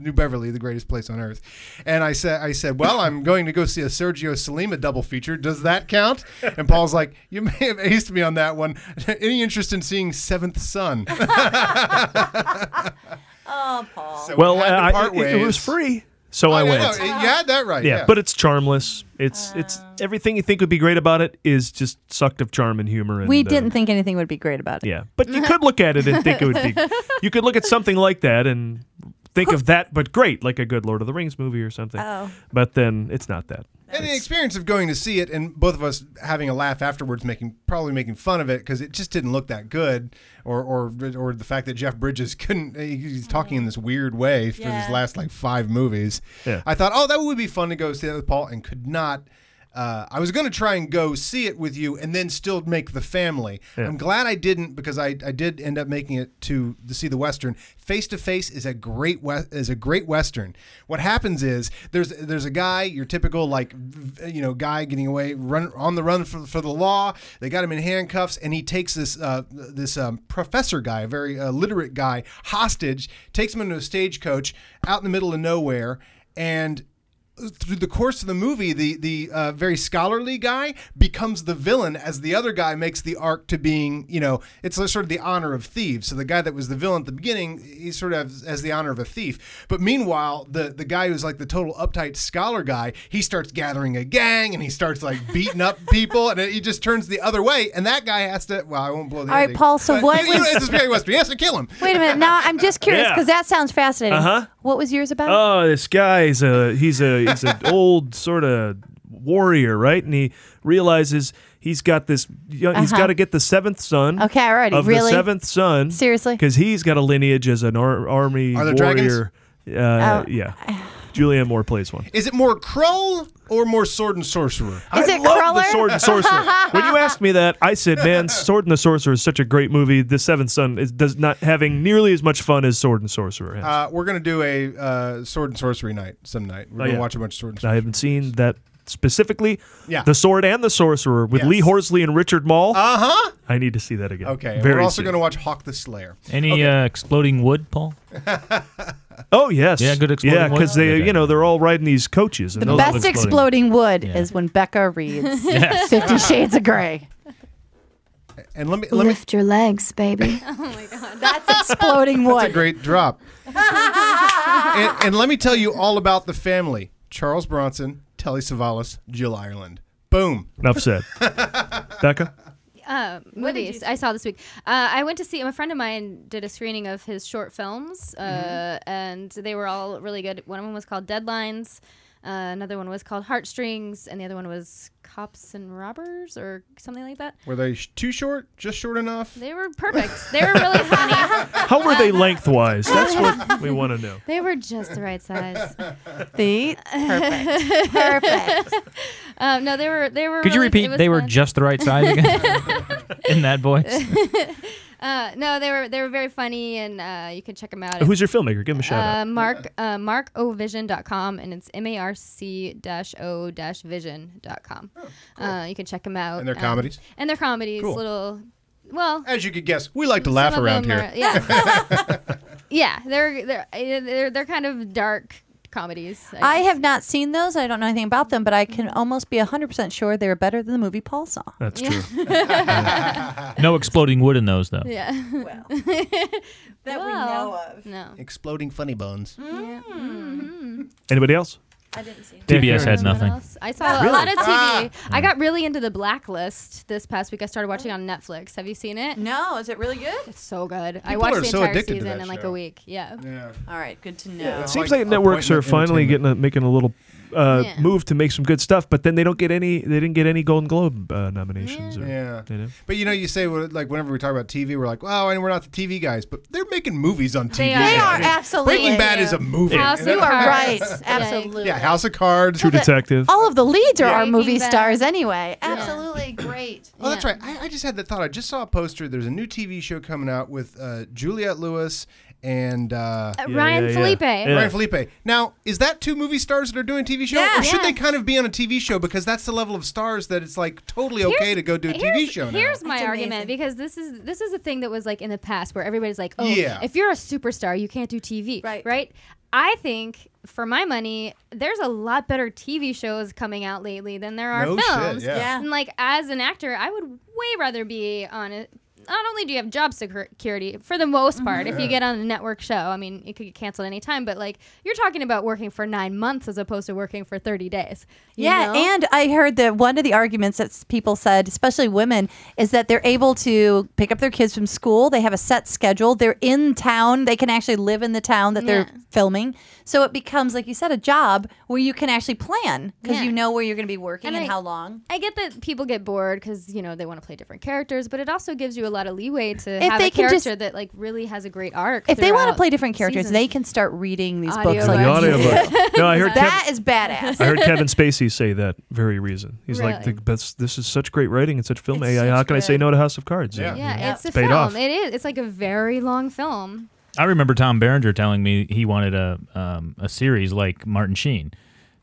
[SPEAKER 3] New Beverly, the greatest place on earth, and I said, I said, well, I'm going to go see a Sergio Salima double feature. Does that count? And Paul's like, you may have aced me on that one. Any interest in seeing Seventh Son?
[SPEAKER 21] Oh, Paul.
[SPEAKER 3] So we
[SPEAKER 2] well,
[SPEAKER 3] had to
[SPEAKER 2] I-
[SPEAKER 3] part
[SPEAKER 2] it- it,
[SPEAKER 3] ways.
[SPEAKER 2] was free, so I
[SPEAKER 3] no,
[SPEAKER 2] went.
[SPEAKER 3] Oh, no, it- you had that right, yeah.
[SPEAKER 2] but it's charmless. It's
[SPEAKER 4] Oh.
[SPEAKER 2] it's everything you think would be great about it is just sucked of charm and humor. And,
[SPEAKER 4] we
[SPEAKER 2] uh,
[SPEAKER 4] didn't think anything would be great about it.
[SPEAKER 2] yeah, but you could look at it and think it would be. You could look at something like that and think of that, but great, like a good Lord of the Rings movie or something.
[SPEAKER 3] Oh.
[SPEAKER 2] But then it's not that.
[SPEAKER 3] And the experience of going to see it and both of us having a laugh afterwards, making probably making fun of it because it just didn't look that good, or or or the fact that Jeff Bridges couldn't he- he's talking in this weird way for
[SPEAKER 2] Mm-hmm. Yeah.
[SPEAKER 3] his last like five movies.
[SPEAKER 2] Yeah.
[SPEAKER 3] I thought, oh, that would be fun to go see that with Paul, and could not. Uh, I was going to try and go see it with you, and then still make the family.
[SPEAKER 2] Yeah.
[SPEAKER 3] I'm glad I didn't because I, I did end up making it to to see the western. Face to face is a great we- is a great western. What happens is there's there's a guy your typical like v- you know guy getting away run on the run for, for the law. They got him in handcuffs and he takes this uh, this um, professor guy, a very uh, literate guy, hostage. Takes him into a stagecoach out in the middle of nowhere and through the course of the movie, the the uh, very scholarly guy becomes the villain as the other guy makes the arc to being, you know, it's sort of the honor of thieves. So the guy that was the villain at the beginning, he sort of has, has the honor of a thief. But meanwhile, the the guy who's like the total uptight scholar guy, he starts gathering a gang and he starts like beating up people, and he just turns the other way. And that guy has to. Well, I won't blow the.
[SPEAKER 4] All right,
[SPEAKER 3] ending.
[SPEAKER 4] Paul, so
[SPEAKER 3] But,
[SPEAKER 4] what
[SPEAKER 3] you know,
[SPEAKER 4] was-
[SPEAKER 3] it's a Spaghetti Western. He has to kill him.
[SPEAKER 4] Wait a minute. Now I'm just curious
[SPEAKER 2] Yeah.
[SPEAKER 4] because that sounds fascinating.
[SPEAKER 2] Uh-huh.
[SPEAKER 4] What was yours about?
[SPEAKER 2] Oh, this guy's a he's a he's an old sort of warrior, right? And he realizes he's got this. Young, He's
[SPEAKER 4] Uh-huh.
[SPEAKER 2] got to get the seventh son.
[SPEAKER 4] Okay, alrighty,
[SPEAKER 2] Of
[SPEAKER 4] really?
[SPEAKER 2] the seventh son,
[SPEAKER 4] Seriously?
[SPEAKER 2] because he's got a lineage as an ar- army
[SPEAKER 3] Are there
[SPEAKER 2] warrior. Uh,
[SPEAKER 4] Oh.
[SPEAKER 2] Yeah, Julianne Moore plays one.
[SPEAKER 3] Is it more Kroll or more Sword and Sorcerer?
[SPEAKER 4] Is
[SPEAKER 2] I
[SPEAKER 4] it
[SPEAKER 2] love
[SPEAKER 4] Crawler?
[SPEAKER 2] the Sword and Sorcerer. when you asked me that, I said, "Man, Sword and the Sorcerer is such a great movie. The Seventh Son is does not having nearly as much fun as Sword and Sorcerer." has."
[SPEAKER 3] Uh, we're gonna do a uh, sword and sorcery night some night. We're
[SPEAKER 2] Oh,
[SPEAKER 3] gonna
[SPEAKER 2] yeah.
[SPEAKER 3] watch a bunch of sword and sorcery.
[SPEAKER 2] I haven't seen that specifically.
[SPEAKER 3] Uh, Yeah.
[SPEAKER 2] The Sword and the Sorcerer with Lee Horsley and Richard Mall.
[SPEAKER 3] Uh huh.
[SPEAKER 2] I need to see that again.
[SPEAKER 3] Okay. and
[SPEAKER 2] Very
[SPEAKER 3] we're also
[SPEAKER 2] soon.
[SPEAKER 3] gonna watch Hawk the Slayer.
[SPEAKER 5] Any uh, exploding wood, Paul?
[SPEAKER 2] Oh yes.
[SPEAKER 5] Yeah, good exploding
[SPEAKER 2] Yeah, because
[SPEAKER 5] ones?
[SPEAKER 2] they,
[SPEAKER 5] Okay.
[SPEAKER 2] you know, they're all riding these coaches. And
[SPEAKER 4] The
[SPEAKER 2] those
[SPEAKER 4] best exploding wood is when Becca reads
[SPEAKER 2] Yes.
[SPEAKER 4] Fifty Shades of Grey.
[SPEAKER 3] And let me let me.
[SPEAKER 17] Lift your legs, baby.
[SPEAKER 4] That's exploding wood.
[SPEAKER 3] That's a great drop. and, and let me tell you all about the family: Charles Bronson, Telly Savalas, Jill Ireland. Boom.
[SPEAKER 2] Enough said. Becca.
[SPEAKER 15] Uh, movies I saw this week. Uh, I went to see a friend of mine did a screening of his short films, uh,
[SPEAKER 4] Mm-hmm.
[SPEAKER 15] and they were all really good. One of them was called Deadlines. Uh, another one was called Heartstrings, and the other one was Cops and Robbers or something like that.
[SPEAKER 3] Were they sh- too short? Just short enough?
[SPEAKER 15] They were perfect. They were really funny.
[SPEAKER 2] How were they lengthwise? That's what we want to know.
[SPEAKER 15] They were just the right size.
[SPEAKER 4] The perfect. Perfect.
[SPEAKER 15] Um, no, they were. They were.
[SPEAKER 5] Could you
[SPEAKER 15] really- it
[SPEAKER 5] repeat?
[SPEAKER 15] was
[SPEAKER 5] They were
[SPEAKER 15] fun.
[SPEAKER 5] just the right size again in that voice.
[SPEAKER 15] Uh, no, they were. They were very funny, and uh, you can check them out.
[SPEAKER 2] Who's your filmmaker? Give him a shout
[SPEAKER 15] uh,
[SPEAKER 2] out.
[SPEAKER 15] Mark uh, markovision.com and it's m a r c dash o dash vision.com. Uh, you can check them out.
[SPEAKER 3] Oh, And they're
[SPEAKER 15] um,
[SPEAKER 3] comedies?
[SPEAKER 15] And they're comedies.
[SPEAKER 3] Cool.
[SPEAKER 15] Little, well,
[SPEAKER 3] As you could guess, we like to laugh
[SPEAKER 15] some of
[SPEAKER 3] around
[SPEAKER 15] them
[SPEAKER 3] here.
[SPEAKER 15] are- yeah, yeah, they're they're uh, they're they're kind of dark comedies.
[SPEAKER 4] I
[SPEAKER 15] guess.
[SPEAKER 4] have not seen those. I don't know anything about them, but I can almost be 100% sure they were better than the movie Paul saw.
[SPEAKER 5] That's
[SPEAKER 15] Yeah.
[SPEAKER 5] true. no exploding wood in those though.
[SPEAKER 15] Yeah. Well.
[SPEAKER 4] that
[SPEAKER 15] we know of. No. Mm.
[SPEAKER 3] Exploding funny bones.
[SPEAKER 4] Mm-hmm.
[SPEAKER 2] Anybody else?
[SPEAKER 15] I didn't see
[SPEAKER 5] TBS had nothing.
[SPEAKER 15] I saw
[SPEAKER 2] Really?
[SPEAKER 15] a lot of TV.
[SPEAKER 4] Ah.
[SPEAKER 15] I got really into The Blacklist this past week. I started watching it on Netflix. Have you seen it?
[SPEAKER 4] No, is it really good?
[SPEAKER 15] It's so good. I
[SPEAKER 4] People
[SPEAKER 15] watched
[SPEAKER 4] are
[SPEAKER 15] the
[SPEAKER 4] so
[SPEAKER 15] entire
[SPEAKER 4] addicted to
[SPEAKER 15] season
[SPEAKER 4] that
[SPEAKER 15] in like
[SPEAKER 4] show.
[SPEAKER 15] a week. Yeah.
[SPEAKER 4] All right, good to know.
[SPEAKER 2] It seems like networks are finally getting a, making a little uh,
[SPEAKER 15] Yeah.
[SPEAKER 2] move to make some good stuff, but then they don't get any. They didn't get any Golden Globe uh, nominations. Or,
[SPEAKER 3] Yeah.
[SPEAKER 2] you know.
[SPEAKER 3] But you know, you say well, like whenever we talk about TV, we're like, "Wow, and we're not the TV guys," but they're making movies on TV.
[SPEAKER 15] They are. They
[SPEAKER 4] are,
[SPEAKER 3] Yeah.
[SPEAKER 4] absolutely.
[SPEAKER 3] Breaking Bad is a movie.
[SPEAKER 15] House
[SPEAKER 3] And
[SPEAKER 15] of
[SPEAKER 4] You are
[SPEAKER 15] Cards.
[SPEAKER 4] right.
[SPEAKER 15] Yeah.
[SPEAKER 4] Absolutely.
[SPEAKER 3] Yeah, House of Cards,
[SPEAKER 2] True Detective.
[SPEAKER 4] All of the leads are our
[SPEAKER 15] Breaking
[SPEAKER 4] movie
[SPEAKER 15] Bad.
[SPEAKER 4] stars anyway. Absolutely great. right.
[SPEAKER 3] Oh, that's right. I, I just had that thought. I just saw a poster. There's a new TV show coming out with uh, Juliette Lewis and uh,
[SPEAKER 15] Uh, Yeah, Ryan yeah, yeah. Felipe. Yeah.
[SPEAKER 3] Ryan Felipe. Now, is that two movie stars that are doing TV show,
[SPEAKER 15] Yeah.
[SPEAKER 3] or should
[SPEAKER 15] Yeah.
[SPEAKER 3] they kind of be on a TV show because that's the level of stars that it's like totally okay
[SPEAKER 15] Here's-
[SPEAKER 3] to go do a TV
[SPEAKER 15] here's-
[SPEAKER 3] show now?
[SPEAKER 15] Here's my argument because this is this is a thing that was like in the past where everybody's like, oh,
[SPEAKER 3] Yeah.
[SPEAKER 15] if you're a superstar, you can't do TV, right? Right. I think for my money, there's a lot better TV shows coming out lately than there are
[SPEAKER 17] No shit,
[SPEAKER 15] films.
[SPEAKER 17] yeah. Yeah.
[SPEAKER 15] And like as an actor, I would way rather be on it. Not only do you have job secur- security for the most part, if you
[SPEAKER 3] Mm-hmm.
[SPEAKER 17] Yeah.
[SPEAKER 15] get on a network show, I mean, it could get canceled any time, but like you're talking about working for nine months as opposed to working for 30 days. you
[SPEAKER 4] Yeah,
[SPEAKER 15] know?
[SPEAKER 4] and I heard that one of the arguments that s- people said, especially women, is that they're able to pick up their kids from school. They have a set schedule. They're in town. They can actually live in the town that they're
[SPEAKER 15] Yeah.
[SPEAKER 4] filming. So it becomes, like you said, a job where you can actually plan because you know where you're going to be working and,
[SPEAKER 15] I-
[SPEAKER 4] how long.
[SPEAKER 15] I get that people get bored because you know they want to play different characters, but it also gives you a lot of leeway to
[SPEAKER 4] If
[SPEAKER 15] have
[SPEAKER 4] they
[SPEAKER 15] a
[SPEAKER 4] can
[SPEAKER 15] character
[SPEAKER 4] just-
[SPEAKER 15] that like really has a great arc.
[SPEAKER 4] If they want to
[SPEAKER 15] throughout
[SPEAKER 4] play different characters,
[SPEAKER 15] seasons.
[SPEAKER 4] they can start reading these
[SPEAKER 15] Audio
[SPEAKER 4] books.
[SPEAKER 15] The
[SPEAKER 4] like you
[SPEAKER 2] audiobook.
[SPEAKER 4] do.
[SPEAKER 2] No, I heard
[SPEAKER 4] that is badass.
[SPEAKER 2] I heard Kevin Spacey say that very reason. He's like,
[SPEAKER 15] Really?
[SPEAKER 2] the best, this is such great writing and such film AI. How can I say no to House of Cards?
[SPEAKER 15] yeah,
[SPEAKER 2] And
[SPEAKER 15] it's a
[SPEAKER 2] paid
[SPEAKER 15] film.
[SPEAKER 2] off.
[SPEAKER 15] It is. It's like a very long film.
[SPEAKER 5] I remember Tom Berenger telling me he wanted a um, a series like Martin Sheen.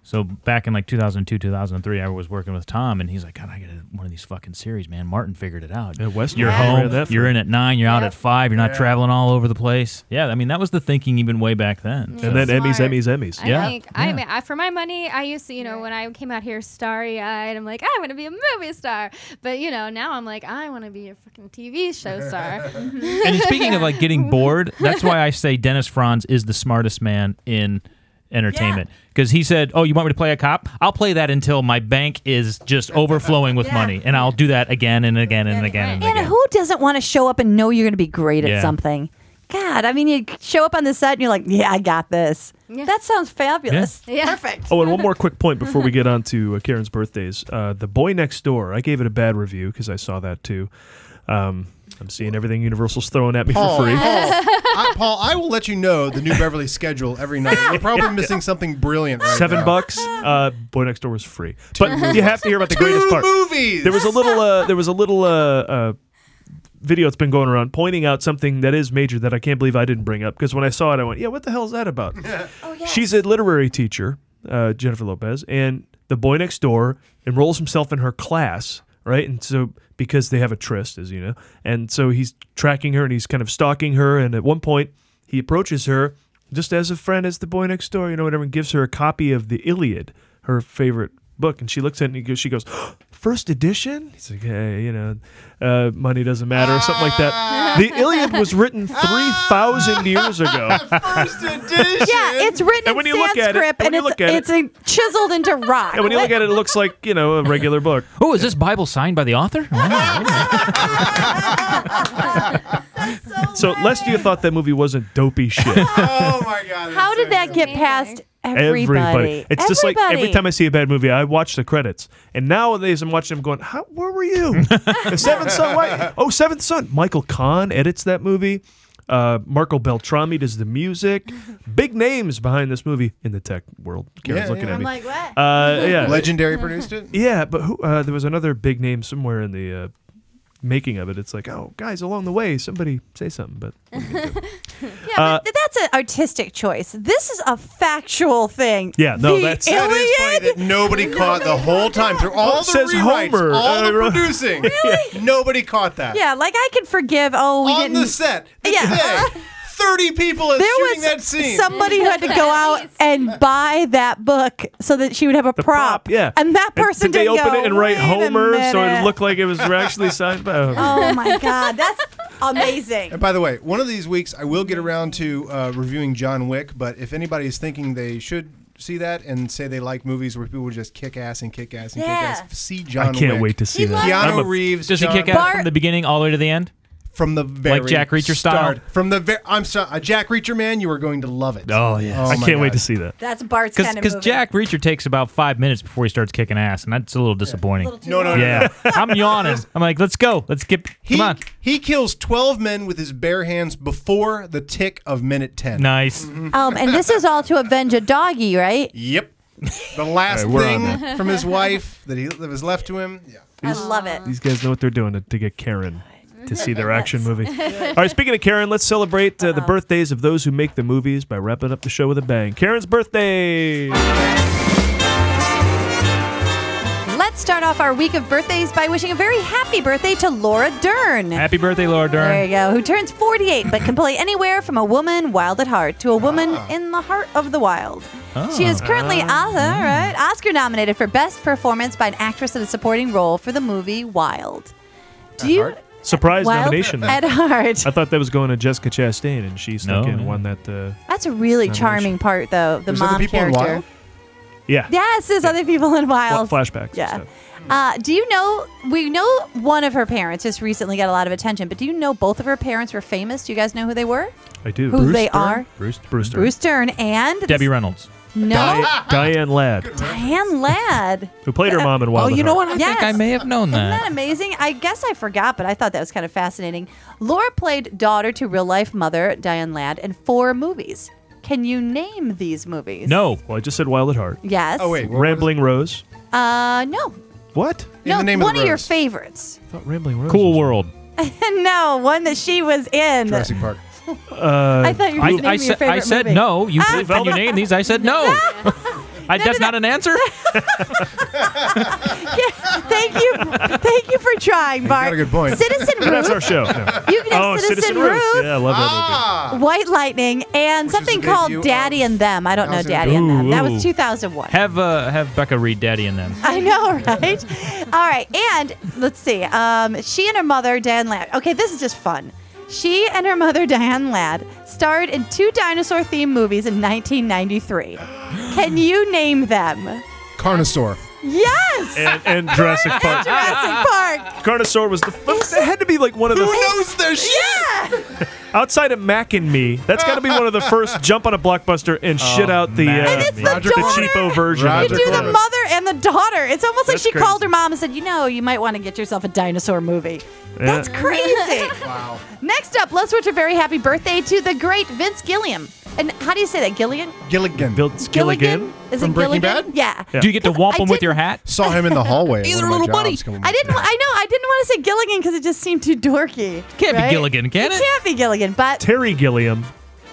[SPEAKER 5] So back in like 2002, 2003, I was working with Tom, and he's like, "God, I got one of these fucking series, man." Martin figured it out.
[SPEAKER 2] Western.
[SPEAKER 5] you're
[SPEAKER 2] Yeah.
[SPEAKER 5] home.
[SPEAKER 2] Yeah, that-
[SPEAKER 5] You're in at nine. You're out at five. You're not
[SPEAKER 2] Yeah.
[SPEAKER 5] traveling all over the place. Yeah, I mean that was the thinking even way back then.
[SPEAKER 2] And then Emmys,
[SPEAKER 15] Smart.
[SPEAKER 2] Emmys, Emmys.
[SPEAKER 15] I think I, mean, I for my money, I used to you know when I came out here starry eyed, I'm like I want to be a movie star, but you know now I'm like I want to be a fucking TV show star.
[SPEAKER 5] and speaking of like getting bored, that's why I say Dennis Franz is the smartest man in entertainment because he said, "Oh, you want me to play a cop? I'll play that until my bank is just overflowing with money, and I'll do that again and again and again and again."
[SPEAKER 4] And who doesn't want to show up and know you're going to be great
[SPEAKER 5] Yeah.
[SPEAKER 4] at something? God, I mean, you show up on the set and you're like, yeah, I got this. That sounds fabulous. Perfect.
[SPEAKER 2] Oh, and one more quick point before we get on to uh, Karen's birthdays. Uh, the Boy Next Door, I gave it a bad review because I saw that too. Um, I'm seeing everything Universal's throwing at me
[SPEAKER 20] Oh
[SPEAKER 3] Paul,
[SPEAKER 2] for free.
[SPEAKER 3] Paul, I, Paul, I will let you know the New Beverly schedule every night. We're probably
[SPEAKER 2] Yeah.
[SPEAKER 3] missing something brilliant. Right
[SPEAKER 2] Seven
[SPEAKER 3] now.
[SPEAKER 2] bucks. Uh, Boy Next Door was free, but
[SPEAKER 3] movies.
[SPEAKER 2] you have to hear about the
[SPEAKER 3] Two
[SPEAKER 2] greatest part.
[SPEAKER 3] movies!
[SPEAKER 2] There was a little. Uh, there was a little. Uh, uh, Video that's been going around pointing out something that is major that I can't believe I didn't bring up because when I saw it, I went, "Yeah, what the hell is that about?" She's a literary teacher, uh, Jennifer Lopez, and the boy next door enrolls himself in her class, right? And so because they have a tryst, as you know, and so he's tracking her and he's kind of stalking her, and at one point he approaches her just as a friend, as the boy next door, you know, whatever, and gives her a copy of the Iliad, her favorite book, and she looks at it and he goes, she goes. First edition? He's like, hey, you know, uh, money doesn't matter, or something like that. The Iliad was written 3,000 years ago. Ah. First edition?
[SPEAKER 4] Yeah, it's written
[SPEAKER 2] And when
[SPEAKER 4] in
[SPEAKER 2] you look at it-
[SPEAKER 4] Sanskrit,
[SPEAKER 2] and when
[SPEAKER 4] and,
[SPEAKER 2] you look at
[SPEAKER 4] it's, it's uh, chiseled into rock.
[SPEAKER 2] And when you look at it, it looks like you know a regular book.
[SPEAKER 5] Oh, is this Bible signed by the author?
[SPEAKER 2] so lest you thought that movie wasn't dopey shit.
[SPEAKER 3] Oh
[SPEAKER 4] How did that get past everybody?
[SPEAKER 2] It's just like every
[SPEAKER 4] Everybody.
[SPEAKER 2] time I see a bad movie, I watch the credits. And nowadays, I'm watching them going, How, "Where were you? The Seventh Son? Why? Oh, Seventh Son. Michael Kahn edits that movie. Uh, Marco Beltrami does the music. Big names behind this movie in the tech world. Karen's
[SPEAKER 3] Yeah,
[SPEAKER 2] looking
[SPEAKER 3] yeah.
[SPEAKER 2] at
[SPEAKER 3] I'm
[SPEAKER 2] me.
[SPEAKER 3] like, what?
[SPEAKER 2] Uh, yeah.
[SPEAKER 3] Legendary produced it?
[SPEAKER 2] Yeah, but who? Uh, there was another big name somewhere in the uh, making of it. It's like, oh, guys, along the way, somebody say something. But
[SPEAKER 4] Yeah,
[SPEAKER 2] Uh,
[SPEAKER 4] but th- that's an artistic choice. This is a factual thing.
[SPEAKER 2] Yeah, no,
[SPEAKER 4] The
[SPEAKER 2] that's-
[SPEAKER 3] That
[SPEAKER 4] Iliad?
[SPEAKER 3] is funny that nobody caught the whole time through all the
[SPEAKER 2] Says
[SPEAKER 3] rewrites,
[SPEAKER 2] Homer.
[SPEAKER 3] all
[SPEAKER 2] Uh,
[SPEAKER 3] the
[SPEAKER 2] ro-
[SPEAKER 3] producing. Nobody caught that.
[SPEAKER 4] Yeah, like I can forgive. Oh, we
[SPEAKER 3] On
[SPEAKER 4] didn't.
[SPEAKER 3] the set, the
[SPEAKER 4] yeah.
[SPEAKER 3] day, thirty people is shooting that scene.
[SPEAKER 4] Somebody who had to go out and buy that book so that she would have a prop.
[SPEAKER 2] yeah.
[SPEAKER 4] and that person
[SPEAKER 2] did they
[SPEAKER 4] didn't
[SPEAKER 2] open
[SPEAKER 4] go,
[SPEAKER 2] it and write
[SPEAKER 4] "Wait a
[SPEAKER 2] Homer so it
[SPEAKER 4] minute."
[SPEAKER 2] looked like it was actually signed by? Homer?
[SPEAKER 4] Oh my god, that's amazing.
[SPEAKER 3] And by the way, one of these weeks I will get around to uh, reviewing John Wick. But if anybody is thinking they should see that and say they like movies where people just kick ass and kick ass and
[SPEAKER 4] Yeah.
[SPEAKER 3] kick ass, see John.
[SPEAKER 2] I can't
[SPEAKER 3] Wick.
[SPEAKER 2] wait to see He that. loves
[SPEAKER 3] Keanu
[SPEAKER 2] it.
[SPEAKER 3] Reeves.
[SPEAKER 5] Does he
[SPEAKER 3] John
[SPEAKER 5] kick out from the beginning all the way to the end?
[SPEAKER 3] From the very
[SPEAKER 5] like Jack Reacher style.
[SPEAKER 3] start from the very? I'm sorry, a Jack Reacher man. You are going to love it.
[SPEAKER 5] Oh yeah,
[SPEAKER 3] Oh,
[SPEAKER 5] I
[SPEAKER 3] my
[SPEAKER 5] can't wait
[SPEAKER 3] God.
[SPEAKER 5] to see that.
[SPEAKER 4] That's Bart's kind of
[SPEAKER 5] Because
[SPEAKER 4] movie.
[SPEAKER 5] Jack Reacher takes about five minutes before he starts kicking ass, and that's a little disappointing.
[SPEAKER 3] No, no, no,
[SPEAKER 5] yeah. I'm yawning. I'm like, let's go, let's get.
[SPEAKER 3] He,
[SPEAKER 5] come on.
[SPEAKER 3] he kills 12 men with his bare hands before the tick of minute 10.
[SPEAKER 5] Nice.
[SPEAKER 4] Um, and this is all to avenge a doggy, right?
[SPEAKER 3] Yep. The last
[SPEAKER 5] All right, we're on
[SPEAKER 3] thing from his wife that he that was left to him. Yeah.
[SPEAKER 1] I love it.
[SPEAKER 2] These guys know what they're doing to, to get Karen to see their action movie. All right, speaking of Karen, let's celebrate uh,
[SPEAKER 4] Uh-huh.
[SPEAKER 2] the birthdays of those who make the movies by wrapping up the show with a bang. Karen's birthday.
[SPEAKER 4] Let's start off our week of birthdays by wishing a very happy birthday to Laura Dern.
[SPEAKER 5] Happy birthday, Laura Dern.
[SPEAKER 4] There you go. Who turns 48 but can play anywhere from a woman wild at heart to a woman
[SPEAKER 2] Ah.
[SPEAKER 4] in the heart of the wild. She is currently
[SPEAKER 1] Ah.
[SPEAKER 4] Oscar,
[SPEAKER 2] Mm.
[SPEAKER 4] right? Oscar nominated for Best Performance by an Actress in a Supporting Role for the movie Wild. Do you
[SPEAKER 2] Surprise
[SPEAKER 4] Wild
[SPEAKER 2] nomination.
[SPEAKER 4] at heart.
[SPEAKER 2] I thought that was going to Jessica Chastain, and she
[SPEAKER 5] No,
[SPEAKER 2] snuck in and
[SPEAKER 5] yeah.
[SPEAKER 2] won that. Uh,
[SPEAKER 4] That's a really
[SPEAKER 2] Nomination.
[SPEAKER 4] charming part though, the
[SPEAKER 2] There's other
[SPEAKER 4] mom
[SPEAKER 2] people in
[SPEAKER 4] character.
[SPEAKER 2] Wild? yeah.
[SPEAKER 4] Yes, there's other people in Wild.
[SPEAKER 2] Fla- flashbacks and
[SPEAKER 4] Yeah.
[SPEAKER 2] stuff.
[SPEAKER 4] Uh, do you know? We know one of her parents just recently got a lot of attention, but do you know both of her parents were famous? Do you guys know who they were?
[SPEAKER 2] I do.
[SPEAKER 4] Who they are?
[SPEAKER 2] Bruce. Brewster.
[SPEAKER 4] Bruce Dern and
[SPEAKER 5] Debbie Reynolds.
[SPEAKER 4] no
[SPEAKER 2] Di- Diane Ladd,
[SPEAKER 4] Diane Ladd.
[SPEAKER 2] who played her mom in Wild.
[SPEAKER 5] oh,
[SPEAKER 2] at
[SPEAKER 5] you know
[SPEAKER 2] Heart.
[SPEAKER 5] what? I think I may have known
[SPEAKER 4] Isn't
[SPEAKER 5] that.
[SPEAKER 4] that amazing? I guess I forgot, but I thought that was kind of fascinating. Laura played daughter to real life mother Diane Ladd in four movies. Can you name these movies?
[SPEAKER 2] No. Well, I just said Wild at Heart.
[SPEAKER 4] Yes. Oh, wait, what
[SPEAKER 2] Rambling Rose.
[SPEAKER 4] Uh, no.
[SPEAKER 2] What?
[SPEAKER 4] no, one of your favorites.
[SPEAKER 2] I thought Rambling Rose.
[SPEAKER 5] Cool World.
[SPEAKER 4] no, one that she was in.
[SPEAKER 2] Park. Uh,
[SPEAKER 4] I thought you were
[SPEAKER 5] I,
[SPEAKER 4] naming
[SPEAKER 5] I,
[SPEAKER 4] your
[SPEAKER 5] said, I
[SPEAKER 4] favorite
[SPEAKER 5] said
[SPEAKER 4] movie. Ah!
[SPEAKER 5] no. You can you name these? I said no. I, that's not an answer.
[SPEAKER 4] thank you, thank you for trying, Bart.
[SPEAKER 21] got a good point.
[SPEAKER 4] Citizen Ruth.
[SPEAKER 2] That's our show. No.
[SPEAKER 4] You can have
[SPEAKER 2] oh,
[SPEAKER 4] Citizen,
[SPEAKER 2] Ruth.
[SPEAKER 4] Ruth.
[SPEAKER 2] Yeah, I love
[SPEAKER 4] White Lightning and something
[SPEAKER 2] debut
[SPEAKER 4] called Daddy and Them. I don't know Daddy and Them. That was 2001.
[SPEAKER 5] Have uh, have Becca read Daddy and them.
[SPEAKER 4] I know, right? All right, and let's see. Um, she and her mother, Diane Ladd. Okay, this is just fun. She and her mother, Diane Ladd, starred in two dinosaur-themed movies in 1993. Can you name them?
[SPEAKER 21] Carnosaur.
[SPEAKER 4] Yes.
[SPEAKER 2] And, and Jurassic Park.
[SPEAKER 4] Jurassic Park.
[SPEAKER 2] Carnosaur was the. F- it had to be like one of the.
[SPEAKER 21] their shit?
[SPEAKER 2] Outside of Mac and Me, that's got to be one of the first jump on a blockbuster and shit out the
[SPEAKER 5] Mac
[SPEAKER 2] uh,
[SPEAKER 5] And It's Me. the
[SPEAKER 2] cheapo version.
[SPEAKER 4] You do the mother and the daughter. It's almost like
[SPEAKER 2] That's
[SPEAKER 4] she
[SPEAKER 2] crazy.
[SPEAKER 4] called her mom and said, "You know, you might want to get yourself a dinosaur movie."
[SPEAKER 2] Yeah.
[SPEAKER 4] That's crazy.
[SPEAKER 21] wow.
[SPEAKER 4] Next up, let's wish a very happy birthday to the great Vince Gilliam. And how do you say that? Gillian?
[SPEAKER 21] Gilligan.
[SPEAKER 2] Vince Gilligan.
[SPEAKER 4] Is it Gilligan? Yeah.
[SPEAKER 5] Do you get to whomp
[SPEAKER 4] I
[SPEAKER 5] them with your hat?
[SPEAKER 21] Saw him in the hallway. at
[SPEAKER 5] Either
[SPEAKER 21] one of my
[SPEAKER 5] little buddy.
[SPEAKER 21] jobs a couple
[SPEAKER 4] I didn't. I know. I didn't want to say Gilligan because it just seemed too dorky.
[SPEAKER 5] Can't be
[SPEAKER 4] right?
[SPEAKER 5] Gilligan, can it?
[SPEAKER 4] Can't be Gilligan, but
[SPEAKER 2] Terry Gilliam.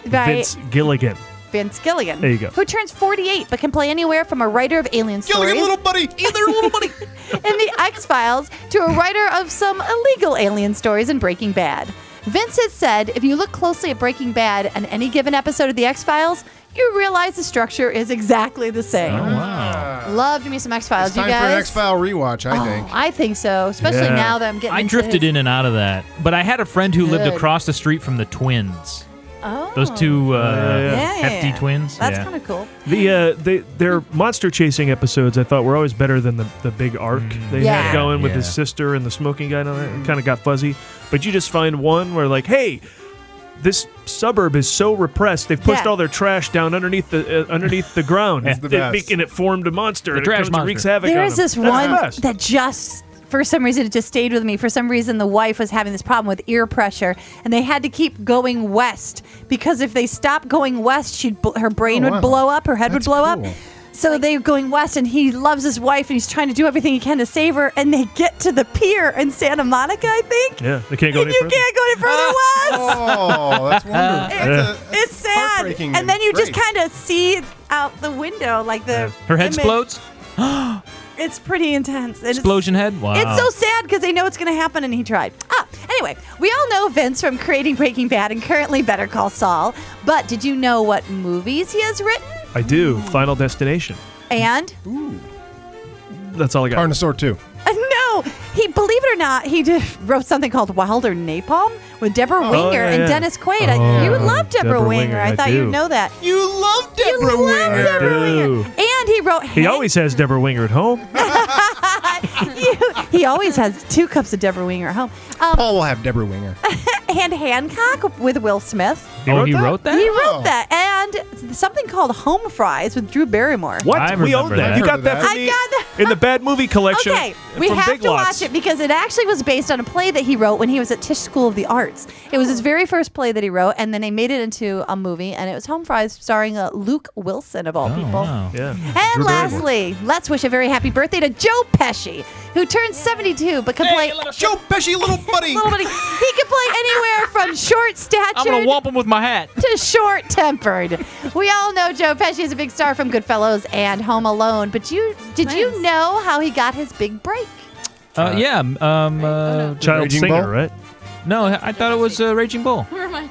[SPEAKER 4] Right.
[SPEAKER 2] Vince Gilligan.
[SPEAKER 4] Vince Gilligan.
[SPEAKER 2] There you go.
[SPEAKER 4] Who turns 48 but can play anywhere from a writer of alien stories.
[SPEAKER 21] buddy.
[SPEAKER 4] Either little buddy. in the X Files to a writer of some illegal alien stories in Breaking Bad. Vince has said if you look closely at Breaking Bad and any given episode of the X Files, you realize the structure is exactly the same.
[SPEAKER 2] Oh,
[SPEAKER 5] wow.
[SPEAKER 4] Loved me some X Files,
[SPEAKER 21] It's
[SPEAKER 4] you
[SPEAKER 21] time for an X
[SPEAKER 4] guys. Oh.
[SPEAKER 21] File rewatch, I think.
[SPEAKER 4] I think so, especially
[SPEAKER 5] Oh. Yeah.
[SPEAKER 4] now that I'm getting.
[SPEAKER 5] I drifted in and out of that, but I had a friend who lived
[SPEAKER 4] Good.
[SPEAKER 5] across the street from the twins.
[SPEAKER 4] Oh.
[SPEAKER 5] Those two uh,
[SPEAKER 2] Yeah.
[SPEAKER 5] hefty twins.
[SPEAKER 4] That's
[SPEAKER 5] yeah.
[SPEAKER 4] kind of cool.
[SPEAKER 2] The uh, they, their monster chasing episodes I thought were always better than the, the big arc they
[SPEAKER 4] Yeah.
[SPEAKER 2] had going with
[SPEAKER 5] Mm. Yeah.
[SPEAKER 2] his sister and the smoking guy and all that. It kind of got fuzzy, but you just find one where like, hey, this suburb is so repressed they've pushed
[SPEAKER 4] Yeah.
[SPEAKER 2] all their trash down underneath the uh, underneath the ground,
[SPEAKER 21] It's the
[SPEAKER 2] They-
[SPEAKER 21] best.
[SPEAKER 2] making it formed a monster.
[SPEAKER 5] The
[SPEAKER 2] and
[SPEAKER 5] trash
[SPEAKER 2] it comes and
[SPEAKER 5] monster.
[SPEAKER 2] wreaks havoc.
[SPEAKER 4] There
[SPEAKER 2] on
[SPEAKER 4] is
[SPEAKER 2] them.
[SPEAKER 4] this
[SPEAKER 2] That's the
[SPEAKER 4] one
[SPEAKER 2] best.
[SPEAKER 4] that just, for some reason, it just stayed with me. For some reason, the wife was having this problem with ear pressure, and they had to keep going west because if they stopped going west, she'd bl- her brain
[SPEAKER 21] Oh,
[SPEAKER 4] would
[SPEAKER 21] wow.
[SPEAKER 4] blow up, her head
[SPEAKER 21] That's
[SPEAKER 4] would blow
[SPEAKER 21] cool.
[SPEAKER 4] up. So they're going west, and he loves his wife, and he's trying to do everything he can to save her. And they get to the pier in Santa Monica, I think,
[SPEAKER 2] Yeah, they can't go
[SPEAKER 4] and
[SPEAKER 2] any
[SPEAKER 4] you
[SPEAKER 2] further. Ah.
[SPEAKER 4] can't go any further west.
[SPEAKER 21] Oh, that's wonderful.
[SPEAKER 2] Yeah.
[SPEAKER 4] It's sad,
[SPEAKER 21] heartbreaking
[SPEAKER 4] and
[SPEAKER 21] and
[SPEAKER 4] then you just
[SPEAKER 21] great.
[SPEAKER 4] kind of see out the window, like the
[SPEAKER 5] Her head
[SPEAKER 4] image.
[SPEAKER 5] explodes.
[SPEAKER 4] It's pretty intense. and it's-
[SPEAKER 5] Explosion head. Wow.
[SPEAKER 4] It's so sad because they know it's going to happen and he tried. Ah, anyway, we all know Vince from creating Breaking Bad and currently Better Call Saul. But did you know what movies he has written?
[SPEAKER 2] I do. Final Destination.
[SPEAKER 4] And
[SPEAKER 2] That's all I got.
[SPEAKER 21] Carnosaur 2.
[SPEAKER 4] uh, no, he believe it or not, he did, wrote something called Wilder Napalm with Deborah
[SPEAKER 2] Oh,
[SPEAKER 4] Winger
[SPEAKER 2] yeah,
[SPEAKER 4] and
[SPEAKER 2] yeah.
[SPEAKER 4] Dennis Quaid. I-
[SPEAKER 2] Oh,
[SPEAKER 4] you love Deborah,
[SPEAKER 2] Deborwinger,
[SPEAKER 4] Winger. I
[SPEAKER 2] I
[SPEAKER 4] thought
[SPEAKER 2] do.
[SPEAKER 4] you'd know that.
[SPEAKER 21] You love Deborah
[SPEAKER 4] love
[SPEAKER 21] Winger.
[SPEAKER 2] I do.
[SPEAKER 4] And he wrote.
[SPEAKER 2] He always has Deborah Winger at home.
[SPEAKER 4] he always has two cups of Deborah Winger at home. Um,
[SPEAKER 21] Paul will have Deborah Winger.
[SPEAKER 4] and Hancock with Will Smith.
[SPEAKER 5] oh, he wrote that. Oh.
[SPEAKER 4] He wrote that, and something called Home Fries with Drew Barrymore.
[SPEAKER 2] What?
[SPEAKER 5] I
[SPEAKER 2] we own
[SPEAKER 5] remember
[SPEAKER 2] that.
[SPEAKER 5] that.
[SPEAKER 2] You got that
[SPEAKER 4] I
[SPEAKER 2] from
[SPEAKER 4] got
[SPEAKER 2] me
[SPEAKER 4] that.
[SPEAKER 2] in the bad movie collection.
[SPEAKER 4] Okay, we
[SPEAKER 2] from
[SPEAKER 4] have
[SPEAKER 2] Big
[SPEAKER 4] to
[SPEAKER 2] Lots.
[SPEAKER 4] watch it because it actually was based on a play that he wrote when he was at Tisch School of the Arts. It was his very first play that he wrote, and then they made it into a movie, and it was Home Fries starring uh, Luke Wilson of all people.
[SPEAKER 5] Oh, Wow.
[SPEAKER 2] Yeah.
[SPEAKER 4] And lastly, let's wish a very happy birthday to Joe Pesci, who turned 72 but could play.
[SPEAKER 3] Joe Pesci, little buddy.
[SPEAKER 4] little buddy. He could play anywhere from short statured.
[SPEAKER 5] I'm gonna whomp him with my hat.
[SPEAKER 4] to short tempered. We all know Joe Pesci is a big star from Goodfellas and Home Alone, but you did you know how he got his big break?
[SPEAKER 5] Uh, yeah, um,
[SPEAKER 4] Oh,
[SPEAKER 5] uh,
[SPEAKER 2] Child Raging singer, Bull? right?
[SPEAKER 5] No, I I thought it was uh, Raging Bull.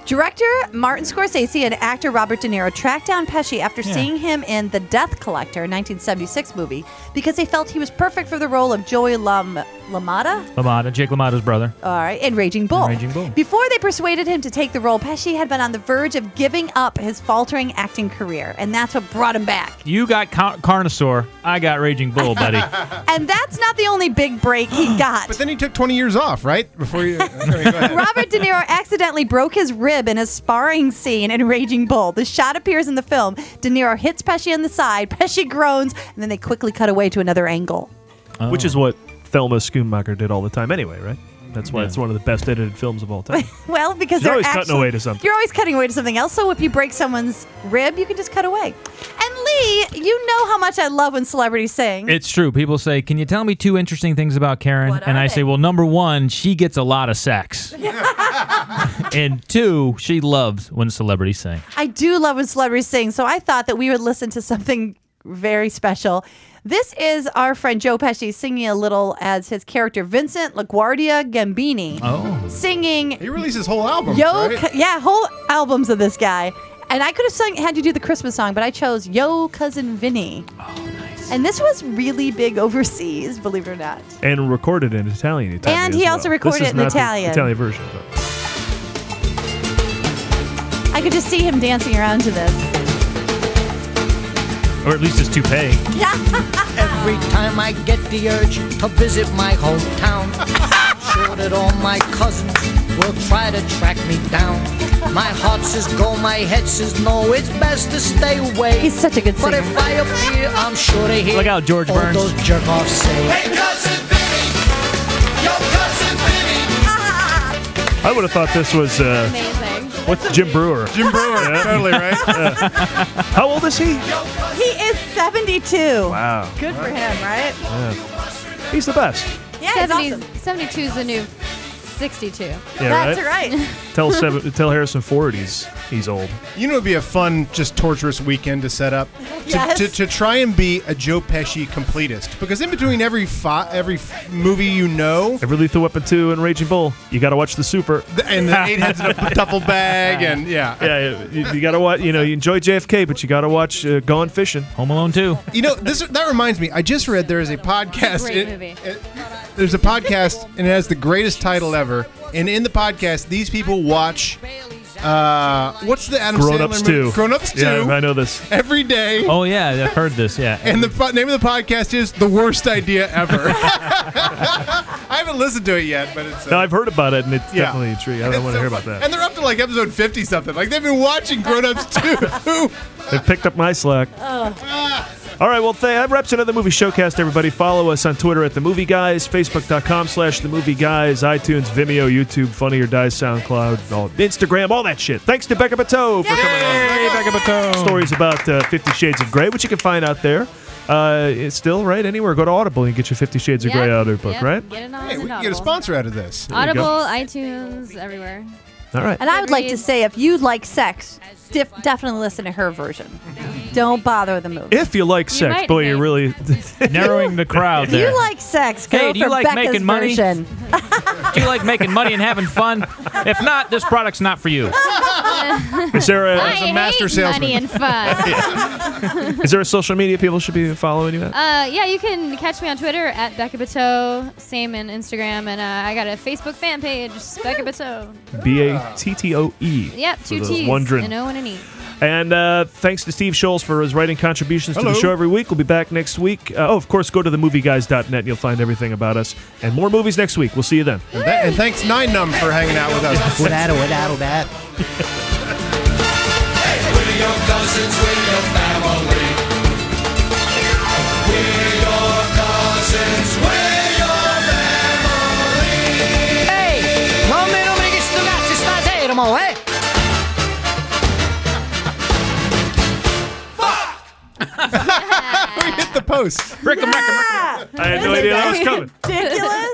[SPEAKER 4] Director Martin Scorsese and actor Robert De Niro tracked down Pesci after
[SPEAKER 5] Yeah.
[SPEAKER 4] seeing him in The Death Collector, a 1976 movie, because they felt he was perfect for the role of Joey Lam- LaMotta.
[SPEAKER 5] Lamada, Jake Lamada's brother.
[SPEAKER 4] All right, and Raging Bull.
[SPEAKER 5] Raging Bull.
[SPEAKER 4] Before they persuaded him to take the role, Pesci had been on the verge of giving up his faltering acting career, and that's what brought him back.
[SPEAKER 5] You got Car- Carnosaur. I got Raging Bull, buddy.
[SPEAKER 4] And that's not the only big break he got.
[SPEAKER 21] But then he took 20 years off, right? Before you. Anyway, go ahead.
[SPEAKER 4] Robert De Niro accidentally broke his rib in a sparring scene in Raging Bull. The shot appears in the film. De Niro hits Pesci on the side. Pesci groans, and then they quickly cut away to another angle.
[SPEAKER 5] Oh.
[SPEAKER 2] Which is what Thelma Schoonmaker did all the time anyway, right? That's why it's one of the best edited films of all time.
[SPEAKER 4] Well, because
[SPEAKER 2] She's
[SPEAKER 4] they're
[SPEAKER 2] always cutting
[SPEAKER 4] actually,
[SPEAKER 2] away to something.
[SPEAKER 4] You're always cutting away to something else. So if you break someone's rib, you can just cut away. And Lee, you know how much I love when celebrities sing.
[SPEAKER 5] It's true. People say, "Can you tell me two interesting things about Karen?"
[SPEAKER 4] What
[SPEAKER 5] and
[SPEAKER 4] are
[SPEAKER 5] I
[SPEAKER 4] they?
[SPEAKER 5] say, "Well, number one, she gets a lot of sex, and two, she loves when celebrities sing."
[SPEAKER 4] I do love when celebrities sing, so I thought that we would listen to something very special. This is our friend Joe Pesci singing a little as his character Vincent LaGuardia Gambini.
[SPEAKER 5] Oh.
[SPEAKER 4] Singing.
[SPEAKER 21] He released his whole album.
[SPEAKER 4] Yo,
[SPEAKER 21] right?
[SPEAKER 4] cu- yeah, whole albums of this guy. And I could have sung, had you do the Christmas song, but I chose Yo Cousin Vinny. Oh, nice. And this was really big overseas, believe it or not.
[SPEAKER 2] and recorded in Italian. Italian
[SPEAKER 4] And
[SPEAKER 2] as
[SPEAKER 4] he
[SPEAKER 2] well.
[SPEAKER 4] also recorded
[SPEAKER 2] This is
[SPEAKER 4] it in
[SPEAKER 2] not the
[SPEAKER 4] Italian.
[SPEAKER 2] Italian version. But.
[SPEAKER 4] I could just see him dancing around to this.
[SPEAKER 5] Or at least his toupee.
[SPEAKER 20] Every time I get the urge to visit my hometown, I'm sure that all my cousins will try to track me down. My heart says go, my head says no, it's best to stay away. He's
[SPEAKER 4] such a good
[SPEAKER 20] But if I appear, I'm sure to hear
[SPEAKER 5] Look out, George
[SPEAKER 20] all
[SPEAKER 5] Burns.
[SPEAKER 20] those jerk offs say.
[SPEAKER 14] Hey, cousin Vinny! Yo, cousin Vinny!
[SPEAKER 2] I would have thought this was uh,
[SPEAKER 14] Amazing.
[SPEAKER 2] what's Jim Brewer?
[SPEAKER 21] Jim Brewer, totally, right?
[SPEAKER 2] Yeah. How old is he?
[SPEAKER 4] He is 72.
[SPEAKER 2] Wow.
[SPEAKER 4] Good for him, right?
[SPEAKER 2] Yeah. He's the best.
[SPEAKER 4] Yeah,
[SPEAKER 15] 72 is the new 62.
[SPEAKER 2] Yeah, That's right?
[SPEAKER 15] right.
[SPEAKER 2] Tell seven, tell Harrison Ford he's he's old.
[SPEAKER 21] You know, it'd be a fun, just torturous weekend to set up to,
[SPEAKER 14] Yes.
[SPEAKER 21] to, to try and be a Joe Pesci completist. Because in between every fi- every f- movie you know,
[SPEAKER 2] Every Lethal Weapon two and Raging Bull. You got to watch the Super
[SPEAKER 21] and the eight heads in a duffel bag, and yeah,
[SPEAKER 2] yeah. You, you got to watch. You know, you enjoy JFK, but you got to watch uh, Gone Fishing,
[SPEAKER 5] Home Alone two.
[SPEAKER 21] you know this that reminds me. I just read there is a podcast.
[SPEAKER 14] Great
[SPEAKER 21] it-
[SPEAKER 14] movie.
[SPEAKER 21] there's a podcast and it has the greatest title ever. And in the podcast, these people watch. Uh, what's the Adam
[SPEAKER 2] Grown
[SPEAKER 21] Sandler
[SPEAKER 2] Ups
[SPEAKER 21] movie?
[SPEAKER 2] two.
[SPEAKER 21] Grown Ups Two.
[SPEAKER 2] Yeah, I know this.
[SPEAKER 21] Every day.
[SPEAKER 5] Oh yeah, I've heard this. Yeah.
[SPEAKER 21] And the po- name of the podcast is The Worst Idea Ever. I haven't listened to it yet, but it's. uh,
[SPEAKER 2] No, I've heard about it, and it's
[SPEAKER 21] Yeah.
[SPEAKER 2] definitely intriguing. I
[SPEAKER 21] it's
[SPEAKER 2] don't want to
[SPEAKER 21] so
[SPEAKER 2] hear
[SPEAKER 21] fun.
[SPEAKER 2] about that.
[SPEAKER 21] And they're up to like episode 50 something. Like they've been watching Grown Ups too.
[SPEAKER 2] They've picked up my slack. All right, well, th- that wraps another movie showcast, everybody. Follow us on Twitter at The Movie Guys, Facebook.com slash The Movie Guys, iTunes, Vimeo, YouTube, Funny or Die, SoundCloud, all, Instagram, all that shit. Thanks to Becca Bateau for coming on. Becca Bateau. Stories about uh, Fifty Shades of Grey, which you can find out there. Uh, it's still, right, anywhere. Go to Audible and get your Fifty Shades of
[SPEAKER 15] Yep,
[SPEAKER 2] Grey audiobook,
[SPEAKER 15] yep,
[SPEAKER 2] right?
[SPEAKER 15] Get it on
[SPEAKER 21] Hey, we can
[SPEAKER 15] Audible.
[SPEAKER 21] get a sponsor out of this.
[SPEAKER 2] There you
[SPEAKER 15] Audible,
[SPEAKER 2] go.
[SPEAKER 15] iTunes, everywhere.
[SPEAKER 2] All right.
[SPEAKER 4] And I would like to say if you like sex, def- definitely listen to her version. Don't bother the movie.
[SPEAKER 2] If you like sex,
[SPEAKER 4] might
[SPEAKER 2] boy, you're really
[SPEAKER 5] narrowing the crowd
[SPEAKER 4] If you like sex, go
[SPEAKER 5] Hey, do you
[SPEAKER 4] for
[SPEAKER 5] like
[SPEAKER 4] Becca's
[SPEAKER 5] making money?
[SPEAKER 4] version.
[SPEAKER 5] Do you like making money and having fun? If not, this product's not for you.
[SPEAKER 2] Is there a-
[SPEAKER 15] I
[SPEAKER 2] As a
[SPEAKER 15] hate
[SPEAKER 2] master salesman.
[SPEAKER 15] money and fun.
[SPEAKER 2] Is there a social media people should be following you at?
[SPEAKER 15] Uh, yeah, you can catch me on Twitter at Becca Bateau, same in Instagram, and uh, I got a Facebook fan page, Becca Bateau.
[SPEAKER 2] B A T T O E.
[SPEAKER 15] Yep,
[SPEAKER 2] For
[SPEAKER 15] two
[SPEAKER 2] those
[SPEAKER 15] T's,
[SPEAKER 2] wondering.
[SPEAKER 15] an O and an E.
[SPEAKER 2] And uh, thanks to Steve Scholes for his writing contributions to the
[SPEAKER 15] Hello.
[SPEAKER 2] show every week. We'll be back next week. Uh, oh, of course, go to themovieguys.net and you'll find everything about us and more movies next week. We'll see you then.
[SPEAKER 21] And, tha- and thanks Nine Numb for hanging out with us.
[SPEAKER 20] Wadaddle, wadaddle, dad.
[SPEAKER 14] We're your cousins, we're your family. We're your cousins, we're your family.
[SPEAKER 20] Ehi, non mi nomini che sto cazzo stasera, mo, eh?
[SPEAKER 21] we hit the post.
[SPEAKER 22] Post.
[SPEAKER 23] Rick,
[SPEAKER 3] I had no idea that was coming.
[SPEAKER 2] Ridiculous.